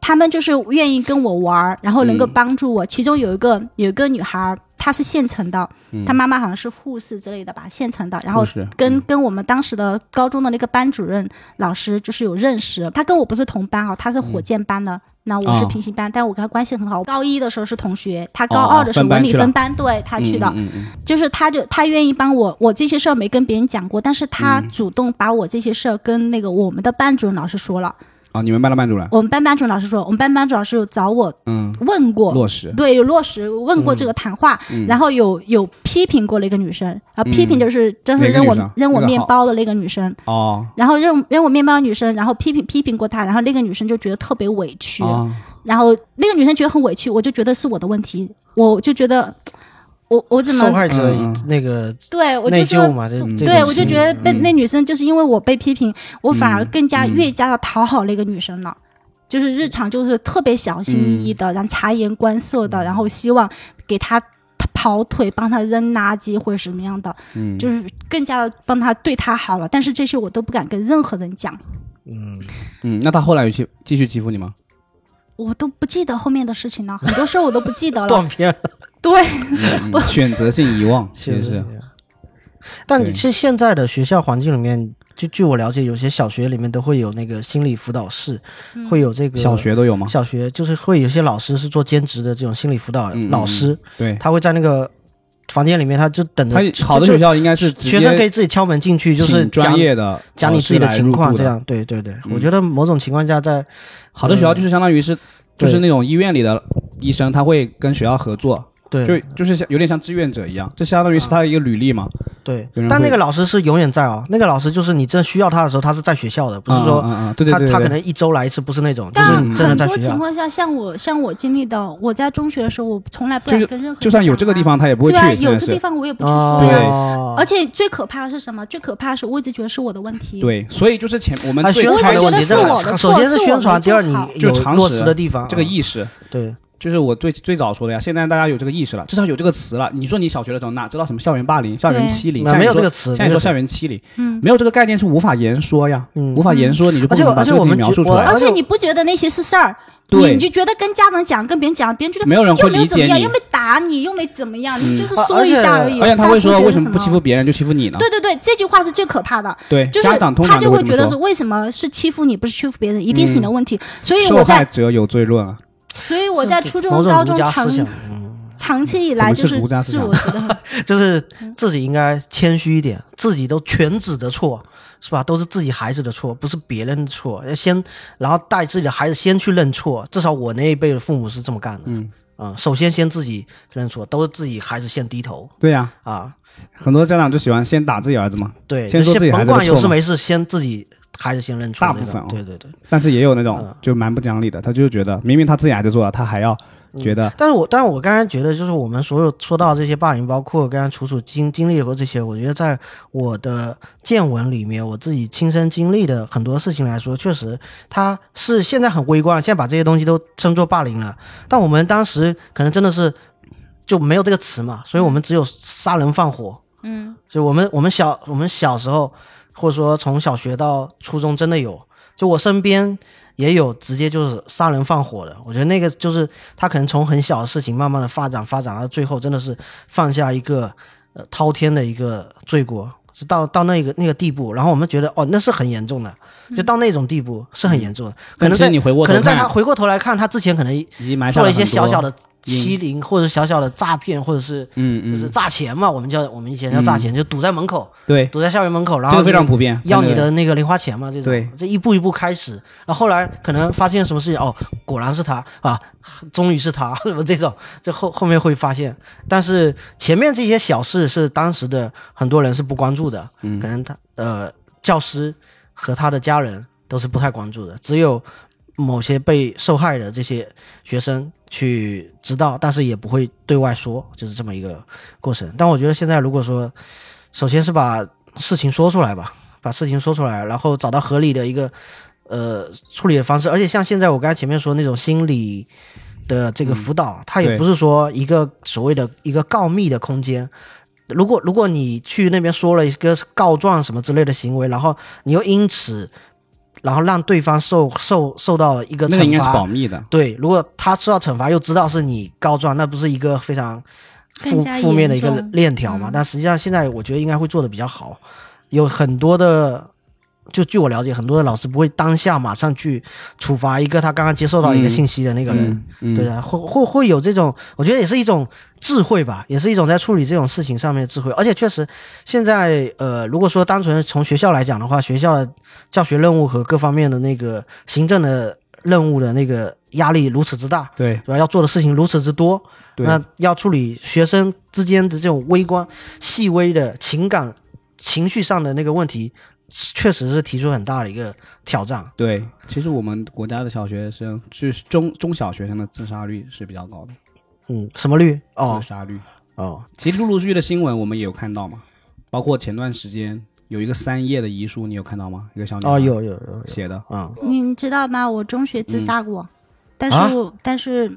A: 他们就是愿意跟我玩儿，然后能够
B: 嗯
A: 帮助我。其中有一个有一个女孩儿，她是县城的，她妈妈好像是护士之类的吧，县城的，然后
B: 嗯护士
A: 跟
B: 嗯
A: 跟我们当时的高中的那个班主任老师就是有认识，他跟我不是同班啊哈，他是火箭班的。那我是
B: 哦
A: 平行班，但我跟他关系很好。高一的时候是同学，他高
B: 哦
A: 二的时候
B: 分班
A: 文理
B: 去了
A: 分班，对他去的。
B: 嗯嗯嗯
A: 就是他就他愿意帮我，我这些事儿没跟别人讲过，但是他
B: 嗯
A: 主动把我这些事儿跟那个我们的班主任老师说了。
B: 啊，你们班的班主任，
A: 我们班班主任老师说，我们班班主任老师有找我
B: 嗯，
A: 问过，
B: 落实，
A: 对，有落实问过这个谈话，
B: 嗯
A: 然后有有批评过那个女生啊，批评就是就是
B: 哪个
A: 扔
B: 女生
A: 我扔我
B: 那个
A: 面
B: 好
A: 包的那个女生，
B: 哦，
A: 然后扔扔我面包的女生，然后批评批评过她，然后那个女生就觉得特别委屈，
B: 哦
A: 然后那个女生觉得很委屈，我就觉得是我的问题，我就觉得我我怎么
C: 受害者
B: 嗯
C: 那个
A: 对我
C: 内
A: 就说
C: 疚嘛，这这
A: 对，我
C: 种
A: 就
C: 心
A: 觉
C: 理
A: 得被
B: 嗯
A: 那女生就是因为我被批评，我反而更加
B: 嗯
A: 越加的讨好那个女生了，就是日常就是特别小心翼翼
B: 嗯
A: 的，然后察言观色的，然后希望给她跑腿，帮她扔垃圾或者什么样的，
B: 嗯，
A: 就是更加的帮她对她好了。但是这些我都不敢跟任何人讲，
C: 嗯，
B: 嗯，那他后来有欺继续欺负你吗？
A: 我都不记得后面的事情了，很多事儿我都不记得 了。
C: 断片儿
A: 对，
B: 嗯嗯选择性遗 忘，其实
C: 确
B: 是
C: 这样但
B: 对
C: 其实现在的学校环境里面，就据我了解，有些小学里面都会有那个心理辅导室，
A: 嗯
C: 会有这个
B: 小学都有吗？
C: 小学就是会有些老师是做兼职的这种心理辅导
B: 嗯嗯
C: 老师，
B: 对，
C: 他会在那个房间里面，他就等着
B: 他好的
C: 就
B: 学校应该是直
C: 学生可以
B: 接
C: 自己敲门进去，就是
B: 请专
C: 讲
B: 业的
C: 讲你自己
B: 老师来
C: 情
B: 入
C: 况，
B: 住
C: 这
B: 的。嗯
C: 样对对对，我觉得某种情况下在
B: 好的学校就是相当于是就是
C: 对
B: 那种医院里的医生，他会跟学校合作，就
C: 对嗯
B: 就是像有点像志愿者一样，这相当于是他的一个履历嘛。
C: 对
B: 有人，
C: 但
B: 会
C: 那个老师是永远在哦，那个老师就是你真需要他的时候，他是在学校的，不是
B: 嗯
C: 说
B: 嗯嗯嗯对对
C: 他
B: 对，
C: 他
B: 对
C: 可能一周来一次，不是那种，就
A: 但
C: 是
B: 嗯
C: 你真的
A: 很
C: 在
A: 多
C: 学
A: 情
C: 校。
A: 况下，像我像我经历的，我在中学的时候，我从来不
B: 就
A: 敢
B: 是
A: 跟任何人
B: 就算有这个
A: 讲
B: 地
A: 啊
B: 方，他也不会去
A: 对啊，，
B: 真
A: 有
B: 的
A: 这地
B: 是。
A: 方我也不去
C: 哦，
A: 说啊呀。
B: 啊
C: 对
A: 而且最可怕的是什么？最可怕的是我一直觉得是我的问题。，
B: 对，所以就是前我们
C: 他
B: 最
C: 哎宣传的问题，
A: 是
C: 这
A: 我
C: 个
A: 的
C: 首
A: 错
C: 先是
A: 是我
C: 宣
A: 没
C: 传，第
A: 做
C: 二你
A: 好
B: 就
C: 有
B: 常
C: 落
B: 识
C: 实的地方，
B: 这个
C: 嗯
B: 意识，
C: 对
B: 就是我最最早说的呀。现在大家有这个意识了，至少有这个词了。你说你小学的时候哪知道什么校园霸凌、校园
A: 对
B: 欺凌？
C: 那
B: 像
C: 没
B: 你
C: 有
B: 说
C: 这个词
B: 像你
C: 没有
B: 说
C: 这
B: 校园欺凌，
A: 嗯。
B: 没有这个概念是无法言说呀，
C: 嗯
B: 无法言说，你就不
C: 而且
B: 能把
C: 而且
B: 这个
C: 我
B: 东西
C: 们
B: 描
C: 觉
B: 述出
C: 我
B: 来
A: 而
C: 而。且
A: 且你不觉得那些是事儿，你
B: 对
A: 你就觉得跟家长讲、跟别人讲，别人觉得
B: 没有人会
A: 又没有
B: 理
A: 怎么
B: 解
A: 样，
B: 你
A: 又，没打你，又没怎么样，你
B: 嗯
A: 就是
C: 而
A: 说一下
C: 而
A: 而
C: 且
A: 已。
B: 而且他会说
A: 大家
B: 为
A: 觉
B: 什
A: 得
B: 么不欺负？别人就欺负你呢？
A: 对对对，这句话是最可怕的，
B: 对，
A: 就是
B: 家长通
A: 他
B: 常
A: 就
B: 都
A: 会
B: 这
A: 觉
B: 么
A: 得是
B: 说，嗯
A: 为什么是欺负你，不是欺负别人，一定是你的问题。所以
B: 受
A: 哎我在，
B: 害者有罪论啊。
A: 所以我在初中
C: 某、种
A: 高
C: 儒
A: 中
C: 家
A: 长
C: 思想，嗯，
A: 长期以来
B: 怎么
A: 就是
B: 儒家思
A: 是
B: 想
A: 我觉 得很
C: 就是
A: 嗯
C: 自己应该谦虚一点，自己都全子的错，是吧？都是自己孩子的错，不是别人的错。要先，然后带自己的孩子先去认错，至少我那一辈的父母是这么干的。
B: 嗯，
C: 啊、首先先自己认错，都是自己孩子先低头
B: 对呀，
C: 啊。
B: 很多家长就喜欢先打自己儿子嘛，
C: 对，
B: 先
C: 就
B: 说自己孩
C: 甭
B: 子的
C: 管有
B: 错
C: 事
B: 嘛
C: 没事，先自己孩子先认错
B: 大部
C: 那种。
B: 分哦
C: 对对对。
B: 但是也有那种
C: 嗯
B: 就蛮不讲理的，他就觉得明明他自己孩子做了，他还要觉得
C: 但是我但是我刚才觉得，就是我们所有说到这些霸凌，包括刚才楚楚经经历过这些，我觉得在我的见闻里面，我自己亲身经历的很多事情来说，确实它是现在很微观，现在把这些东西都称作霸凌了。但我们当时可能真的是就没有这个词嘛，所以我们只有杀人放火。
A: 嗯，
C: 就我们我们小我们小时候，或者说从小学到初中，真的有。就我身边也有直接就是杀人放火的，我觉得那个就是他可能从很小的事情慢慢的发展发展到最后，真的是犯下一个呃滔天的一个罪过，是到到那个那个地步。然后我们觉得哦，那是很严重的，就到那种地步是很严重的。可
B: 但嗯
C: 能
B: 其实
C: 在
B: 你回过
C: 可
B: 头
C: 能在
B: 看
C: 他，回过头来看，他之前可能
B: 已经埋下
C: 做了一些
B: 很多
C: 小小的欺凌，或者小小的诈骗，或者是。
B: 嗯
C: 就是
B: 嗯，
C: 诈钱嘛，我们叫我们以前叫诈钱，就堵在门口，
B: 对，
C: 堵在校园门口，然
B: 这
C: 后
B: 个非常普遍，
C: 要你
B: 真
C: 的那个零花钱嘛，这种，
B: 对
C: 这一步一步开始，然后后来可能发现什么事情，哦，果然是他啊，终于是他， 什么这种，这后后面会发现，但是前面这些小事是当时的很多人是不关注的，
B: 嗯
C: 可能他呃教师和他的家人都是不太关注的，只有某些被受害的这些学生去知道，但是也不会对外说，就是这么一个过程。但我觉得现在如果说，首先是把事情说出来吧，把事情说出来，然后找到合理的一个呃处理的方式。而且像现在我刚才前面说那种心理的这个辅导，它也
B: 对
C: 不是说一个所谓的一个告密的空间。如果如果你去那边说了一个告状什么之类的行为，然后你又因此，然后让对方受受受到一个
B: 那个应该
C: 惩
B: 是保
C: 罚，
B: 密的。
C: 对，如果他受到惩罚又知道是你告状，那不是一个非常
A: 更
C: 负
A: 加
C: 负面的一个
A: 严重
C: 链条嘛？
A: 嗯
C: 但实际上现在我觉得应该会做的比较好，有很多的。就据我了解，很多的老师不会当下马上去处罚一个他刚刚接受到一个
B: 嗯
C: 信息的那个人，
B: 嗯嗯，
C: 对的，啊会会会有这种，我觉得也是一种智慧吧，也是一种在处理这种事情上面的智慧。而且确实，现在呃，如果说单纯从学校来讲的话，学校的教学任务和各方面的那个行政的任务的那个压力如此之大，
B: 对
C: 对吧？要做的事情如此之多，
B: 对
C: 那要处理学生之间的这种微观、细微的情感、情绪上的那个问题，确实是提出很大的一个挑战。
B: 对，其实我们国家的小学生，就是中中小学生的自杀率是比较高的，
C: 嗯，什么率？哦
B: 自杀率。
C: 哦，
B: 其实陆陆续续的新闻我们也有看到嘛，包括前段时间有一个三叶的遗书，你有看到吗？一个小女孩
C: 哦，有有有有，
B: 写的，
C: 嗯。
A: 你知道吗？我中学自
B: 嗯
A: 杀过，但
C: 啊
A: 是我、但是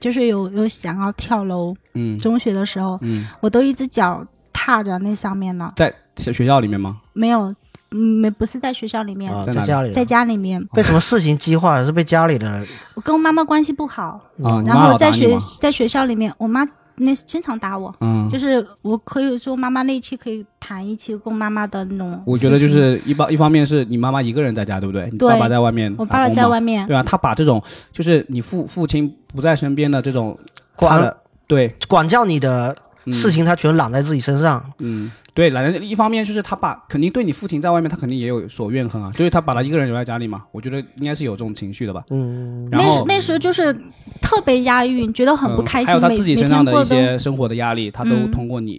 A: 就是有有想要跳楼。
B: 嗯
A: 中学的时候，
B: 嗯，
A: 我都一只脚踏着那上面了，
B: 在学学校里面吗？
A: 没有，嗯没不是在学校里面，
C: 啊，
B: 在哪里哦
C: 在家里
A: 在家里面。
C: 被什么事情激化了？是被家里的
A: 我跟我妈妈关系不好，
B: 啊，
A: 然
B: 你妈
A: 后
B: 老打
A: 在
B: 你
A: 学
B: 吗
A: 在学校里面，我妈那经常打我。
B: 嗯
A: 就，是我可以说，妈妈那一期可以谈一期跟妈妈的那种。
B: 我觉得就，是一方一方面是你妈妈一个人在家，对不对？你
A: 对
B: 爸爸在外面，
A: 我爸爸在外。面，
B: 对啊，他把这种就是你父父亲不在身边的这种
C: 管
B: 他的对
C: 管教你的
B: 嗯
C: 事情，他全揽在自己身上。
B: 嗯，对，来人一方面就是他把肯定对你父亲在外面，他肯定也有所怨恨啊，所以他把他一个人留在家里嘛，我觉得应该是有这种情绪的吧。
C: 嗯，
B: 然
A: 那时
B: 后
A: 那时候就是特别压抑，觉得很不
B: 嗯
A: 开
B: 还
A: 心，
B: 有
A: 每
B: 他自己身上
A: 每
B: 的一
A: 天过得
B: 些生活的压力，他都
A: 嗯
B: 通过你，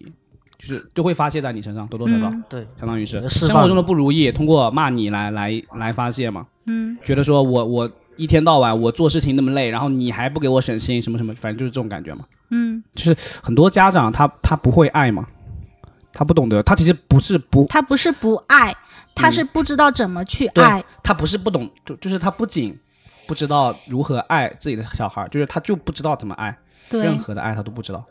B: 就是就会发泄在你身上，多多少少，
A: 嗯
C: 对，
B: 相当于是
C: 释
B: 生
C: 放
B: 活中的不如意，通过骂你来来来发泄嘛。
A: 嗯，
B: 觉得说我我一天到晚我做事情那么累，然后你还不给我省心，什么什么，反正就是这种感觉嘛。
A: 嗯，
B: 很多家长他他不会爱嘛，他不懂得，他其实不是不
A: 他不是不爱，他
B: 嗯
A: 是不知道怎么去爱，
B: 他不是不懂，就就是他不仅不知道如何爱自己的小孩儿，就是他就不知道怎么爱，任
A: 对，
B: 何的爱他都不知道，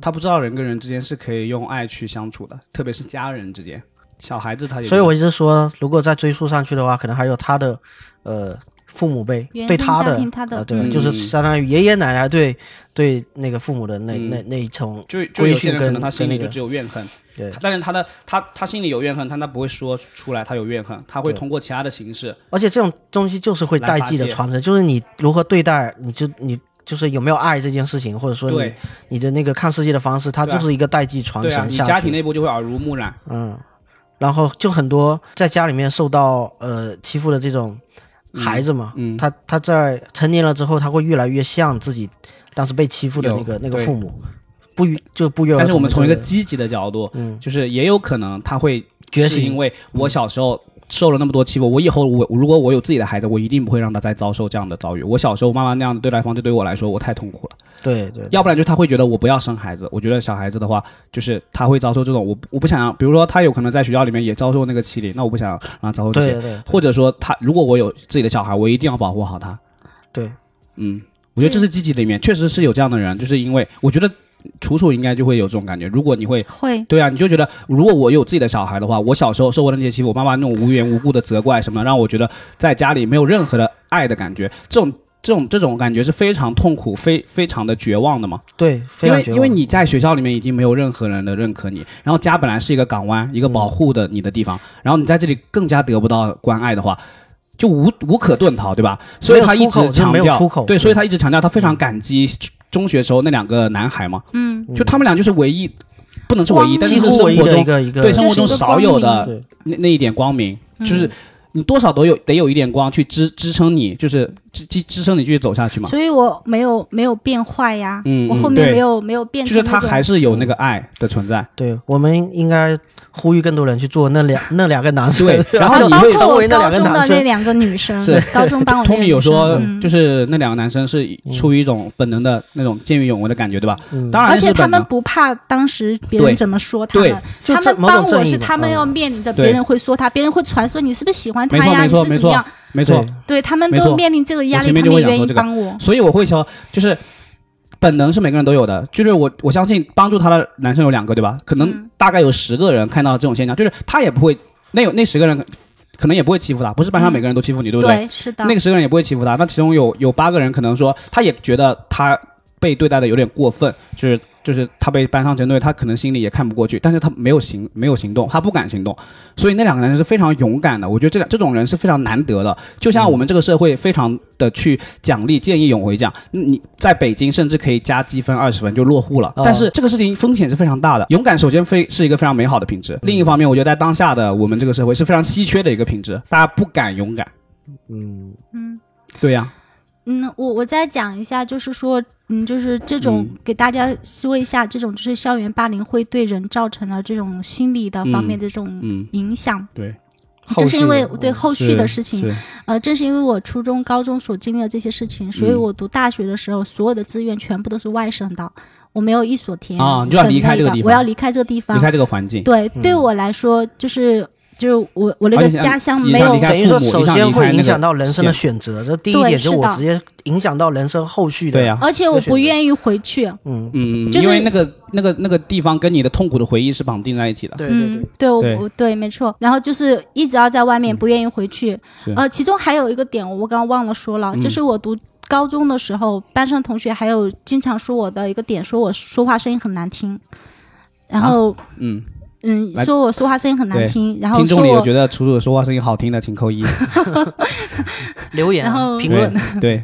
B: 他不知道人跟人之间是可以用爱去相处的，特别是家人之间，小孩子他也
C: 所以我一直说，如果再追溯上去的话，可能还有他的呃父母辈
A: 原
C: 对
A: 生
C: 他
A: 家
C: 的
A: 庭他的
C: 呃对，
B: 嗯
C: 就是相当于爷爷奶奶对对那个父母的那
B: 嗯
C: 那那一层
B: 就就
C: 规
B: 有些
C: 训
B: 人可能
C: 跟
B: 他心里
C: 跟
B: 就
C: 那个
B: 只有怨恨，
C: 对。
B: 但是他的他他心里有怨恨，但他不会说出来，他有怨恨，他会
C: 对
B: 通过其他的形式，
C: 而且这种东西就是会代际的
B: 来发泄
C: 传承，就是你如何对待，你就你就是有没有爱这件事情，或者说你
B: 对
C: 你的那个看世界的方式，它
B: 对啊
C: 就是一个代际传
B: 对啊，
C: 承
B: 你
C: 下去。
B: 家庭内部就会耳濡目染，
C: 嗯，然后就很多在家里面受到呃欺负的这种孩子嘛，
B: 嗯嗯
C: 他他在成年了之后，他会越来越像自己当时被欺负的
B: 有
C: 那个那个
B: 对
C: 父母，不约就不约而同。
B: 但是我们从一个积极的角度，
C: 嗯
B: 就是也有可能他会
C: 觉
B: 是因
C: 醒，
B: 为我小时候受了那么多欺负，我以后我如果我有自己的孩子，我一定不会让他再遭受这样的遭遇。我小时候妈妈那样的对待方式对我来说，我太痛苦了。
C: 对对，
B: 要不然就是他会觉得我不要生孩子，我觉得小孩子的话，就是他会遭受这种我我不想让，比如说他有可能在学校里面也遭受那个欺凌，那我不想让他遭受这
C: 对
B: 些，
C: 对对
B: 或者说他如果我有自己的小孩，我一定要保护好他。
C: 对，
B: 嗯，我觉得这是积极的一面，确实是有这样的人，就是因为我觉得楚楚应该就会有这种感觉。如果你会
A: 会，
B: 对啊，你就觉得如果我有自己的小孩的话，我小时候受过那些欺负，我妈妈那种无缘无故的责怪什么的，让我觉得在家里没有任何的爱的感觉，这种。这种这种感觉是非常痛苦、非非常的绝望的嘛，
C: 对，非
B: 因
C: 常
B: 为
C: 绝望
B: 因为你在学校里面已经没有任何人的认可你，然后家本来是一个港
C: 嗯
B: 湾、一个保护的你的地方，然后你在这里更加得不到关爱的话，就无无可遁逃，对吧？所以他一
C: 没有出口
B: 直强
C: 就没有
B: 调，
C: 出口
B: 对，所以
C: 嗯
B: 他一直强调他非常感激中学时候那两个男孩嘛，
A: 嗯，
B: 就他们俩就是唯一，不能是唯一，但是
C: 几
B: 是
C: 乎
B: 生
C: 唯一
B: 活
C: 的
B: 中
C: 一个一个
B: 对
A: 这
B: 生活中
A: 是一个
B: 少有
A: 光
B: 的
C: 对
B: 那那一点光明，
A: 嗯
B: 就是你多少都有得有一点光去支支撑你，就是支支支撑你继续走下去嘛。
A: 所以我没有没有变坏呀，
B: 嗯
A: 我
B: 嗯
A: 后面
B: 对
A: 没有没有变
B: 就
A: 成
B: 是
A: 那
B: 他
A: 种
B: 还是有那个爱的存在，
C: 对，我们应该呼吁更多人去做那两那两个男生，
B: 对然后
C: 就
B: 你会
A: 帮
B: 会
A: 助啊
C: 周
A: 我
C: 围那
A: 哦高
C: 两个
A: 中
C: 男
A: 的那
C: 生，
A: 两个 女生
B: 是，
A: 高中帮我那
B: 托
A: 两个
B: 米
A: 女
B: 有
A: 生
B: 说，
A: 嗯
B: 就是那两个男生是
C: 嗯
B: 出于一种本能的那种见义勇为的感觉，对吧？
C: 嗯
B: 当然
A: 而且
B: 是
A: 他
B: 本
A: 们
B: 能。
A: 不怕当时别人
B: 对
A: 怎么说他
B: 对
A: 们，
C: 就
A: 他
C: 这
A: 们
C: 某
A: 帮
C: 种
A: 我
C: 正义
A: 是
C: 吧
A: 他们
C: 嗯
A: 要面临着
B: 对
A: 别人会说他，别人会传说你是不是喜欢他
B: 没错
A: 呀，
B: 没
A: 你
B: 错
A: 是怎么样？
B: 没错
C: 对，
A: 对他们
B: 没
A: 都
B: 错
A: 面临这个压
B: 我
A: 力，他
B: 前面就
A: 们
B: 会
A: 也愿
B: 讲说
A: 意
B: 这个
A: 帮我。
B: 所以我会说，就是本能是每个人都有的，就是我我相信帮助他的男生有两个，对吧？可能
A: 嗯
B: 大概有十个人看到这种现象，就是他也不会，那有那十个人可能也不会欺负他，不是班上
A: 嗯
B: 每个人都欺负你，对不对？
A: 对，是的
B: 那，个十个人也不会欺负他，那其中有有八个人可能说，他也觉得他被对待的有点过分，就是就是他被班上针对，他可能心里也看不过去，但是他没有行没有行动，他不敢行动，所以那两个男生是非常勇敢的，我觉得这两这种人是非常难得的，就像我们这个社会非常的去奖励见义勇为这样，你在北京甚至可以加积分二十分就落户了，
C: 哦
B: 但是这个事情风险是非常大的，勇敢首先非是一个非常美好的品质，另一方面我觉得在当下的我们这个社会是非常稀缺的一个品质，大家不敢勇敢，
C: 嗯，
A: 嗯。
B: 对呀、
A: 嗯，我我再讲一下，就是说，嗯，就是这种、
B: 嗯
A: 给大家说一下，这种就是校园霸凌会对人造成了这种心理的方面的这种
B: 嗯，
A: 影响。
B: 对，
C: 后
A: 正是因为
C: 续
A: 对
C: 嗯
A: 后续的事情，
B: 是
A: 呃，正是因为我初中、高中所经历的这些事情，所以
B: 嗯
A: 我读大学的时候，所有的志愿全部都是外省的，我没有一所填
B: 啊你就要
A: 省
B: 离开
A: 内
B: 这个
A: 的
B: 地
A: 我
B: 方
A: 要离开这个地
B: 离
A: 方。
B: 开这个环境，
A: 对，对
C: 嗯
A: 我来说，就是就是我我那
B: 而
A: 个
B: 且像
A: 家乡
B: 你
A: 没
B: 像
A: 有
B: 离开啊
C: 等于说，
B: 父母
C: 首
B: 影响
C: 先
B: 离
C: 会
B: 开那
C: 影
B: 个
C: 响到人生的选择，这第一
A: 对
C: 点就是我
A: 的
C: 直接影响到人生后续的。
B: 对呀、
A: 而且我
C: 这个选
A: 不
C: 择
A: 愿意回去。
C: 嗯，
B: 嗯，
A: 就是
B: 因为那个那个那个地方跟你的痛苦的回忆是绑定在一起的，
C: 对
A: 嗯，对，我
B: 对嗯
A: 我对，没错。然后就是一直要在外面，不愿意回去。
B: 是
A: 呃，其中还有一个点，我刚刚忘了说了，
B: 嗯
A: 就是我读高中的时候，班上同学还有经常说我的一个点，说我说话声音很难听，然后、
B: 嗯，
A: 嗯，
B: 来
A: 说我说话声音很难
B: 对
A: 听，然后
B: 听
A: 说
B: 众里有
A: 我
B: 觉得楚楚说话声音好听的，请 扣一，
C: 留言啊、
A: 然后
C: 评论，
B: 对，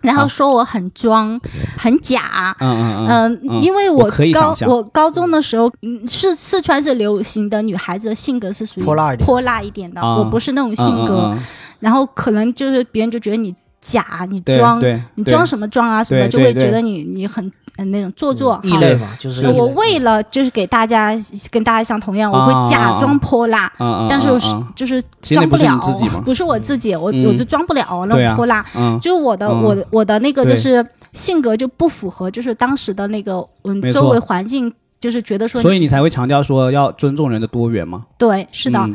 A: 然后
B: 啊
A: 说我很装、很假。
B: 嗯嗯嗯，
A: 嗯，因为
B: 我可以
A: 高
B: 想象
A: 我高中的时候，嗯，是四川是流行的女孩子的性格是属于
C: 泼辣一点
A: 泼辣一点的，
B: 啊
A: 我不是那种
B: 嗯
A: 性格，
B: 嗯嗯嗯
A: 然后可能就是别人就觉得你假，你
B: 对
A: 装，
B: 对，
A: 你
B: 对
A: 装什么装啊什么的，
B: 对
A: 就会
B: 对嗯
A: 觉得你你很呃那种做作。
C: 异
A: 好
C: 类嘛，就是异
A: 我
C: 类
A: 为了就是给大家跟大家相同样，我
B: 啊
A: 会假装泼辣，
B: 嗯嗯，
A: 但是
B: 嗯
A: 我是
B: 嗯
A: 就是
B: 其实
A: 装
B: 那不是
A: 了，
B: 你自己吗
A: 不是我自己，我
B: 嗯
A: 我就装不了那
B: 对
A: 种
B: 啊
A: 泼辣。
B: 嗯
A: 就是我的，
B: 嗯
A: 我的我的那个
B: 对
A: 就是性格就不符合，就是当时的那个嗯
B: 没
A: 周
B: 错
A: 围环境，就是觉得说
B: 所以你才会强调说要尊重人的多元嘛，
A: 对是的，
B: 嗯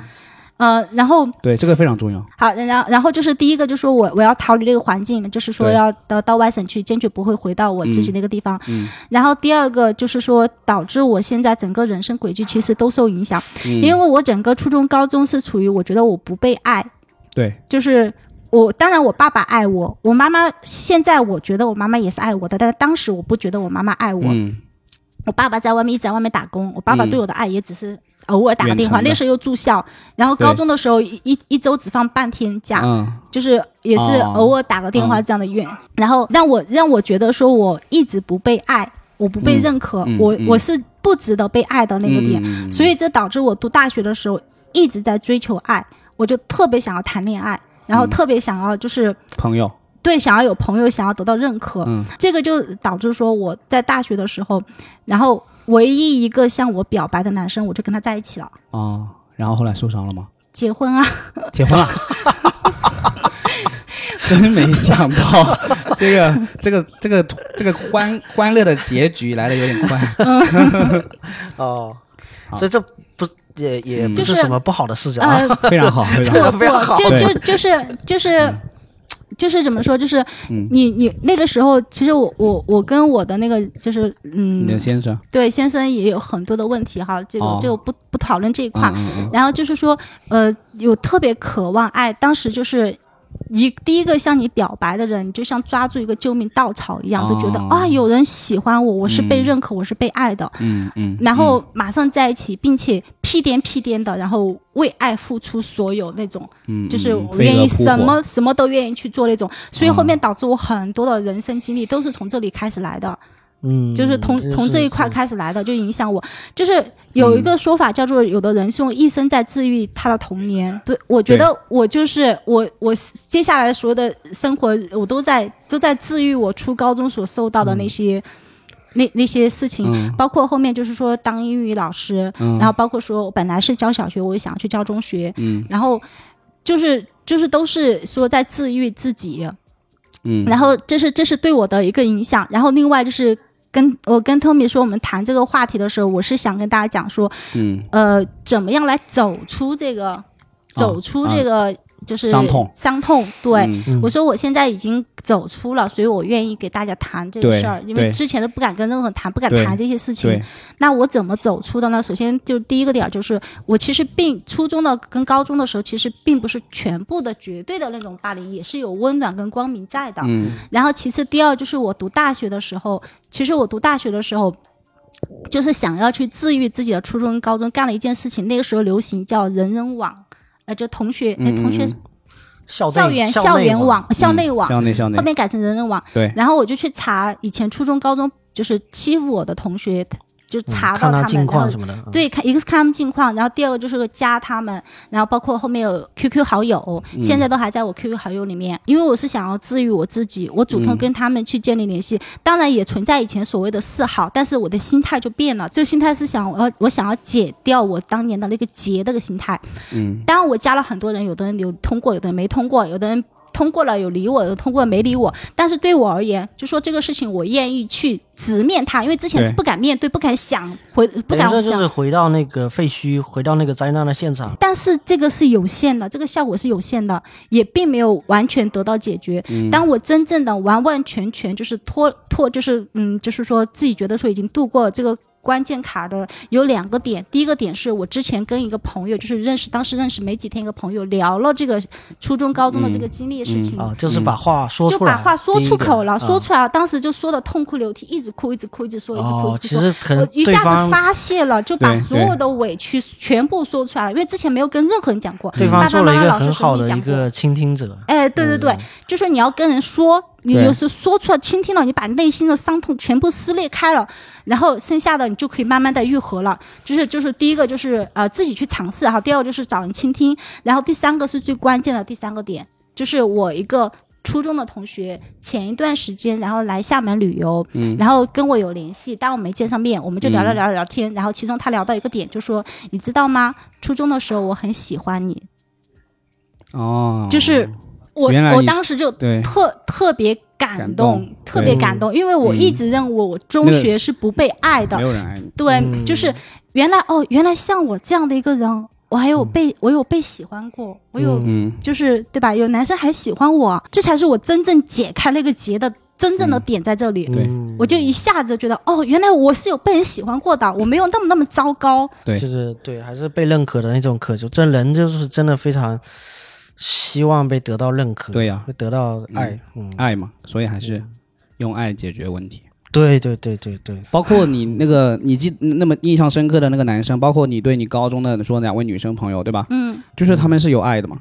A: 呃，然后
B: 对，这个非常重要，
A: 好，然后然后就是第一个，就是说我我要逃离这个环境，就是说
B: 对
A: 要到到外省去，坚决不会回到我自己那个地方。
B: 嗯
A: 然后第二个就是说，导致我现在整个人生轨迹其实都受影响，
B: 嗯，
A: 因为我整个初中、高中是处于我觉得我不被爱，
B: 对，
A: 就是我当然我爸爸爱我，我妈妈现在我觉得我妈妈也是爱我的，但是当时我不觉得我妈妈爱我，
B: 嗯
A: 我爸爸在外面一直在外面打工，我爸爸
B: 嗯
A: 对我的爱也只是偶尔打个电话，
B: 远程的
A: 那时候又住校，然后高
B: 对
A: 中的时候一一一周只放半天假。
B: 嗯
A: 就是也是
B: 哦
A: 偶尔打个电话这样的愿，然后让我让我觉得说我一直不被爱，我不被
B: 嗯
A: 认可，
B: 嗯
A: 我、
B: 嗯
A: 我是不值得被爱的那个点，
B: 嗯嗯嗯
A: 所以这导致我读大学的时候一直在追求爱，我就特别想要谈恋爱，然后
B: 嗯
A: 特别想要就是、
B: 朋友，
A: 对想要有朋友，想要得到认可，
B: 嗯
A: 这个就导致说我在大学的时候，然后唯一一个向我表白的男生，我就跟他在一起了，
B: 啊，然后后来受伤了吗？
A: 结婚啊。
B: 结婚 了。真没想到，这个这个这个这个欢欢乐的结局来的有点快。
C: 哦，
B: 好
C: 所以这不也也
B: 嗯
C: 不
A: 就是
C: 什么不好的事情 啊。
A: 呃，
B: 非常好， 非常
A: 特
B: 好。
C: 不要
A: 不，
C: 好
A: 就
B: 对
A: 就就是就是就是怎么说，就是
B: 嗯，
A: 你你那个时候，其实我我我跟我的那个就是
B: 你的
A: 嗯，
B: 先生，
A: 对先生也有很多的问题哈，这个
B: 哦
A: 就不不讨论这一
B: 嗯
A: 块。
B: 嗯嗯
A: 然后就是说，呃，有特别渴望爱，当时就是一第一个向你表白的人，你就像抓住一个救命稻草一样，就觉得
B: 哦
A: 啊，有人喜欢我，我是被
B: 嗯
A: 认可，我是被爱的。
B: 嗯嗯，
A: 然后马上在一起，并且屁颠屁颠的，然后为爱付出所有那种，
B: 嗯，
A: 就是
B: 嗯
A: 我愿意什，
B: 嗯
A: 么什么都愿意去做那种，所以
B: 嗯
A: 后面导致我很多的人生经历都是从这里开始来的，
C: 嗯，
A: 就是从从这一块
C: 是
A: 开始来的，就影响我。就是有一个说法叫做，有的人是用一生在治愈他的童年。对我觉得我就是我，我接下来所有的生活，我都在都在治愈我初高中所受到的那些那那些事情，
B: 嗯
A: 包括后面就是说当英语老师，
B: 嗯，
A: 然后包括说我本来是教小学，我也想去教中学，
B: 嗯
A: 然后就是就是都是说在治愈自己，
B: 嗯，
A: 然后这是这是对我的一个影响，然后另外就是跟我跟 Tommy 说我们谈这个话题的时候，我是想跟大家讲说，
B: 嗯
A: 呃，怎么样来走出这个，走出这个、就是
B: 哦嗯伤痛
A: 伤痛，对。
B: 嗯
C: 嗯
A: 我说我现在已经走出了，所以我愿意给大家谈这个
B: 对
A: 事儿，因为
B: 对
A: 之前都不敢跟任何人谈，不敢
B: 对
A: 谈这些事情
B: 对。，
A: 那我怎么走出的呢？首先就第一个点儿就是，我其实并初中的跟高中的时候，其实并不是全部的绝对的那种霸凌，也是有温暖跟光明在的。
B: 嗯
A: 然后其次，第二就是我读大学的时候，其实我读大学的时候，就是想要去治愈自己的初中、高中，干了一件事情。那个时候流行叫人人网，呃，就同学，哎，
B: 嗯
A: 同学
B: 嗯
D: 校
A: 校
D: 内
C: 嗯
A: 园
D: 校
A: 校
D: 内
A: 园
D: 网
A: 网、校内
B: 嗯
A: 网，
B: 校内校内
A: 后，面改成人人网。
B: 对
A: 然后我就去查以前初中、高中就是欺负我的同学，就查到
C: 看
A: 他
C: 他
A: 们，
C: 近
A: 然
C: 况
A: 后
C: 什么的。嗯，
A: 对，看一个是看他们近况，然后第二个就是加他们，然后包括后面有 QQ 好友，
C: 嗯
A: 现在都还在我 QQ 好友里面，因为我是想要治愈我自己，我主动
B: 嗯
A: 跟他们去建立联系。当然也存在以前所谓的嗜好，但是我的心态就变了，这个心态是想我要我想要解掉我当年的那个结那个心态。
B: 嗯
A: 当然我加了很多人，有的人有通过，有的人没通过，有的人。通过了有理我，有的通过了没理我，但是对我而言，就说这个事情我愿意去直面它，因为之前是
B: 对
A: 不敢面对、不敢想回、不敢
C: 等于说
A: 想
C: 就是回到那个废墟，回到那个灾难的现场。
A: 但是这个是有限的，这个效果是有限的，也并没有完全得到解决。当我真正的完完全全就是脱脱，就是嗯，就是说自己觉得说已经度过了这个关键卡的，有两个点。第一个点是我之前跟一个朋友，就是认识当时认识没几天一个朋友聊了这个初中高中的这个经历的事情。
C: 啊，
B: 嗯
C: 就是把话说
A: 就
C: 出来，
A: 把话说
C: 第一
A: 出
C: 点
A: 口了，说
C: 啊
A: 出来了，当时就说的痛哭流涕，一直哭，一直哭，一直说，一直哭，一
C: 哦，
A: 直
C: 其
A: 说。
C: 实可能
A: 我一
C: 对
A: 下子
C: 方
A: 发泄了，就把
B: 对
A: 所有的委屈全部说出来了，因为之前没有跟任何人讲过，
C: 对
A: 爸
C: 方
A: 爸
C: 做
A: 妈
C: 了一
A: 妈、
C: 个
A: 老师
C: 很
A: 什么
C: 好
A: 没
C: 的
A: 讲
C: 一
A: 过。
C: 个倾听者，
A: 哎，对对对，就说你要跟人说，你
B: 嗯对
A: 就是说出来，倾听了，你把内心的伤痛全部撕裂开了，然后剩下的你就可以慢慢的愈合了。就是就是第一个就是呃自己去尝试哈，第二个就是找人倾听，然后第三个是最关键的第三个点，就是我一个初中的同学前一段时间然后来厦门旅游，
B: 嗯
A: 然后跟我有联系，但我没见上面，我们就聊聊
B: 嗯
A: 聊聊聊天。然后其中他聊到一个点，就说你知道吗？初中的时候我很喜欢你，
B: 哦，
A: 就是我
B: 原来
A: 我
B: 你
A: 当时就
B: 对
A: 特特别感
B: 感
A: 动，
B: 动
A: 特别
B: 对
A: 感动，因为我一
B: 嗯
A: 直认为我中
B: 那个
A: 学是不被爱的
B: 没，有人爱你，
A: 对，
C: 嗯
A: 就是原来哦，原来像我这样的一个人，我还有被、我有被喜欢过，我有、
C: 嗯
B: 嗯
A: 就是对吧？有男生还喜欢我，这才是我真正解开那个结的真正的
B: 嗯
A: 点在这里。
B: 对
C: 嗯
A: 我就一下子觉得，哦，原来我是有被人喜欢过的，我没有那么那么糟糕。
B: 对
C: 就是对，还是被认可的那种渴求。这人就是真的非常希望被得到认可，
B: 对呀
C: 会得到爱，嗯，
B: 爱嘛，所以还是用爱解决问题。
C: 对对对对对，
B: 包括你那个，你记那么印象深刻的那个男生，包括你对你高中的说两位女生朋友，对吧？
A: 嗯，
B: 就是他们是有爱的嘛，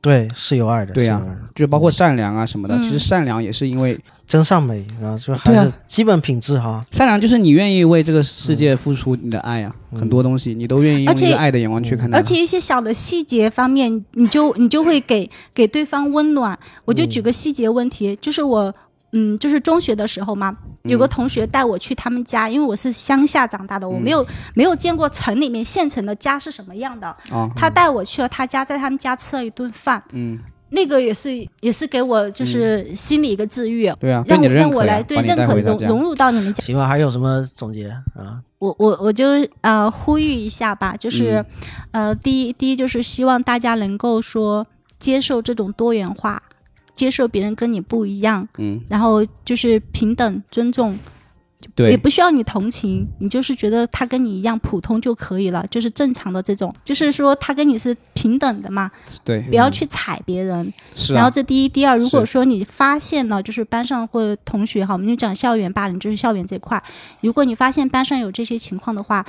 C: 对是有爱的，
B: 对呀
C: 是有爱的
B: 就是包括善良啊什么的。
A: 嗯
B: 其实善良也是因为
C: 真善美，然后就还
B: 对啊
C: 是基本品质哈，
B: 善良，就是你愿意为这个世界付出你的爱啊，很多东西你都愿意用
A: 而且
B: 一个爱的眼光去看
A: 嗯
B: 待。
A: 而且一些小的细节方面，你就 你就会给给对方温暖。我就举个细节问题，就是我。嗯，就是中学的时候嘛，
B: 嗯
A: 有个同学带我去他们家，因为我是乡下长大的，我没有、没有见过城里面县城的家是什么样的。
B: 啊，
A: 他带我去了他家，在他们家吃了一顿饭，
B: 嗯，
A: 那个也是也是给我就是心理一个治愈，
B: 对啊，对
A: 让
B: 你
A: 我
B: 的认
A: 让我
B: 可呀，
A: 来对
B: 把你
A: 认
B: 带
A: 可
B: 回到
A: 融
B: 家。
A: 融入到你们家。
C: 行吧？还有什么总结啊？
A: 我我我就是呃呼吁一下吧，就是，呃，第一第一就是希望大家能够说接受这种多元化，接受别人跟你不一样，
B: 嗯，
A: 然后就是平等尊重，也
B: 对，
A: 不需要你同情，你就是觉得他跟你一样普通就可以了，就是正常的这种，就是说他跟你是平等的嘛，
B: 对，嗯
A: 不要去踩别人，
B: 是
A: 然后
B: 啊，
A: 这第一，第二，如果
B: 是
A: 说你发现了，就是班上或者同学哈，我们就讲校园霸凌，就是校园这块，如果你发现班上有这些情况的话，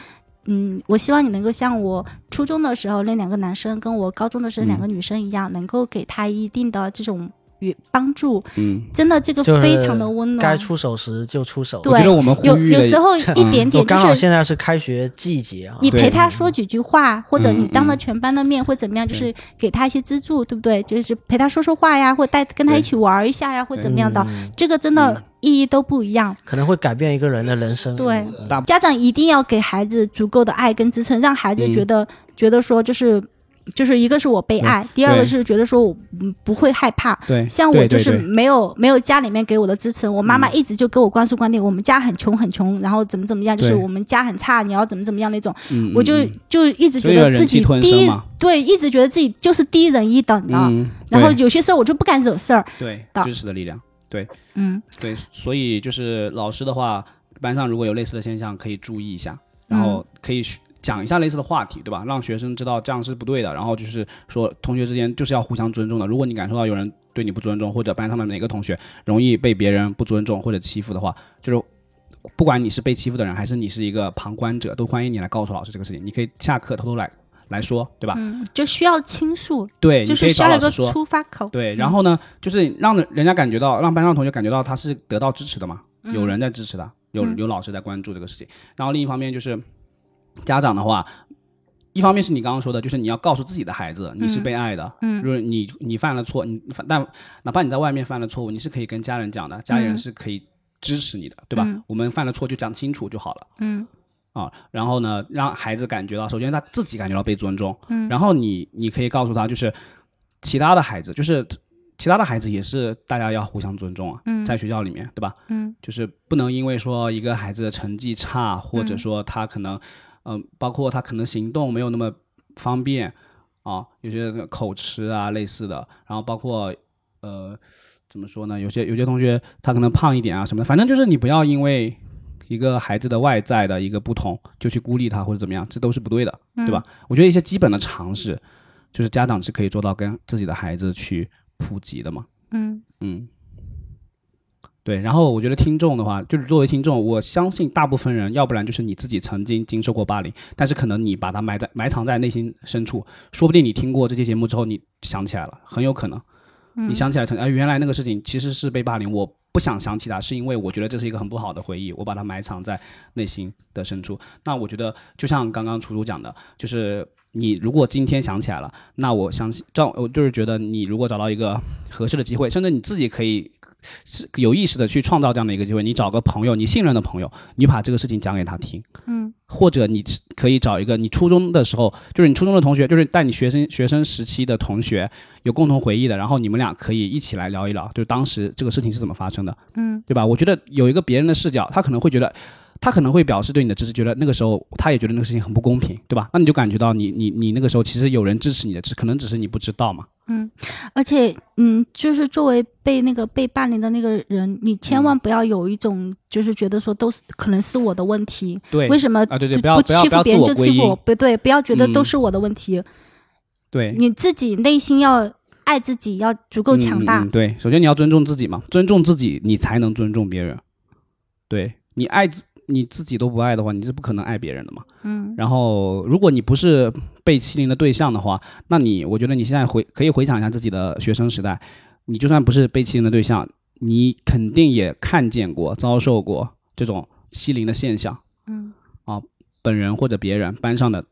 A: 嗯，我希望你能够像我初中的时候那两个男生跟我高中的时候那两个女生一样，能够给他一定的这种与帮助，
B: 嗯，
A: 真的这个
C: 就是
A: 非常的温暖。
C: 该出手时就出手。
B: 我觉
A: 对
B: 得我们呼
A: 有
B: 吁
A: 有
B: 的
A: 时候一点
C: 我
A: 点就
C: 刚好
A: 是
C: 现在是开学季节啊，
A: 你
B: 对
A: 陪他说几句话，或者你当着
B: 嗯
A: 全班的面、或怎么样，就是给他一些资助，对不对？就是陪他说说话呀，或带跟他一起玩儿一下呀，或怎么样的，
C: 嗯
A: 这个真的意义都不一样。
C: 可能会改变一个人的人生。
A: 对
C: 嗯
B: 大
A: 家长一定要给孩子足够的爱跟支撑，让孩子
B: 嗯
A: 觉得、觉得说就是。就是一个是我被爱，第二个是觉得说我嗯不会害怕。
B: 对，
A: 像
B: 对
A: 我就
B: 对
A: 是
B: 对嗯
A: 没有没有家里面给我的支持，我妈妈一直就给我灌输观点，我们家很穷很穷，然后怎么怎么样，就是
B: 对
A: 我们家很差，你要怎么怎么样那种，
B: 嗯
A: 我就
B: 嗯
A: 就一直
B: 所以
A: 觉
B: 要
A: 得
B: 忍
A: 自
B: 气
A: 己
B: 吞
A: 低
B: 声嘛，
A: 对，一直觉得自己就是低人一等的，
B: 嗯，
A: 然后
B: 对
A: 有些时候我就不敢惹事儿，
B: 对
A: 到
B: 支持的力量，
A: 嗯，
B: 对，所以就是老师的话，班上如果有类似的现象，可以注意一下，
A: 嗯
B: 然后可以学讲一下类似的话题，对吧？让学生知道这样是不对的，然后就是说同学之间就是要互相尊重的。如果你感受到有人对你不尊重，或者班上的哪个同学容易被别人不尊重或者欺负的话，就是。不管你是被欺负的人，还是你是一个旁观者，都欢迎你来告诉老师这个事情。你可以下课偷偷来来说，对吧？
A: 嗯，就需要倾诉，
B: 对，
A: 就
B: 你
A: 是
B: 可以
A: 需
B: 找
A: 要
B: 老
A: 一个
B: 师说。
A: 出发口，
B: 对，然后呢，就是让人家感觉到，让班上同学感觉到他是得到支持的嘛，有人在支持他，有
A: 嗯
B: 有老师在关注这个事情。然后另一方面就是家长的话，一方面是你刚刚说的，就是你要告诉自己的孩子你是
A: 嗯
B: 被爱的，
A: 嗯
B: 就是你你犯了错，你犯但哪怕你在外面犯了错误，你是可以跟家人讲的，家里人
A: 嗯
B: 是可以支持你的，对吧？
A: 嗯
B: 我们犯了错就讲清楚就好了。
A: 嗯
B: 啊，然后呢，让孩子感觉到，首先他自己感觉到被尊重，
A: 嗯
B: 然后你你可以告诉他，就是其他的孩子，就是其他的孩子也是大家要互相尊重啊，
A: 嗯
B: 在学校里面，对吧？
A: 嗯
B: 就是不能因为说一个孩子的成绩差，或者
A: 嗯
B: 说他可能，嗯、包括他可能行动没有那么方便啊，有些那个口吃啊类似的，然后包括呃，怎么说呢？有些有些同学他可能胖一点啊什么的，反正就是你不要因为一个孩子的外在的一个不同就去孤立他或者怎么样，这都是不对的，对吧？我觉得一些基本的常识，就是家长是可以做到跟自己的孩子去普及的嘛。
A: 嗯
B: 嗯，对。然后我觉得听众的话，就是作为听众，我相信大部分人，要不然就是你自己曾经经受过霸凌，但是可能你把它埋在埋藏在内心深处，说不定你听过这期节目之后，你想起来了，很有可能。你想起来曾，哎，原来那个事情其实是被霸凌，我不想想起它，是因为我觉得这是一个很不好的回忆，我把它埋藏在内心的深处。那我觉得，就像刚刚楚楚讲的，就是你如果今天想起来了，那我相信，这样我就是觉得你如果找到一个合适的机会，甚至你自己可以是有意识的去创造这样的一个机会，你找个朋友，你信任的朋友，你把这个事情讲给他听，
A: 嗯
B: 或者你可以找一个你初中的时候，就是你初中的同学，就是带你学生学生时期的同学，有共同回忆的，然后你们俩可以一起来聊一聊，就是当时这个事情是怎么发生的，
A: 嗯
B: 对吧？我觉得有一个别人的视角，他可能会觉得，他可能会表示对你的支持，觉得那个时候他也觉得那个事情很不公平，对吧？那你就感觉到你你你那个时候其实有人支持你的，只可能只是你不知道嘛。
A: 而且嗯，就是作为被那个被霸凌的那个人，你
B: 嗯
A: 千万不要有一种就是觉得说都是可能是我的问题，
B: 对
A: 为什么
B: 啊对
A: 呃
B: 对
A: 就
B: 不要不要
A: 欺
B: 不要
A: 负别人
B: 自
A: 就
B: 我
A: 欺负
B: 归因
A: 我？不对，不要觉得
B: 嗯
A: 都是我的问题，
B: 对，
A: 你自己内心要爱自己，要足够强大
B: 嗯嗯嗯。对，首先你要尊重自己嘛，尊重自己，你才能尊重别人。对你爱自你自己都不爱的话，你是不可能爱别人的嘛。
A: 嗯
B: 然后，如果你不是被欺凌的对象的话，那你我觉得你现在回可以回想一下自己的学生时代，你就算不是被欺凌的对象，你肯定也看见过、遭受过这种欺凌的现象。
A: 嗯
B: 本人或者别人班上的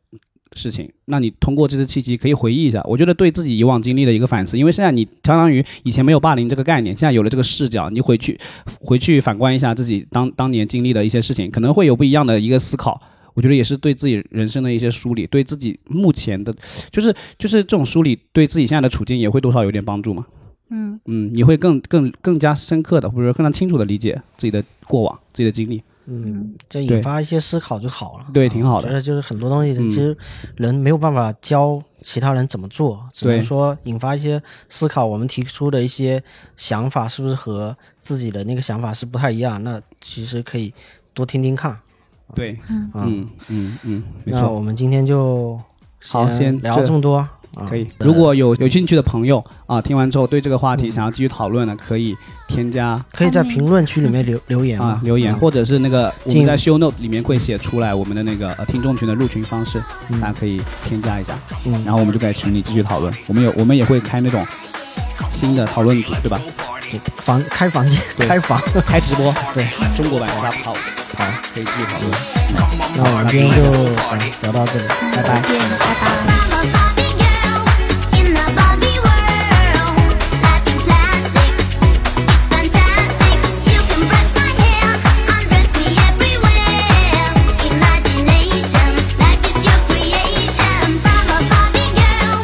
B: 事情，那你通过这次契机可以回忆一下，我觉得对自己以往经历的一个反思，因为现在你相当于以前没有霸凌这个概念，现在有了这个视角，你回去回去反观一下自己当当年经历的一些事情，可能会有不一样的一个思考。我觉得也是对自己人生的一些梳理，对自己目前的，就是就是这种梳理，对自己现在的处境也会多少有点帮助嘛。
A: 嗯
B: 嗯，你会更更更加深刻的，或者说更加清楚的理解自己的过往、自己的经历。
C: 嗯，就
B: 对
C: 引发一些思考就好了。
B: 对
C: 啊
B: 挺好的
C: 我觉得就是很多东西，
B: 嗯
C: 其实人没有办法教其他人怎么做，只
B: 对
C: 能说引发一些思考。我们提出的一些想法是不是和自己的那个想法是不太一样？那其实可以多听听看。
B: 对，
C: 啊
B: 嗯嗯嗯，没
C: 那
B: 错。
C: 我们今天就
B: 好先
C: 聊
B: 这
C: 这么多。啊
B: 可以。
C: 对
B: 如果有有兴趣的朋友啊，听完之后对这个话
C: 嗯
B: 题想要继续讨论的，可以添加
C: 可以在评论区里面留留言
B: 啊
C: 嘛
B: 留言，
C: 嗯
B: 或者是那个我们
C: 进
B: 在 show note 里面会写出来我们的那个呃听众群的入群方式，
C: 嗯
B: 大家可以添加一下，
C: 嗯
B: 然后我们就在群里继续讨论。我们有我们也会开那种新的讨论组，对吧？
C: 房开房间
B: 对
C: 开房，
B: 开直播，对中国版的 Club House，
C: 好，
B: 可以继续讨论。
C: 那我们今天就嗯聊到这里，拜拜。
A: 见，拜拜。
E: I'm a Barbie girl in the Barbie world. Life in plastic, it's fantastic. You can brush my hair, undress me everywhere. Imagination, life is your creation. I'm a Barbie girl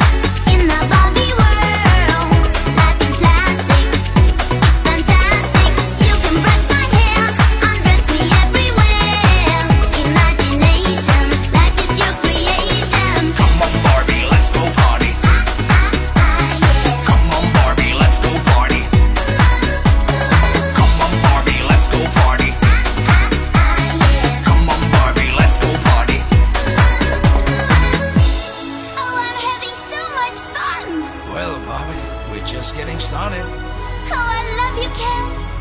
E: in the Barbie world. Life in plastic, it's fantastic. You can brush my hair, undress me everywhere. Imagination, life is your creation.
F: Come on, Barbie, let's go party. Come on, Barbie, let's go party. Come on, Barbie, let's go party. Come on, Barbie, let's go party.
E: Oh, I'm having so much fun!
F: Well, Bobby, we're just getting started.
E: Oh, I love you, Ken!